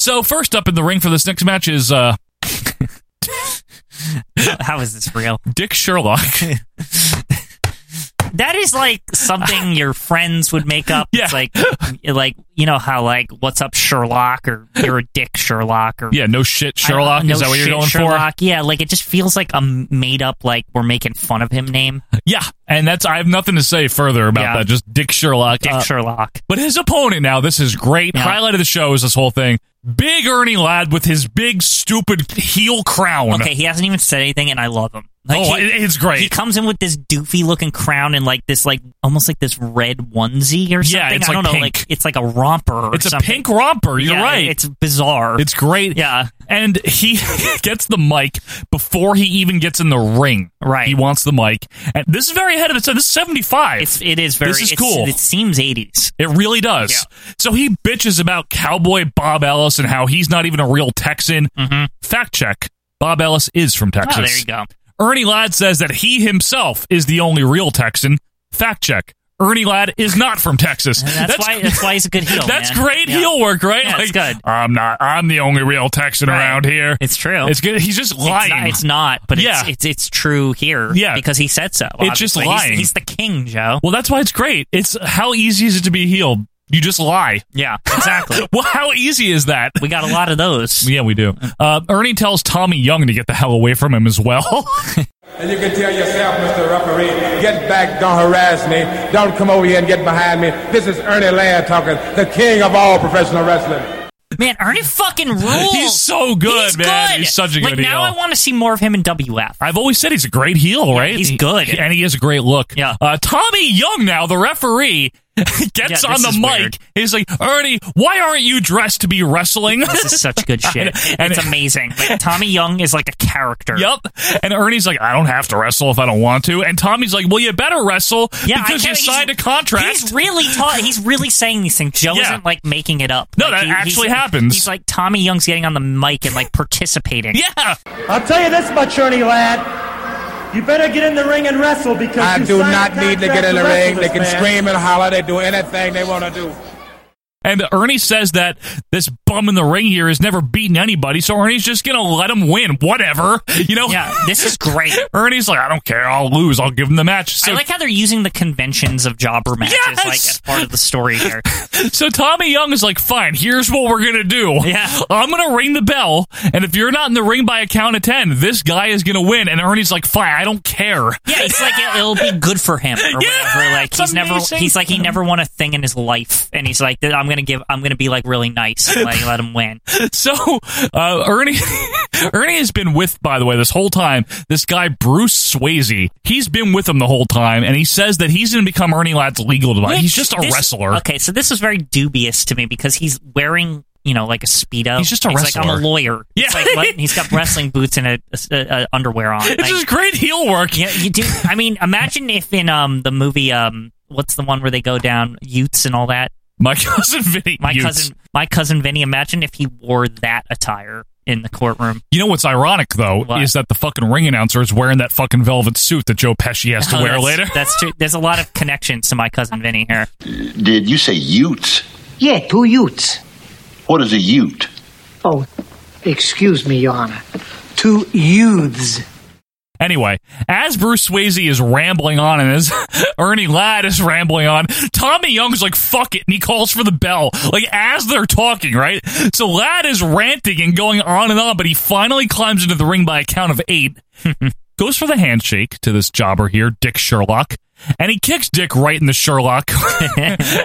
Speaker 1: So, first up in the ring for this next match is uh,
Speaker 2: How is this real?
Speaker 1: Dick Sherlock.
Speaker 2: [LAUGHS] That is like something your friends would
Speaker 1: [LAUGHS]
Speaker 2: make up. It's like, like you know how like what's up Sherlock or you're a dick Sherlock or
Speaker 1: yeah, no shit,
Speaker 2: I don't know,
Speaker 1: Sherlock.
Speaker 2: no
Speaker 1: is that what you're
Speaker 2: shit,
Speaker 1: going
Speaker 2: Sherlock. for? Yeah, like it just feels like a made up like we're making fun of him name.
Speaker 1: for? Yeah, and that's I have nothing to say further about
Speaker 2: Yeah.
Speaker 1: that. Just Dick Sherlock.
Speaker 2: Dick
Speaker 1: Uh,
Speaker 2: Sherlock.
Speaker 1: But his opponent now, this is great.
Speaker 2: Yeah.
Speaker 1: Highlight of the show is this whole thing. Big Ernie Ladd with his big stupid heel crown.
Speaker 2: Okay, he hasn't even said anything, and I love him.
Speaker 1: Oh,
Speaker 2: he-
Speaker 1: it- it's great.
Speaker 2: He comes in with this doofy looking crown and like this, like almost like this red onesie or something.
Speaker 1: Yeah, it's
Speaker 2: I
Speaker 1: like
Speaker 2: don't know,
Speaker 1: pink.
Speaker 2: like it's like a romper. Or
Speaker 1: It's a
Speaker 2: something.
Speaker 1: pink romper. You're
Speaker 2: Yeah,
Speaker 1: right.
Speaker 2: It's bizarre.
Speaker 1: It's great.
Speaker 2: Yeah.
Speaker 1: And he [LAUGHS] gets the mic before he even gets in the ring.
Speaker 2: Right.
Speaker 1: He wants the mic. And this is very ahead of its time. This is 75.
Speaker 2: It's, it is very.
Speaker 1: This is
Speaker 2: it's-
Speaker 1: cool.
Speaker 2: It seems eighties.
Speaker 1: it really does. So he bitches about cowboy Bob Ellis and how he's not even a real Texan. Fact check. Bob Ellis is from Texas.
Speaker 2: Oh, Mm-hmm. there you go.
Speaker 1: Ernie Ladd says that he himself is the only real Texan. Fact check. Ernie Ladd is not from Texas.
Speaker 2: That's, why. That's why he's
Speaker 1: [LAUGHS]
Speaker 2: a good heel.
Speaker 1: That's
Speaker 2: man.
Speaker 1: great
Speaker 2: Yeah.
Speaker 1: heel work, right?
Speaker 2: Yeah, it's good.
Speaker 1: I'm not. I'm the only real Texan
Speaker 2: Right.
Speaker 1: around here.
Speaker 2: It's true.
Speaker 1: It's good. He's just
Speaker 2: It's not-
Speaker 1: lying.
Speaker 2: It's not, but
Speaker 1: Yeah.
Speaker 2: it's, it's it's true here.
Speaker 1: Yeah.
Speaker 2: because he said so.
Speaker 1: It's just
Speaker 2: obviously. He's-
Speaker 1: lying.
Speaker 2: He's, the king, Joe.
Speaker 1: well, that's why it's great. It's how easy is it to be healed? You just lie.
Speaker 2: Yeah, exactly.
Speaker 1: [LAUGHS] Well, how easy is that?
Speaker 2: we got a lot of those.
Speaker 1: Yeah, we
Speaker 2: [LAUGHS]
Speaker 1: do. Uh, Ernie tells Tommy Young to get the hell away from him as
Speaker 2: [LAUGHS]
Speaker 1: well.
Speaker 9: And you can tell yourself, Mr. Referee, get back, don't harass me, don't come over here and get behind me. This is Ernie Ladd talking, the king of all professional wrestling.
Speaker 2: Man, Ernie fucking rules.
Speaker 1: He's so good,
Speaker 2: He's
Speaker 1: man. He's such a
Speaker 2: like,
Speaker 1: good
Speaker 2: now
Speaker 1: heel.
Speaker 2: I want to see more of him in WF.
Speaker 1: I've always said he's a great heel, right?
Speaker 2: he's good.
Speaker 1: and he has a great look. Yeah. Uh, Tommy Young now, the referee, [LAUGHS] gets
Speaker 2: Yeah,
Speaker 1: on
Speaker 2: this
Speaker 1: the
Speaker 2: is
Speaker 1: mic.
Speaker 2: weird.
Speaker 1: He's like, Ernie, why aren't you dressed to be wrestling? [LAUGHS]
Speaker 2: This is such good shit.
Speaker 1: And-
Speaker 2: it's amazing. Like, Tommy Young is like a character.
Speaker 1: Yep. And Ernie's like, I don't have to wrestle if I don't want to. And Tommy's like, Well, you better wrestle
Speaker 2: Yeah, I
Speaker 1: because you
Speaker 2: can't- he's-
Speaker 1: signed a contract.
Speaker 2: He's really ta- he's really saying these things. Joe
Speaker 1: Yeah.
Speaker 2: isn't like making it up.
Speaker 1: No,
Speaker 2: Like,
Speaker 1: that
Speaker 2: he- he's-
Speaker 1: actually happens.
Speaker 2: He's like Tommy Young's getting on the mic and like participating.
Speaker 1: yeah.
Speaker 23: I'll tell you this much, Ernie Lad. You better get in the ring and wrestle because
Speaker 9: I
Speaker 23: you
Speaker 9: do
Speaker 23: signed a
Speaker 9: not need to
Speaker 23: contract
Speaker 9: get in the
Speaker 23: wrestle
Speaker 9: ring.
Speaker 23: this
Speaker 9: They can
Speaker 23: man.
Speaker 9: scream and holler. They do anything they want to do.
Speaker 1: And Ernie says that this bum in the ring here has never beaten anybody, so Ernie's just gonna let him win, whatever. You know?
Speaker 2: Yeah, this is great.
Speaker 1: [LAUGHS] Ernie's like, I don't care, I'll lose, I'll give him the match. So,
Speaker 2: I like how they're using the conventions of jobber matches
Speaker 1: Yes!
Speaker 2: like as part of the story here.
Speaker 1: so Tommy Young is like, fine, here's what we're gonna do.
Speaker 2: Yeah.
Speaker 1: I'm gonna ring the bell, and if you're not in the ring by a count of ten, this guy is gonna win. And Ernie's like, fine, I don't care.
Speaker 2: Yeah, it's like it, will be good for him
Speaker 1: [LAUGHS]
Speaker 2: or whatever. Like
Speaker 1: it's
Speaker 2: he's never
Speaker 1: amazing.
Speaker 2: he's like he never won a thing in his life, and he's like I'm gonna give I'm gonna be like really nice and like, let
Speaker 1: [LAUGHS]
Speaker 2: him win.
Speaker 1: [LAUGHS] So uh, Ernie, [LAUGHS] Ernie has been with, by the way, this whole time. This guy Bruce Swayze, he's been with him the whole time, and he says that he's going to become Ernie Ladd's legal advisor. He's
Speaker 2: Which
Speaker 1: just a
Speaker 2: this-
Speaker 1: wrestler. [LAUGHS]
Speaker 2: Okay, so this was very dubious to me because he's wearing. You know, like a speedo.
Speaker 1: He's just a
Speaker 2: Like, I'm a
Speaker 1: wrestler.
Speaker 2: lawyer. It's
Speaker 1: Yeah.
Speaker 2: like, what?
Speaker 1: [LAUGHS]
Speaker 2: he's got wrestling boots and a, a- a underwear on.
Speaker 1: It's
Speaker 2: Like,
Speaker 1: just great heel work.
Speaker 2: Yeah, [LAUGHS] you do. I mean, imagine if in um the movie um what's the one where they go down Utes and all that.
Speaker 1: My cousin Vinny.
Speaker 2: My
Speaker 1: Utes.
Speaker 2: cousin, my cousin Vinny. Imagine if he wore that attire in the courtroom.
Speaker 1: You know what's ironic though
Speaker 2: What?
Speaker 1: is that the fucking ring announcer is wearing that fucking velvet suit that Joe Pesci has to
Speaker 2: Oh,
Speaker 1: wear
Speaker 2: that's-
Speaker 1: later.
Speaker 2: [LAUGHS] That's true. There's a lot of connections to my cousin Vinny
Speaker 1: [LAUGHS]
Speaker 2: here.
Speaker 4: Did you say Utes?
Speaker 6: Yeah, two Utes.
Speaker 4: What is a Ute?
Speaker 6: Oh, excuse me, Your Honor. Two youths.
Speaker 1: Anyway, as Bruce Swayze is rambling on and as [LAUGHS] Ernie Ladd is rambling on, Tommy Young's like, fuck it, and he calls for the bell, like as they're talking, right? So Ladd is ranting and going on and on, but he finally climbs into the ring by a count of eight, [LAUGHS] goes for the handshake to this jobber here, Dick Sherlock. And he kicks Dick right in the Sherlock. [LAUGHS]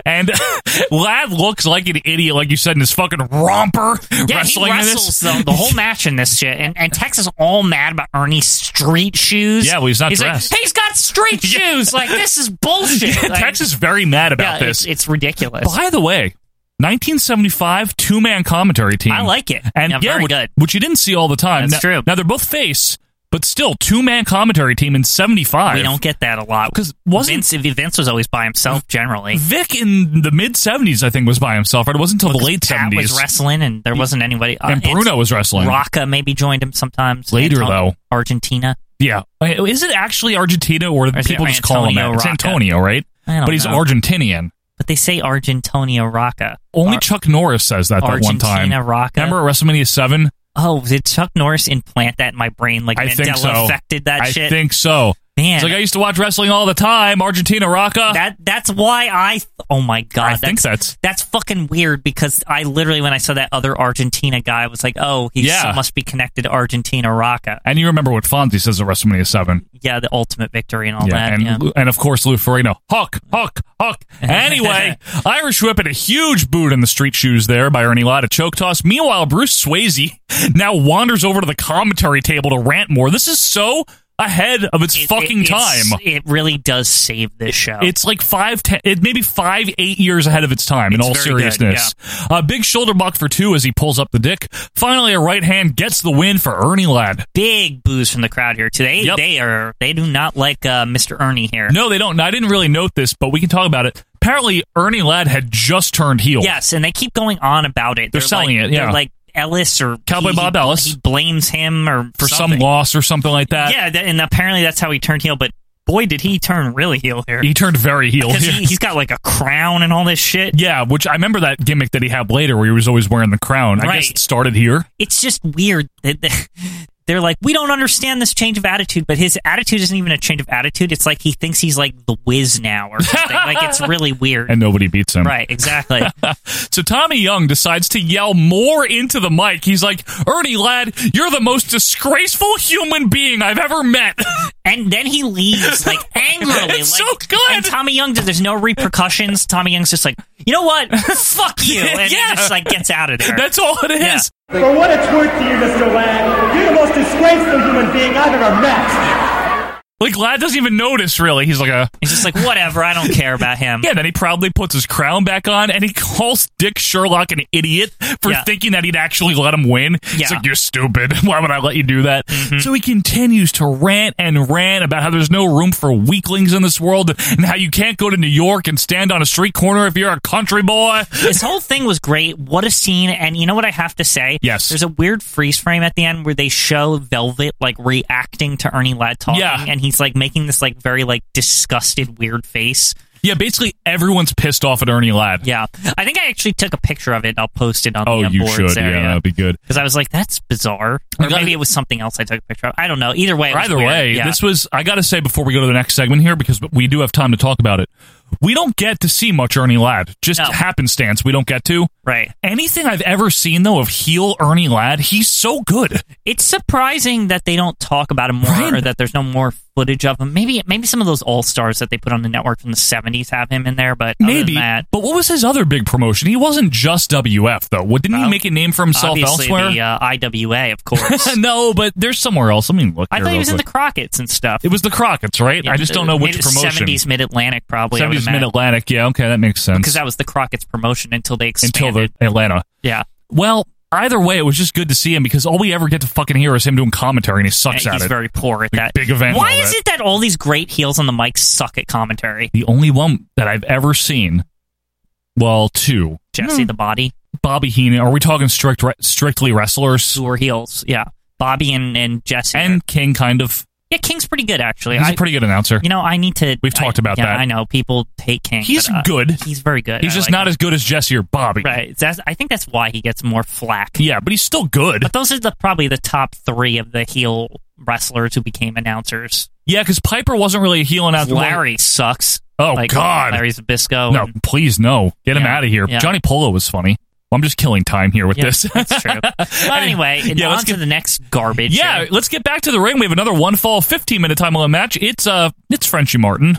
Speaker 1: and [LAUGHS] Ladd looks like an idiot, like you said, in his fucking romper
Speaker 2: Yeah,
Speaker 1: wrestling
Speaker 2: he
Speaker 1: in this.
Speaker 2: wrestles the,
Speaker 1: [LAUGHS]
Speaker 2: the whole match in this shit, and, and Tex is all mad about Ernie's street shoes.
Speaker 1: Yeah, well, he's not
Speaker 2: he's
Speaker 1: dressed.
Speaker 2: Like, he's
Speaker 1: [LAUGHS]
Speaker 2: got street shoes. Like this is bullshit.
Speaker 1: Yeah,
Speaker 2: Like,
Speaker 1: Tex is very mad
Speaker 2: yeah,
Speaker 1: about this.
Speaker 2: It's, it's ridiculous.
Speaker 1: By the way, 1975 two man commentary team.
Speaker 2: I like it.
Speaker 1: and
Speaker 2: Yeah,
Speaker 1: yeah,
Speaker 2: very
Speaker 1: which, [LAUGHS]
Speaker 2: good.
Speaker 1: which you didn't see all the time.
Speaker 2: That's
Speaker 1: now,
Speaker 2: true.
Speaker 1: Now they're both face, but still two man commentary team in '75.
Speaker 2: We don't get that a lot because
Speaker 1: wasn't-
Speaker 2: Vince, Vince was always by himself generally.
Speaker 1: Vic in the mid '70s, I think, was by himself. Right? It wasn't until the late
Speaker 2: Pat
Speaker 1: '70s.
Speaker 2: was wrestling, and there wasn't anybody. uh,
Speaker 1: and Bruno was wrestling.
Speaker 2: Rocca maybe joined him sometimes
Speaker 1: Later,
Speaker 2: Anton-
Speaker 1: though.
Speaker 2: Argentina.
Speaker 1: Yeah, is it actually Argentina or,
Speaker 2: Or is it
Speaker 1: people just call him that?
Speaker 2: Antonio
Speaker 1: It's
Speaker 2: Rocca?
Speaker 1: Antonio, right?
Speaker 2: I don't
Speaker 1: but he's
Speaker 2: know.
Speaker 1: Argentinian.
Speaker 2: But they say Argentonia Rocca.
Speaker 1: Only
Speaker 2: Ar-
Speaker 1: Chuck Norris says that that one time.
Speaker 2: Argentina Rocca.
Speaker 1: Remember at WrestleMania Seven?
Speaker 2: oh, did Chuck Norris implant that in my brain? Like
Speaker 1: I
Speaker 2: Mandela
Speaker 1: think so.
Speaker 2: affected that
Speaker 1: I
Speaker 2: shit.
Speaker 1: think so.
Speaker 2: Man.
Speaker 1: It's like I used to watch wrestling all the time. Argentina Rocca.
Speaker 2: that that's why I. Th- oh my god!
Speaker 1: I think that's-
Speaker 2: that's fucking weird because I literally when I saw that other Argentina guy I was like, oh, he
Speaker 1: Yeah.
Speaker 2: so- must be connected to Argentina Rocca.
Speaker 1: and you remember what Fonzie says at WrestleMania Seven.
Speaker 2: Yeah, the ultimate victory and all that.
Speaker 1: and
Speaker 2: Oh, yeah.
Speaker 1: and of course Lou Ferrigno. Huck, huck,
Speaker 2: [LAUGHS]
Speaker 1: huck. Anyway, Irish whip and a huge boot in the street shoes there by Ernie Ladd, a choke toss. Meanwhile, Bruce Swayze now wanders over to the commentary table to rant more. This is so ahead of its
Speaker 2: It-
Speaker 1: fucking
Speaker 2: it- it's-
Speaker 1: time.
Speaker 2: It really does save this show.
Speaker 1: It's like five, ten, it maybe five, eight years ahead of its time. in
Speaker 2: It's
Speaker 1: all
Speaker 2: very good,
Speaker 1: seriousness, a big shoulder buck for two as he pulls up the dick. Finally, a right hand gets the win for Ernie Ladd.
Speaker 2: big booze from the crowd here today.
Speaker 1: Yep.
Speaker 2: They are they do not like uh, Mr. Ernie here.
Speaker 1: No, they don't. And I didn't really note this, but we can talk about it. Apparently, Ernie Ladd had just turned heel.
Speaker 2: Yes, and they keep going on about it.
Speaker 1: They're selling
Speaker 2: like,
Speaker 1: it, yeah.
Speaker 2: they're like Ellis or
Speaker 1: Cowboy
Speaker 2: he-
Speaker 1: Bob Ellis.
Speaker 2: He blames him or
Speaker 1: for some
Speaker 2: something.
Speaker 1: loss or something like that.
Speaker 2: Yeah, that, and apparently that's how he turned heel. But boy, did he turn really heel here. [LAUGHS]
Speaker 1: He turned very heel. [LAUGHS]
Speaker 2: because he, has got like a crown and all this shit.
Speaker 1: yeah, which I remember that gimmick that he had later where he was always wearing the crown. I guess
Speaker 2: Right.
Speaker 1: it started here.
Speaker 2: It's just weird. that that- [LAUGHS] They're like, we don't understand this change of attitude, but his attitude isn't even a change of attitude. It's like he thinks he's like the Wiz now or something.
Speaker 1: [LAUGHS]
Speaker 2: like it's really weird.
Speaker 1: And nobody beats him.
Speaker 2: right, exactly.
Speaker 1: [LAUGHS] So Tommy Young decides to yell more into the mic. He's like, Ernie Ladd, you're the most disgraceful human being I've ever met. [LAUGHS]
Speaker 2: And then he leaves like angrily.
Speaker 1: It's
Speaker 2: like,
Speaker 1: so good.
Speaker 2: And Tommy Young, there's no repercussions. Tommy Young's just like, you
Speaker 1: [LAUGHS]
Speaker 2: know what? Fuck you. And
Speaker 1: Yeah.
Speaker 2: he just like gets out of there.
Speaker 1: That's all it is.
Speaker 2: Yeah.
Speaker 23: For what it's worth to you, Mr. Ladd, you're the most disgraceful human being I've ever met.
Speaker 1: Like Ladd doesn't even notice really. He's like a
Speaker 2: He's just like, whatever. I don't care about him.
Speaker 1: Yeah, then he proudly puts his crown back on and he calls Dick Sherlock an idiot for
Speaker 2: Yeah.
Speaker 1: thinking that he'd actually let him win.
Speaker 2: Yeah. Mm-hmm.
Speaker 1: He's like, You're stupid. [LAUGHS] Why would I let you do that? So he continues to rant and rant about how there's no room for weaklings in this world and how you can't go to New York and stand on a street corner if you're a country boy.
Speaker 2: This whole thing was great. What a scene. And you know what I have to say?
Speaker 1: Yes.
Speaker 2: There's a weird freeze frame at the end where they show Velvet like reacting to Ernie Ladd talking.
Speaker 1: Yeah.
Speaker 2: And he's like making this like very like disgusted, weird face.
Speaker 1: Yeah, basically everyone's pissed off at Ernie Ladd.
Speaker 2: Yeah, I think I actually took a picture of it. I'll post it on
Speaker 1: Oh,
Speaker 2: the uh,
Speaker 1: you
Speaker 2: boards
Speaker 1: should.
Speaker 2: area.
Speaker 1: Yeah, that'd be good.
Speaker 2: Because I was like, that's bizarre.
Speaker 1: I
Speaker 2: Or
Speaker 1: got-
Speaker 2: maybe it was something else I took a picture of. I don't know. Either way, it was
Speaker 1: Either
Speaker 2: weird.
Speaker 1: way,
Speaker 2: Yeah.
Speaker 1: this was. I got to say before we go to the next segment here, because we do have time to talk about it. We don't get to see much Ernie Ladd. Just
Speaker 2: No.
Speaker 1: happenstance, we don't get to.
Speaker 2: Right.
Speaker 1: Anything I've ever seen though of heel Ernie Ladd, he's so good.
Speaker 2: It's surprising that they don't talk about him more, or that there's no more footage of him. Maybe maybe some of those all stars that they put on the network from the '70s have him in there, but other than
Speaker 1: Maybe,
Speaker 2: that,
Speaker 1: but what was his other big promotion? He wasn't just WF though. What didn't he make a name for himself
Speaker 2: obviously
Speaker 1: elsewhere?
Speaker 2: the uh,
Speaker 1: [LAUGHS]
Speaker 2: IWA, of course.
Speaker 1: no, but there's somewhere else. Let me look.
Speaker 2: I
Speaker 1: here
Speaker 2: thought he
Speaker 1: real
Speaker 2: was in the
Speaker 1: quick.
Speaker 2: Crockett's and stuff.
Speaker 1: It was the Crockett's, right? I just don't know which promotion.
Speaker 2: '70s Mid Atlantic, probably. I would
Speaker 1: 70s Mid
Speaker 2: imagine.
Speaker 1: Atlantic. Yeah, okay, that makes sense.
Speaker 2: because that was the Crockett's promotion until they
Speaker 1: until
Speaker 2: expanded.
Speaker 1: the Atlanta.
Speaker 2: yeah,
Speaker 1: Well, either way, it was just good to see him because all we ever get to fucking hear is him doing commentary, and he sucks
Speaker 2: And
Speaker 1: at
Speaker 2: he's
Speaker 1: it.
Speaker 2: very poor at that.
Speaker 1: big event and
Speaker 2: Why
Speaker 1: all
Speaker 2: is
Speaker 1: that.
Speaker 2: it that all these great heels on the mic suck at commentary?
Speaker 1: the only one that I've ever seen. Well, two
Speaker 2: Jesse the Body,
Speaker 1: Bobby Heenan. Are we talking strict strictly wrestlers
Speaker 2: who were heels. Yeah, Bobby and and Jesse.
Speaker 1: and King? Kind of.
Speaker 2: yeah, King's pretty good actually.
Speaker 1: He's a
Speaker 2: I,
Speaker 1: pretty good announcer.
Speaker 2: you know, I need to.
Speaker 1: We've
Speaker 2: I-
Speaker 1: talked about
Speaker 2: yeah,
Speaker 1: that.
Speaker 2: I know people hate King.
Speaker 1: He's
Speaker 2: but, uh,
Speaker 1: good.
Speaker 2: He's very good.
Speaker 1: He's
Speaker 2: I
Speaker 1: just
Speaker 2: like
Speaker 1: not
Speaker 2: him.
Speaker 1: as good as Jesse or Bobby.
Speaker 2: right. That's, I think that's why he gets more flack.
Speaker 1: Yeah, but he's still good.
Speaker 2: But those are the probably the top three of the heel wrestlers who became announcers.
Speaker 1: Yeah, because Piper wasn't really a heel announcer.
Speaker 2: Larry sucks.
Speaker 1: Oh, God.
Speaker 2: Larry Zabisco.
Speaker 1: No,
Speaker 2: and-
Speaker 1: please no. Get him
Speaker 2: Yeah,
Speaker 1: out of here.
Speaker 2: yeah.
Speaker 1: Johnny Polo was funny. I'm just killing time here with [LAUGHS]
Speaker 2: Yeah,
Speaker 1: this.
Speaker 2: [LAUGHS] that's
Speaker 1: [LAUGHS]
Speaker 2: true. Well, anyway, and
Speaker 1: Yeah,
Speaker 2: on
Speaker 1: let's
Speaker 2: to
Speaker 1: get-
Speaker 2: the next garbage.
Speaker 1: yeah, let's get back to the ring. We have another one fall, 15 minute time limit match. It's uh, it's Frenchie Martin.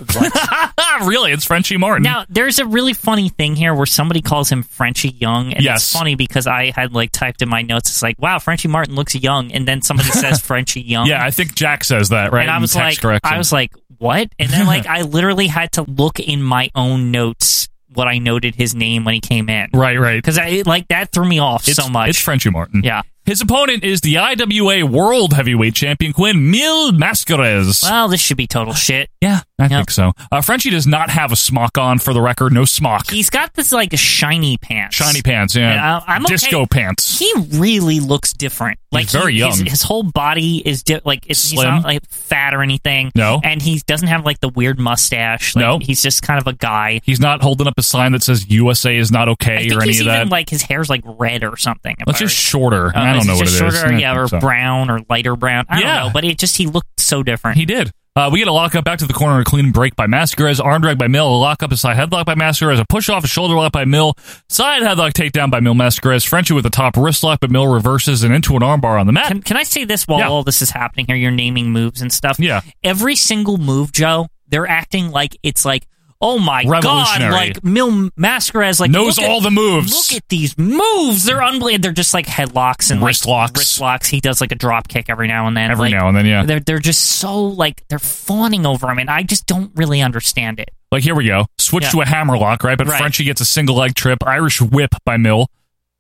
Speaker 1: [LAUGHS] really, it's Frenchie Martin.
Speaker 2: Now, there's a really funny thing here where somebody calls him Frenchie Young, and
Speaker 1: Yes.
Speaker 2: it's funny because I had like typed in my notes, it's like, wow, Frenchie Martin looks young, and then
Speaker 1: [LAUGHS]
Speaker 2: somebody says Frenchie Young.
Speaker 1: yeah, I think Jack says that right.
Speaker 2: and I
Speaker 1: in
Speaker 2: was
Speaker 1: text
Speaker 2: like,
Speaker 1: correction.
Speaker 2: I was like, what? And
Speaker 1: [LAUGHS]
Speaker 2: then like I literally had to look in my own notes what I noted his name when he came in
Speaker 1: right, right.
Speaker 2: because I like that threw me off
Speaker 1: It's,
Speaker 2: so much.
Speaker 1: It's Frenchie Martin.
Speaker 2: yeah.
Speaker 1: His opponent is the IWA World Heavyweight Champion Quinn Mil Mascares.
Speaker 2: Well, this should be total shit.
Speaker 1: yeah, I
Speaker 2: yeah.
Speaker 1: think so. Uh, Frenchie does not have a smock on, for the record. No smock.
Speaker 2: He's got this like shiny pants.
Speaker 1: Shiny pants, yeah.
Speaker 2: Yeah, I- I'm okay.
Speaker 1: Disco pants.
Speaker 2: he really looks different. Like
Speaker 1: very
Speaker 2: he- his-
Speaker 1: young.
Speaker 2: His, whole body is di- like it's, he's
Speaker 1: Slim.
Speaker 2: not like fat or anything.
Speaker 1: No.
Speaker 2: and he doesn't have like the weird mustache. Like,
Speaker 1: No.
Speaker 2: he's just kind of a guy.
Speaker 1: He's not holding up a sign that says USA is not
Speaker 2: I
Speaker 1: okay
Speaker 2: think
Speaker 1: or any
Speaker 2: he's
Speaker 1: of
Speaker 2: even
Speaker 1: that.
Speaker 2: like his hair's like red or something. if
Speaker 1: Let's
Speaker 2: I
Speaker 1: just
Speaker 2: re-
Speaker 1: shorter.
Speaker 2: Uh,
Speaker 1: I don't
Speaker 2: is it
Speaker 1: know what it
Speaker 2: just
Speaker 1: is.
Speaker 2: shorter,
Speaker 1: I
Speaker 2: yeah,
Speaker 1: think
Speaker 2: or
Speaker 1: so.
Speaker 2: brown or lighter brown. I
Speaker 1: Yeah.
Speaker 2: don't know, but it just he looked so different.
Speaker 1: He did. Uh, we get a lockup back to the corner, a clean break by Mascaras, arm drag by Mill, a lockup, a side headlock by Mascaras, a push off, a shoulder lock by Mill, side headlock takedown by Mill Mascaras, Frenchie with a top wrist lock, but Mill reverses and into an armbar on the mat.
Speaker 2: Can, can I say this while
Speaker 1: Yeah.
Speaker 2: all this is happening here? You're naming moves and stuff.
Speaker 1: Yeah.
Speaker 2: Every single move, Joe, they're acting like it's like, oh my god,
Speaker 1: Revolutionary.
Speaker 2: like Mil Mascaraz like
Speaker 1: Knows
Speaker 2: look at-
Speaker 1: all the moves.
Speaker 2: Look at these moves. They're unbelievable. They're just like headlocks and like,
Speaker 1: Wrist locks.
Speaker 2: Wrist locks. He does like a drop kick every now and then.
Speaker 1: Every
Speaker 2: Like,
Speaker 1: now and then, yeah.
Speaker 2: They're they're just so like they're fawning over him, and I just don't really understand it.
Speaker 1: Like here we go. Switch
Speaker 2: Yeah.
Speaker 1: to a hammer lock, right? But
Speaker 2: Right.
Speaker 1: Frenchie gets a single leg trip, Irish whip by Mill,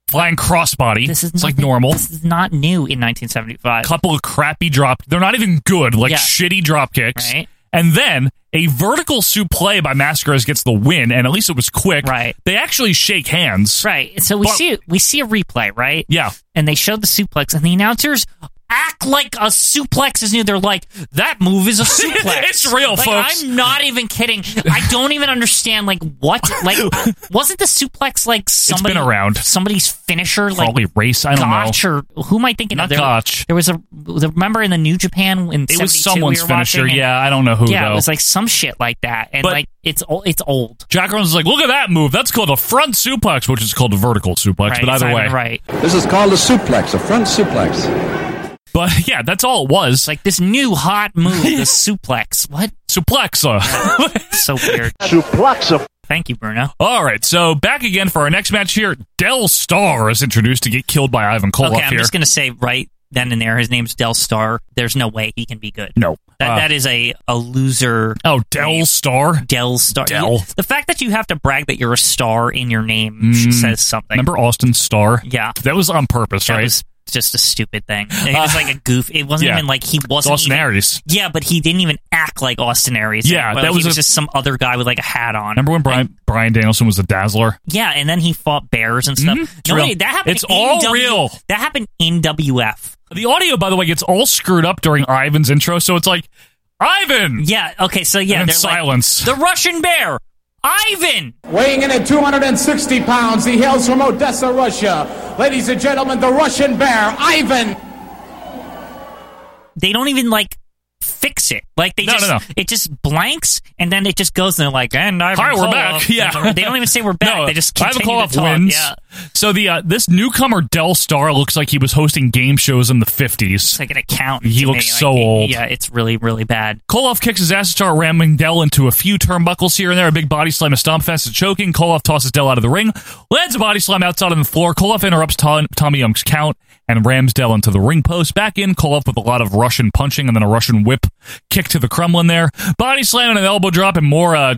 Speaker 1: flying crossbody.
Speaker 2: This is
Speaker 1: it's like
Speaker 2: nothing-
Speaker 1: normal.
Speaker 2: This is not new in 1975.
Speaker 1: couple of crappy drop. They're not even good, like
Speaker 2: Yeah.
Speaker 1: shitty drop kicks.
Speaker 2: Right.
Speaker 1: And then a vertical suplex by Mascaras gets the win, and at least it was quick.
Speaker 2: Right.
Speaker 1: They actually shake hands.
Speaker 2: Right. So we
Speaker 1: But-
Speaker 2: see we see a replay, right?
Speaker 1: Yeah.
Speaker 2: And they show the suplex, and the announcers act like a suplex is new. They're like, that move is a suplex.
Speaker 1: [LAUGHS] It's real,
Speaker 2: like,
Speaker 1: folks.
Speaker 2: I'm not even kidding. I don't even understand. Like what? Like
Speaker 1: [LAUGHS]
Speaker 2: wasn't the suplex like somebody
Speaker 1: been around.
Speaker 2: Somebody's finisher, like
Speaker 1: Probably race. I don't
Speaker 2: Gotch
Speaker 1: know.
Speaker 2: or who am I thinking
Speaker 1: Not
Speaker 2: of? There,
Speaker 1: Gotch.
Speaker 2: There was a remember in the New Japan in
Speaker 1: It was
Speaker 2: 72
Speaker 1: someone's
Speaker 2: we were
Speaker 1: finisher.
Speaker 2: watching, and-
Speaker 1: yeah, I don't know who
Speaker 2: yeah,
Speaker 1: though.
Speaker 2: it was like some shit like that, and
Speaker 1: But-
Speaker 2: like it's o- it's old.
Speaker 1: Jack Rollins is like, look at that move. That's called a front suplex, which is called a vertical suplex.
Speaker 2: Right,
Speaker 1: but either
Speaker 2: Simon
Speaker 1: way,
Speaker 2: right.
Speaker 5: This is called a suplex, a front suplex.
Speaker 1: but [LAUGHS] yeah, that's all it was.
Speaker 2: Like this new hot
Speaker 1: [LAUGHS]
Speaker 2: move, the suplex. What?
Speaker 1: suplexa.
Speaker 2: So weird.
Speaker 19: Suplexa.
Speaker 2: Thank you, Bruno.
Speaker 1: [LAUGHS] all right, so back again for our next match here. Del Star is introduced to get killed by Ivan Koloff
Speaker 2: Okay, I'm
Speaker 1: here.
Speaker 2: just gonna say right then and there, his name's Del Star. There's no way he can be good.
Speaker 1: no,
Speaker 2: That,
Speaker 1: Uh,
Speaker 2: that is a, a loser.
Speaker 1: oh Del Star.
Speaker 2: Del Star.
Speaker 1: Del.
Speaker 2: The fact that you have to brag that you're a star in your name says something.
Speaker 1: Mm. Remember Austin Starr?
Speaker 2: Yeah.
Speaker 1: That was on purpose,
Speaker 2: That
Speaker 1: right? Uh.
Speaker 2: was just a stupid thing. It was like a goof. It wasn't
Speaker 1: yeah.
Speaker 2: even like he
Speaker 1: It's
Speaker 2: wasn't
Speaker 1: Austin
Speaker 2: even-
Speaker 1: Aries.
Speaker 2: Yeah, but he didn't even act like Austin Aries.
Speaker 1: Yeah,
Speaker 2: Well,
Speaker 1: that
Speaker 2: he
Speaker 1: was
Speaker 2: was,
Speaker 1: a-
Speaker 2: just some other guy with like a hat on.
Speaker 1: Remember when Brian Brian Danielson was the Dazzler?
Speaker 2: Yeah, and then he fought bears and stuff.
Speaker 1: Mhm, it's
Speaker 2: No,
Speaker 1: real.
Speaker 2: wait, that happened.
Speaker 1: It's
Speaker 2: in
Speaker 1: all
Speaker 2: W-
Speaker 1: real.
Speaker 2: That happened in WF.
Speaker 1: The audio, by the way, gets all screwed up during Ivan's intro, so it's like Ivan.
Speaker 2: Yeah. Okay. So yeah,
Speaker 1: And
Speaker 2: they're
Speaker 1: silence.
Speaker 2: Like, the Russian bear. Ivan!
Speaker 9: Weighing in at 260 pounds, he hails from Odessa, Russia. Ladies and gentlemen, the Russian bear, Ivan!
Speaker 2: They don't even like fix it. Like they
Speaker 1: No,
Speaker 2: just
Speaker 1: no, no.
Speaker 2: it just blanks and then it just goes and they're like, and Ivan
Speaker 1: Hi, we're
Speaker 2: Koloff."
Speaker 1: back. Yeah,
Speaker 2: They don't even say we're
Speaker 1: [LAUGHS]
Speaker 2: back.
Speaker 1: No,
Speaker 2: they just
Speaker 1: Ivan
Speaker 2: continue
Speaker 1: Koloff
Speaker 2: to talk.
Speaker 1: wins.
Speaker 2: Yeah.
Speaker 1: So the uh, this newcomer Del Star looks like he was hosting game shows in the fifties.
Speaker 2: It's like an account.
Speaker 1: He looks so old.
Speaker 2: Yeah, it's really, really bad.
Speaker 1: Koloff kicks his ass to start ramming Dell into a few turnbuckles here and there. A big body slam, a stomp fest, a choking. Koloff tosses Dell out of the ring, lands a body slam outside on the floor. Koloff interrupts Tom, Tommy Young's count and rams Dell into the ring post. Back in, Koloff with a lot of Russian punching and then a Russian whip kick to the Kremlin there. Body slam and an elbow drop and more uh,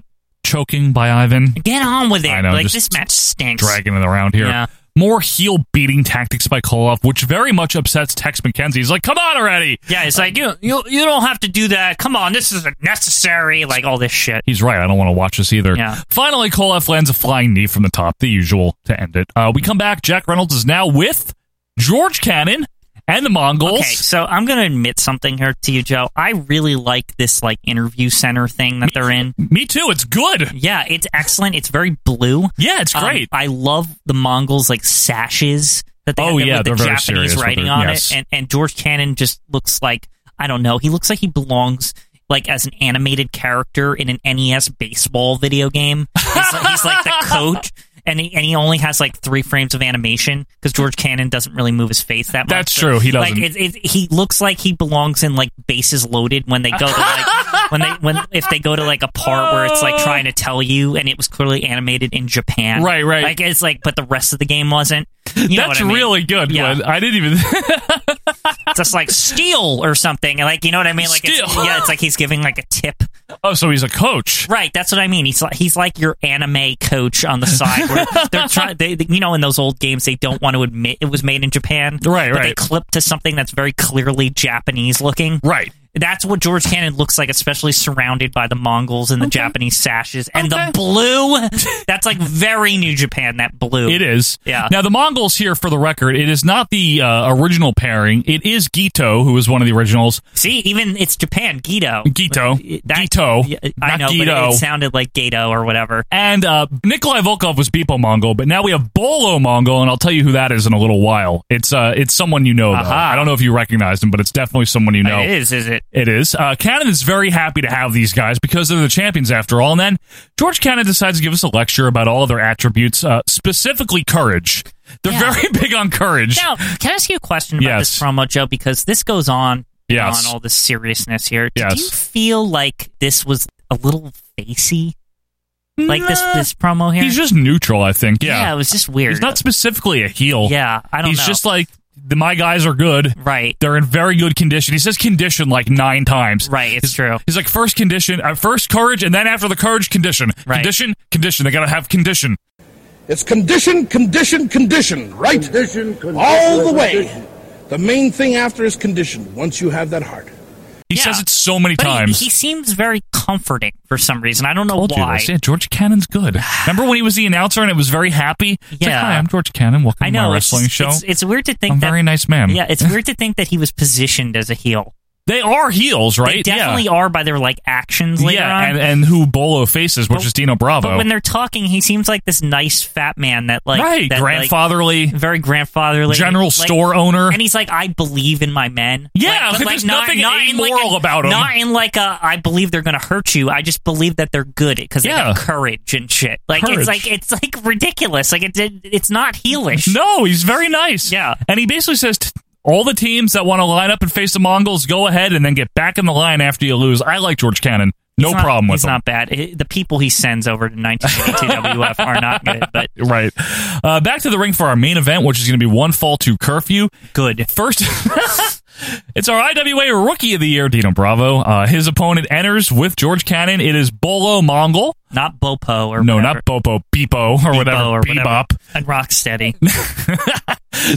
Speaker 1: choking by Ivan.
Speaker 2: Get on with it.
Speaker 1: I know,
Speaker 2: like
Speaker 1: just
Speaker 2: this match stinks.
Speaker 1: dragging it around here.
Speaker 2: Yeah.
Speaker 1: More heel beating tactics by Koloff, which very much upsets Tex McKenzie. He's like, come on already.
Speaker 2: Yeah, it's like you, you you don't have to do that. Come on, this isn't necessary. Like all this shit.
Speaker 1: He's right. I don't want to watch this either.
Speaker 2: Yeah.
Speaker 1: Finally, Koloff lands a flying knee from the top, the usual, to end it. Uh, we come back. Jack Reynolds is now with George Cannon and the Mongols.
Speaker 2: Okay, so I'm gonna admit something here to you, Joe. I really like this like interview center thing that they're in.
Speaker 1: Me too. It's good.
Speaker 2: Yeah, it's excellent. It's very blue.
Speaker 1: Yeah, it's
Speaker 2: Um,
Speaker 1: great.
Speaker 2: I love the Mongols like sashes that they
Speaker 1: Oh,
Speaker 2: have there
Speaker 1: yeah,
Speaker 2: with the
Speaker 1: they're very serious
Speaker 2: Japanese
Speaker 1: with
Speaker 2: writing
Speaker 1: their-
Speaker 2: on
Speaker 1: yes.
Speaker 2: it, and and George Cannon just looks like I don't know. He looks like he belongs like as an animated character in an NES baseball video game. He's like,
Speaker 1: [LAUGHS]
Speaker 2: he's like the coach. And he, and he only has like three frames of animation because George Cannon doesn't really move his face that much.
Speaker 1: That's true, he
Speaker 2: Like,
Speaker 1: doesn't.
Speaker 2: it, it, he looks like he belongs in like bases loaded when they go to
Speaker 1: [LAUGHS]
Speaker 2: like when they when if they go to like a part where it's like trying to tell you and it was clearly animated in Japan.
Speaker 1: Right, right.
Speaker 2: Like it's like but the rest of the game wasn't. You know
Speaker 1: That's
Speaker 2: what I mean?
Speaker 1: really good.
Speaker 2: Yeah.
Speaker 1: Glenn. I didn't even. [LAUGHS]
Speaker 2: Just like steal or something. Like you know what I mean? Like it's,
Speaker 1: Steal.
Speaker 2: yeah, it's like he's giving like a tip.
Speaker 1: oh, so he's a coach.
Speaker 2: Right, that's what I mean. He's like he's like your anime coach on the side.
Speaker 1: [LAUGHS]
Speaker 2: Where they're trying, they, they- you know, in those old games, they don't want to admit it was made in Japan.
Speaker 1: Right,
Speaker 2: but They
Speaker 1: right.
Speaker 2: clip to something that's very clearly Japanese looking.
Speaker 1: Right.
Speaker 2: That's what George Cannon looks like, especially surrounded by the Mongols and the Japanese sashes and the blue. That's like very New Japan. That blue.
Speaker 1: It is.
Speaker 2: Yeah.
Speaker 1: Now the Mongols here, for the record, it is not the uh, original pairing. It is Gito, who is one of the originals.
Speaker 2: See, even it's Japan. Gito.
Speaker 1: Gito. Gito.
Speaker 2: Yeah, I
Speaker 1: Not
Speaker 2: know,
Speaker 1: Gito.
Speaker 2: but it sounded like Gato or whatever.
Speaker 1: And uh, Nikolai Volkov was Beepo Mongol, but now we have Bolo Mongol, and I'll tell you who that is in a little while. It's uh, it's someone you know. Though.
Speaker 2: Aha.
Speaker 1: I don't know if you recognize him, but it's definitely someone you know.
Speaker 2: It is, is it?
Speaker 1: It is. Uh, Cannon is very happy to have these guys because they're the champions after all. And then George Cannon decides to give us a lecture about all of their attributes, uh, specifically courage. They're
Speaker 2: Yeah.
Speaker 1: very [LAUGHS] big on courage.
Speaker 2: Now, can I ask you a question about
Speaker 1: Yes.
Speaker 2: this promo, Joe? Because this goes on
Speaker 1: Yes.
Speaker 2: on all this seriousness here. Did
Speaker 1: Yes.
Speaker 2: you feel like this was a little facey? Like this
Speaker 1: Nah.
Speaker 2: this promo here?
Speaker 1: He's just neutral, I think. Yeah.
Speaker 2: it was just weird.
Speaker 1: He's not specifically a heel.
Speaker 2: yeah, I don't
Speaker 1: He's
Speaker 2: know.
Speaker 1: just like, the, my guys are good.
Speaker 2: right.
Speaker 1: They're in very good condition. He says condition like nine times.
Speaker 2: Right, it's
Speaker 1: he's,
Speaker 2: true.
Speaker 1: He's like first condition, uh, first courage, and then after the courage, condition,
Speaker 2: Right.
Speaker 1: condition, condition. They gotta have condition.
Speaker 3: It's condition, condition, condition, right? Condition, condition. All the way. The main thing after is condition, once you have that heart.
Speaker 1: He
Speaker 2: Yeah.
Speaker 1: says it so many
Speaker 2: But he-
Speaker 1: times.
Speaker 2: He, seems very comforting for some reason. I don't know
Speaker 1: Told you
Speaker 2: why.
Speaker 1: this. Yeah, George Cannon's good. Remember when he was the announcer and it was very happy? It's like,
Speaker 2: Yeah.
Speaker 1: Hi, I'm George Cannon. Welcome
Speaker 2: I
Speaker 1: to
Speaker 2: know
Speaker 1: my
Speaker 2: it's-
Speaker 1: wrestling show.
Speaker 2: It's, it's weird to think
Speaker 1: I'm a
Speaker 2: that
Speaker 1: very nice man.
Speaker 2: Yeah, it's weird to think that he was positioned as a heel.
Speaker 1: they are heels, right?
Speaker 2: They definitely
Speaker 1: yeah.
Speaker 2: are by their like actions later
Speaker 1: yeah,
Speaker 2: on.
Speaker 1: and, and who Bolo faces, which
Speaker 2: But-
Speaker 1: is Dino Bravo.
Speaker 2: But when they're talking, he seems like this nice fat man that like
Speaker 1: right,
Speaker 2: that, like,
Speaker 1: grandfatherly,
Speaker 2: very grandfatherly,
Speaker 1: general
Speaker 2: like-
Speaker 1: store owner.
Speaker 2: and he's like, I believe in my men.
Speaker 1: Yeah,
Speaker 2: Like, but, like,
Speaker 1: there's nothing
Speaker 2: in like
Speaker 1: amoral
Speaker 2: a-
Speaker 1: about him.
Speaker 2: Not in like a, I believe they're gonna hurt you. I just believe that they're good because they
Speaker 1: Yeah.
Speaker 2: have courage and shit. Like
Speaker 1: Courage.
Speaker 2: it's like it's like ridiculous. Like it, it it's not heelish.
Speaker 1: No, he's very nice.
Speaker 2: Yeah.
Speaker 1: And he basically says t- all the teams that want to line up and face the Mongols, go ahead and then get back in the line after you lose. I like George Cannon. No
Speaker 2: He's not-
Speaker 1: problem with
Speaker 2: he's
Speaker 1: him.
Speaker 2: not bad. It- the people he sends over to 1982 WF are not good, but
Speaker 1: [LAUGHS] Right. Uh, back to the ring for our main event, which is going to be one fall to curfew.
Speaker 2: good.
Speaker 1: First, [LAUGHS] it's our IWA Rookie of the Year, Dino Bravo. Uh, his opponent enters with George Cannon. It is Bolo Mongol.
Speaker 2: Not Bopo or
Speaker 1: No,
Speaker 2: whatever.
Speaker 1: not Bopo, Beepo, or whatever.
Speaker 2: Bebo or whatever.
Speaker 1: Bebop.
Speaker 2: and Rocksteady.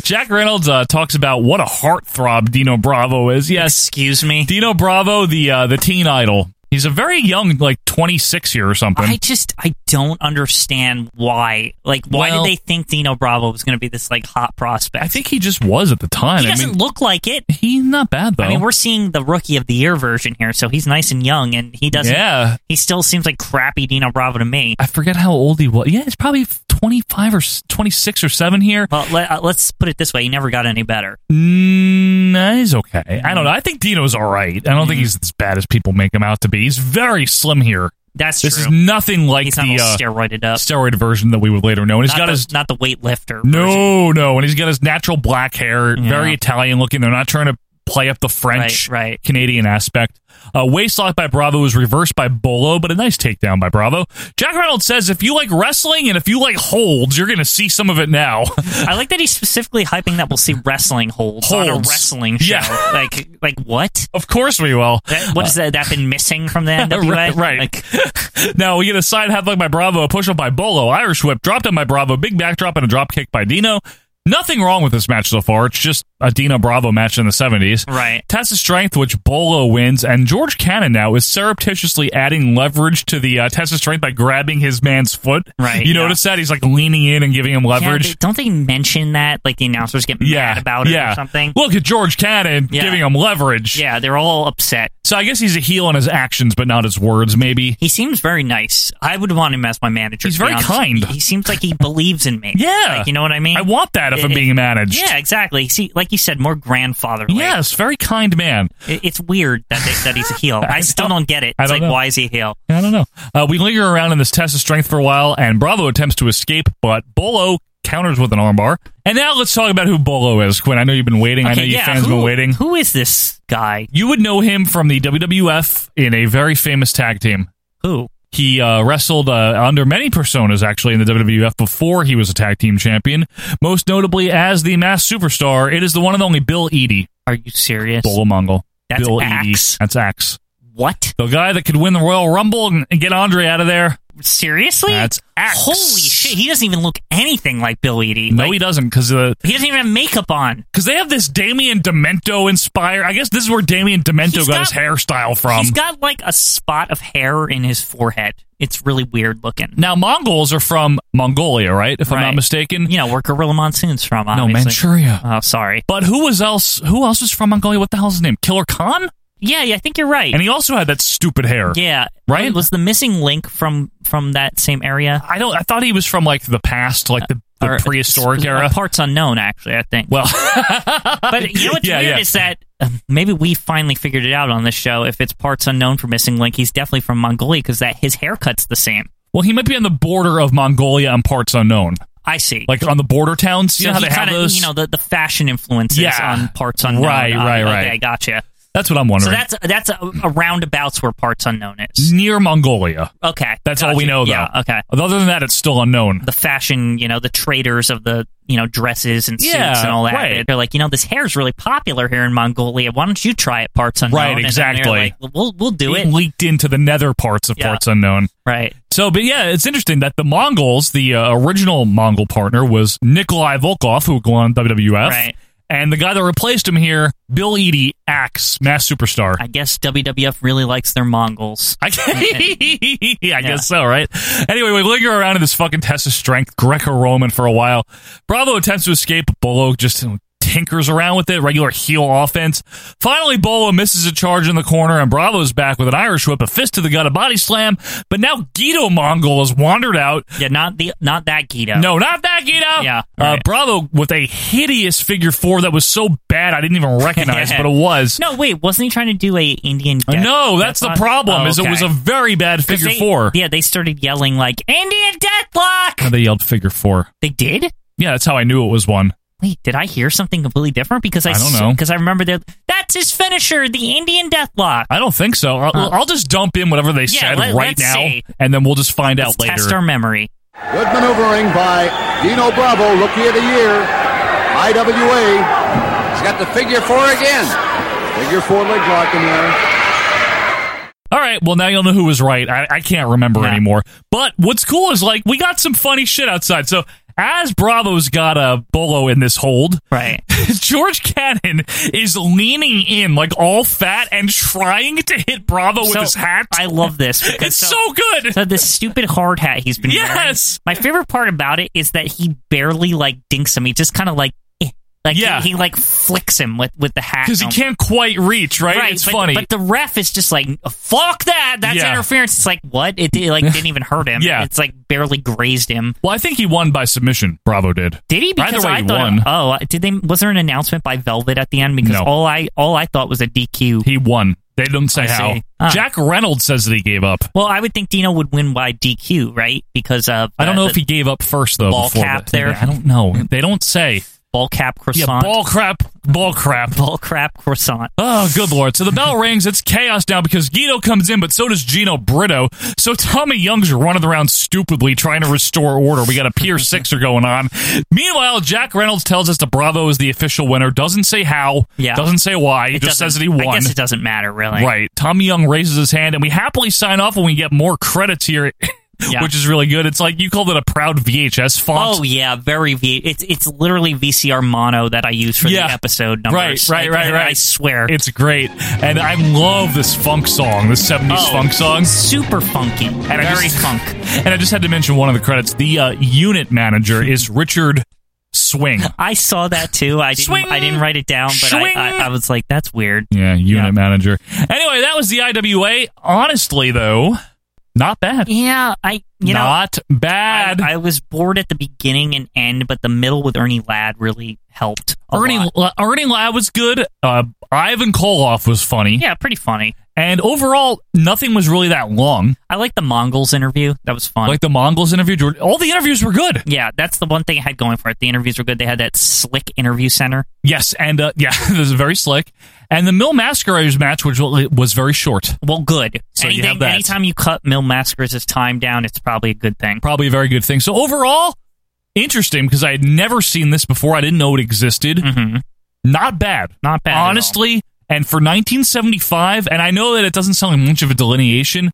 Speaker 1: Jack Reynolds uh, talks about what a heartthrob Dino Bravo is. [LAUGHS] Yes,
Speaker 2: Excuse me.
Speaker 1: Dino Bravo, the uh, the teen idol. He's a very young, like 26 here or something.
Speaker 2: I just I don't understand why. Like, why
Speaker 1: Well-
Speaker 2: did they think Dino Bravo was going to be this like hot prospect?
Speaker 1: I think he just was at the time.
Speaker 2: he
Speaker 1: I
Speaker 2: doesn't
Speaker 1: mean,
Speaker 2: look like it.
Speaker 1: he's not bad though.
Speaker 2: I mean, we're seeing the rookie of the year version here, so he's nice and young, and he doesn't.
Speaker 1: Yeah.
Speaker 2: he still seems like crappy Dino Bravo to me.
Speaker 1: I forget how old he was. Yeah, it's probably 25 or s- 26 or 7 here.
Speaker 2: Well, let, uh, let's put it this way: he never got any better.
Speaker 1: Mm, nah, he's okay. I don't know. I think Dino's all right. I don't think he's as bad as people make him out to be. He's very slim here.
Speaker 2: That's
Speaker 1: This
Speaker 2: true.
Speaker 1: is nothing like
Speaker 2: he's
Speaker 1: the
Speaker 2: not all
Speaker 1: uh,
Speaker 2: steroided up.
Speaker 1: steroid version that we would later know. And he's
Speaker 2: not
Speaker 1: got
Speaker 2: the,
Speaker 1: his
Speaker 2: not the weightlifter. version.
Speaker 1: no, no, and he's got his natural black hair,
Speaker 2: Yeah.
Speaker 1: very Italian looking. They're not trying to play up the French
Speaker 2: Right, right.
Speaker 1: Canadian aspect. Uh, waist lock by Bravo was reversed by Bolo, but a nice takedown by Bravo. Jack Reynolds says if you like wrestling and if you like holds, you're going to see some of it now. [LAUGHS]
Speaker 2: I like that he's specifically hyping that we'll see wrestling holds, on a
Speaker 1: Holds.
Speaker 2: wrestling show.
Speaker 1: Yeah.
Speaker 2: Like, like what?
Speaker 1: of course we will.
Speaker 2: That, what is that? That been missing from the
Speaker 1: [LAUGHS]
Speaker 2: NWA?
Speaker 1: Right, right.
Speaker 2: Like,
Speaker 1: [LAUGHS] now we get a side headlock by Bravo, a push up by Bolo, Irish whip, drop down by Bravo, big backdrop, and a drop kick by Dino. Nothing wrong with this match so far. It's just a Dino Bravo match in the 70s.
Speaker 2: Right.
Speaker 1: Test of strength, which Bolo wins, and George Cannon now is surreptitiously adding leverage to the uh, test of strength by grabbing his man's foot.
Speaker 2: Right,
Speaker 1: You
Speaker 2: yeah.
Speaker 1: notice that? He's like leaning in and giving him
Speaker 2: yeah,
Speaker 1: leverage.
Speaker 2: they- don't they mention that? Like the announcers get mad
Speaker 1: Yeah,
Speaker 2: about it
Speaker 1: yeah.
Speaker 2: or something.
Speaker 1: Look at George Cannon
Speaker 2: Yeah.
Speaker 1: giving him leverage.
Speaker 2: yeah, they're all upset.
Speaker 1: So I guess he's a heel on his actions, but not his words, maybe.
Speaker 2: He seems very nice. I would want him as my manager.
Speaker 1: He's
Speaker 2: to be
Speaker 1: very
Speaker 2: honest.
Speaker 1: kind.
Speaker 2: He, he seems like he believes in me.
Speaker 1: Yeah.
Speaker 2: Like, you know what I mean?
Speaker 1: I want that if I'm
Speaker 2: It-
Speaker 1: being managed.
Speaker 2: Yeah, exactly. See, like you said, more grandfatherly.
Speaker 1: Yes, very kind man.
Speaker 2: It- it's weird that they, that he's a heel. I, still don't get it.
Speaker 1: [LAUGHS] I
Speaker 2: It's
Speaker 1: don't
Speaker 2: like,
Speaker 1: know.
Speaker 2: why is he a heel?
Speaker 1: I don't know. Uh, we linger around in this test of strength for a while, and Bravo attempts to escape, but Bolo counters with an armbar. And now let's talk about who Bolo is, Quinn. I know you've been waiting. I know
Speaker 2: Okay,
Speaker 1: you
Speaker 2: yeah,
Speaker 1: fans have
Speaker 2: who-
Speaker 1: been waiting.
Speaker 2: Who is this guy?
Speaker 1: You would know him from the WWF in a very famous tag team.
Speaker 2: Who?
Speaker 1: He uh, wrestled uh, under many personas, actually, in the WWF before he was a tag team champion, most notably as the mass superstar. It is the one and only Bill Eadie.
Speaker 2: Are you serious?
Speaker 1: Bolo Mongol.
Speaker 2: That's
Speaker 1: Bill
Speaker 2: Axe?
Speaker 1: Eadie. That's Axe.
Speaker 2: What?
Speaker 1: The guy that could win the Royal Rumble and and get Andre out of there.
Speaker 2: Seriously?
Speaker 1: That's Axe.
Speaker 2: Holy shit! He doesn't even look anything like Bill Eadie.
Speaker 1: No,
Speaker 2: Like,
Speaker 1: he doesn't, because
Speaker 2: he doesn't even have makeup on.
Speaker 1: because they have this Damien Demento inspired. I guess this is where Damien Demento
Speaker 2: He's
Speaker 1: got,
Speaker 2: got-
Speaker 1: his hairstyle from.
Speaker 2: He's got like a spot of hair in his forehead. It's really weird looking.
Speaker 1: now Mongols are from Mongolia, right? If I'm
Speaker 2: Right.
Speaker 1: not mistaken.
Speaker 2: You know where Gorilla Monsoon's from.
Speaker 1: No,
Speaker 2: Obviously.
Speaker 1: Manchuria.
Speaker 2: Oh, sorry.
Speaker 1: But who was else? Who else was from Mongolia? What the hell's his name? Killer Khan.
Speaker 2: Yeah, yeah, I think you're right.
Speaker 1: And he also had that stupid hair.
Speaker 2: yeah,
Speaker 1: Right?
Speaker 2: It was the missing link from from that same area.
Speaker 1: I don't. I thought he was from like the past, like the, the
Speaker 2: Or-
Speaker 1: prehistoric
Speaker 2: uh,
Speaker 1: era.
Speaker 2: Parts unknown, actually. I think.
Speaker 1: well, [LAUGHS]
Speaker 2: But you know what's
Speaker 1: Yeah,
Speaker 2: weird
Speaker 1: yeah.
Speaker 2: is that uh, maybe we finally figured it out on this show. If it's parts unknown for Missing Link, he's definitely from Mongolia because that his haircut's the same.
Speaker 1: well, he might be on the border of Mongolia and parts unknown,
Speaker 2: I see.
Speaker 1: like on the border towns. You
Speaker 2: so
Speaker 1: know how
Speaker 2: he
Speaker 1: they have
Speaker 2: kinda-
Speaker 1: those.
Speaker 2: You know the, the fashion influences
Speaker 1: Yeah.
Speaker 2: on parts unknown.
Speaker 1: Right,
Speaker 2: Uh,
Speaker 1: right, right.
Speaker 2: Okay, I gotcha.
Speaker 1: that's what I'm wondering.
Speaker 2: So that's that's a, a roundabouts where parts unknown is.
Speaker 1: near Mongolia.
Speaker 2: Okay,
Speaker 1: Mm. That's
Speaker 2: gotcha.
Speaker 1: all we know, though.
Speaker 2: Yeah, okay.
Speaker 1: Other than that, it's still unknown.
Speaker 2: The fashion, you know, the traders of the you know dresses and suits
Speaker 1: Yeah,
Speaker 2: and all that.
Speaker 1: right.
Speaker 2: They're like, you know, this hair's really popular here in Mongolia. Why don't you try it, parts unknown?
Speaker 1: Right,
Speaker 2: And then they're
Speaker 1: exactly.
Speaker 2: like, "Well, we'll we'll
Speaker 1: [LAUGHS]
Speaker 2: do it.
Speaker 1: leaked into the nether parts of
Speaker 2: Yeah.
Speaker 1: parts unknown.
Speaker 2: Right.
Speaker 1: So, but yeah, it's interesting that the Mongols, the uh, original Mongol partner, was Nikolai Volkov, who won WWF.
Speaker 2: Right.
Speaker 1: And the guy that replaced him here, Bill Eadie, Axe, mass superstar.
Speaker 2: I guess WWF really likes their Mongols.
Speaker 1: I, I guess [LAUGHS] so, right? Anyway, we linger around in this fucking test of strength, Greco-Roman for a while. Bravo attempts to escape, but Bolo just tinkers around with it, regular heel offense. Finally, Bolo misses a charge in the corner, and Bravo's back with an Irish whip, a fist to the gut, a body slam. But now Guido Mongol has wandered out.
Speaker 2: Yeah, not the not that Guido.
Speaker 1: No, not that Guido.
Speaker 2: Yeah,
Speaker 1: Uh,
Speaker 2: right.
Speaker 1: Bravo with a hideous figure four that was so bad I didn't even
Speaker 2: [LAUGHS]
Speaker 1: recognize, but it was.
Speaker 2: No, wait, wasn't he trying to do a Indian death?
Speaker 1: No, that's the
Speaker 2: deathlock?
Speaker 1: problem.
Speaker 2: Oh,
Speaker 1: Is it
Speaker 2: okay.
Speaker 1: was a very bad
Speaker 2: 'Cause
Speaker 1: figure
Speaker 2: they-
Speaker 1: four.
Speaker 2: Yeah, they started yelling like Indian
Speaker 1: And
Speaker 2: deathlock.
Speaker 1: they yelled figure four.
Speaker 2: They did.
Speaker 1: Yeah, that's how I knew it was one.
Speaker 2: Wait, did I hear something completely different? Because I,
Speaker 1: I don't know.
Speaker 2: Because I remember that that's his finisher, the Indian deathlock.
Speaker 1: I don't think so. I'll,
Speaker 2: Huh.
Speaker 1: I'll just dump in whatever they
Speaker 2: Yeah,
Speaker 1: said
Speaker 2: let-
Speaker 1: right
Speaker 2: let's
Speaker 1: now,
Speaker 2: see.
Speaker 1: and then we'll just find
Speaker 2: Let's
Speaker 1: out later.
Speaker 2: test our memory.
Speaker 5: Good maneuvering by Dino Bravo, rookie of the year, IWA. He's got the figure four again. Figure four leg lock in there.
Speaker 1: All right. Well, now you'll know who was right. I, I can't remember
Speaker 2: Yeah.
Speaker 1: anymore. But what's cool is like we got some funny shit outside. So As Bravo's got a bolo in this hold,
Speaker 2: right?
Speaker 1: [LAUGHS] George Cannon is leaning in like all fat and trying to hit Bravo with
Speaker 2: So,
Speaker 1: his hat.
Speaker 2: I
Speaker 1: [LAUGHS]
Speaker 2: love this. because
Speaker 1: It's so good.
Speaker 2: So this stupid hard hat he's been wearing.
Speaker 1: Yes.
Speaker 2: My favorite part about it is that he barely like dinks him. He just kind of like, eh. like
Speaker 1: Yeah.
Speaker 2: he, he, like flicks him with with the hat
Speaker 1: because he
Speaker 2: Um,
Speaker 1: can't quite reach, right? it's
Speaker 2: but,
Speaker 1: funny.
Speaker 2: but the ref is just like, "Fuck that! That's
Speaker 1: Yeah.
Speaker 2: interference." It's like, what? It, it like didn't even hurt
Speaker 1: [LAUGHS]
Speaker 2: him.
Speaker 1: Yeah.
Speaker 2: it's like barely grazed him.
Speaker 1: well, I think he won by submission. Bravo did.
Speaker 2: Did he? Because
Speaker 1: Either way,
Speaker 2: I
Speaker 1: he
Speaker 2: thought,
Speaker 1: won.
Speaker 2: oh, did they? Was there an announcement by Velvet at the end? Because
Speaker 1: No.
Speaker 2: all I all I thought was a DQ.
Speaker 1: He won. They didn't say
Speaker 2: I
Speaker 1: how.
Speaker 2: see. Ah.
Speaker 1: Jack Reynolds says that he gave up.
Speaker 2: well, I would think Dino would win by DQ, right? Because of
Speaker 1: I don't
Speaker 2: uh,
Speaker 1: know
Speaker 2: the
Speaker 1: if he gave up first though.
Speaker 2: ball
Speaker 1: before,
Speaker 2: cap
Speaker 1: but-
Speaker 2: there.
Speaker 1: I don't know. They don't
Speaker 2: [LAUGHS]
Speaker 1: say.
Speaker 2: ball cap
Speaker 1: Yeah,
Speaker 2: croissant.
Speaker 1: ball crap, ball crap.
Speaker 2: ball crap croissant.
Speaker 1: Oh, good lord. So the
Speaker 2: [LAUGHS]
Speaker 1: bell rings. It's chaos now because Guido comes in, but so does Gino Brito. So Tommy Young's running around stupidly trying to restore order. We got a
Speaker 2: [LAUGHS]
Speaker 1: Pier Sixer going on. Meanwhile, Jack Reynolds tells us that Bravo is the official winner. Doesn't say how.
Speaker 2: Yeah.
Speaker 1: Doesn't say why. He
Speaker 2: It
Speaker 1: just
Speaker 2: doesn't-
Speaker 1: says that he won.
Speaker 2: I guess it doesn't matter really.
Speaker 1: Right. Tommy Young raises his hand, and we happily sign off when we get more credits here, [LAUGHS]
Speaker 2: Yeah.
Speaker 1: which is really good. It's like you called it a proud VHS font.
Speaker 2: Oh yeah, very V. It's it's literally VCR mono that I use for
Speaker 1: Yeah.
Speaker 2: the episode numbers.
Speaker 1: Right, right,
Speaker 2: I-
Speaker 1: right, right.
Speaker 2: I swear,
Speaker 1: It's great. And I love this funk song, this 70s
Speaker 2: Oh,
Speaker 1: funk song.
Speaker 2: super funky,
Speaker 1: I
Speaker 2: very
Speaker 1: just-
Speaker 2: funk.
Speaker 1: And I just had to mention one of the credits. The uh, unit manager is Richard Swing.
Speaker 2: I saw that too. I didn't.
Speaker 1: Swing.
Speaker 2: I didn't write it down, but I,
Speaker 1: Swing.
Speaker 2: I, I was like, "That's weird."
Speaker 1: Yeah, unit manager. Anyway, that was the IWA. Honestly, though, not bad.
Speaker 2: Yeah, I you
Speaker 1: not
Speaker 2: know
Speaker 1: bad.
Speaker 2: I, I was bored at the beginning and end, but the middle with Ernie Ladd really helped. a
Speaker 1: Ernie
Speaker 2: lot.
Speaker 1: La- Ernie Ladd was good. Uh, Ivan Koloff was funny.
Speaker 2: yeah, pretty funny.
Speaker 1: And overall, nothing was really that long.
Speaker 2: I like the Mongols interview. That was fun.
Speaker 1: Like the Mongols interview, George- all the interviews were good.
Speaker 2: yeah, that's the one thing I had going for it. The interviews were good. They had that slick interview center.
Speaker 1: Yes, and uh, yeah, [LAUGHS] this is very slick. And the Mill Masqueraders match, which wa- was very short.
Speaker 2: Well, good.
Speaker 1: So you
Speaker 2: Anything,
Speaker 1: have that.
Speaker 2: Anytime you cut Mill Masquerades' time down, it's probably a good thing.
Speaker 1: probably a very good thing. So overall, interesting because I had never seen this before. I didn't know it existed.
Speaker 2: hmm
Speaker 1: Not bad.
Speaker 2: Not bad at all.
Speaker 1: Honestly, and for 1975, and I know that it doesn't sound like much of a delineation,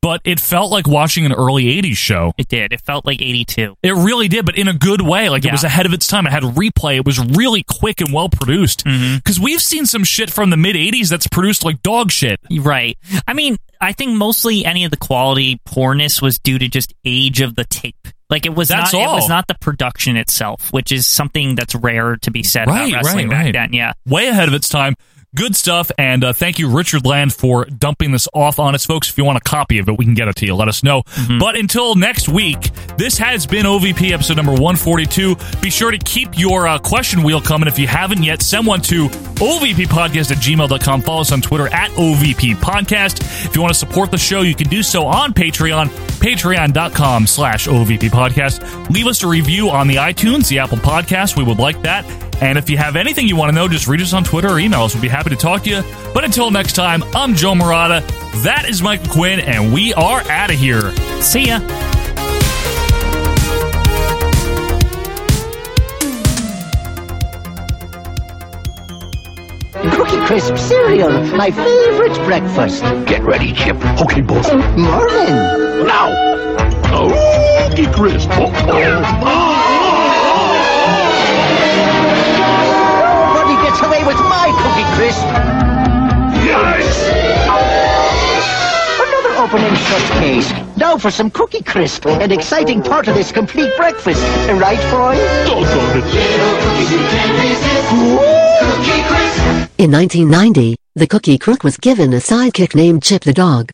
Speaker 1: but it felt like watching an early 80s show.
Speaker 2: It did. It felt like 82.
Speaker 1: It really did, but in a good way. Like it
Speaker 2: Yeah.
Speaker 1: was ahead of its time. It had replay. It was really quick and well produced. Because we've seen some shit from the mid 80s that's produced like dog shit.
Speaker 2: Right. I mean, I think mostly any of the quality poorness was due to just age of the tape. Like it was
Speaker 1: That's
Speaker 2: not
Speaker 1: all.
Speaker 2: it was not the production itself, which is something that's rare to be said
Speaker 1: Right,
Speaker 2: about wrestling
Speaker 1: right,
Speaker 2: back
Speaker 1: right.
Speaker 2: then. Yeah.
Speaker 1: way ahead of its time. Good stuff, and uh, thank you, Richard Land, for dumping this off on us, folks. If you want a copy of it, we can get it to you. Let us know. But until next week, this has been OVP episode number 142. Be sure to keep your uh, question wheel coming. If you haven't yet, send one to ovppodcast at gmail.com. Follow us on Twitter at OVP Podcast. If you want to support the show, you can do so on Patreon, patreon.com slash OVP Podcast. Leave us a review on the iTunes, the Apple Podcast. We would like that. And if you have anything you want to know, just read us on Twitter or email us. We'll be happy to talk to you. But until next time, I'm Joe Morata. That is Michael Quinn, and we are out of here.
Speaker 2: See ya.
Speaker 10: Cookie Crisp cereal, my favorite breakfast.
Speaker 19: Get ready, Chip. Okay, boss.
Speaker 10: Morning.
Speaker 19: Now! Oogie Crisp. Oh, oh,
Speaker 10: Nobody gets away with my Cookie Crisp.
Speaker 19: Yes!
Speaker 10: Another open and shut case. Now for some Cookie Crisp, an exciting part of this complete breakfast. Right, boys?
Speaker 19: Doggone it.
Speaker 12: In 1990, the cookie crook was given a sidekick named Chip the dog.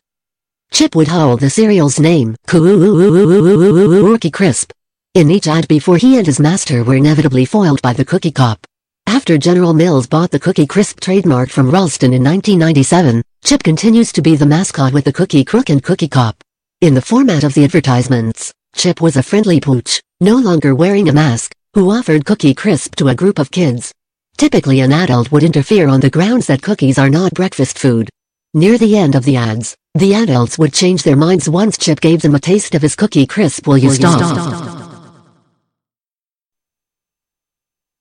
Speaker 12: Chip would howl the cereal's name, Cookie Crisp, in each ad before he and his master were inevitably foiled by the cookie cop. After General Mills bought the Cookie Crisp trademark from Ralston in 1997, Chip continues to be the mascot with the Cookie Crook and Cookie Cop. In the format of the advertisements, Chip was a friendly pooch, no longer wearing a mask, who offered Cookie Crisp to a group of kids. Typically an adult would interfere on the grounds that cookies are not breakfast food. Near the end of the ads, the adults would change their minds once Chip gave them a taste of his cookie crisp will you, stop?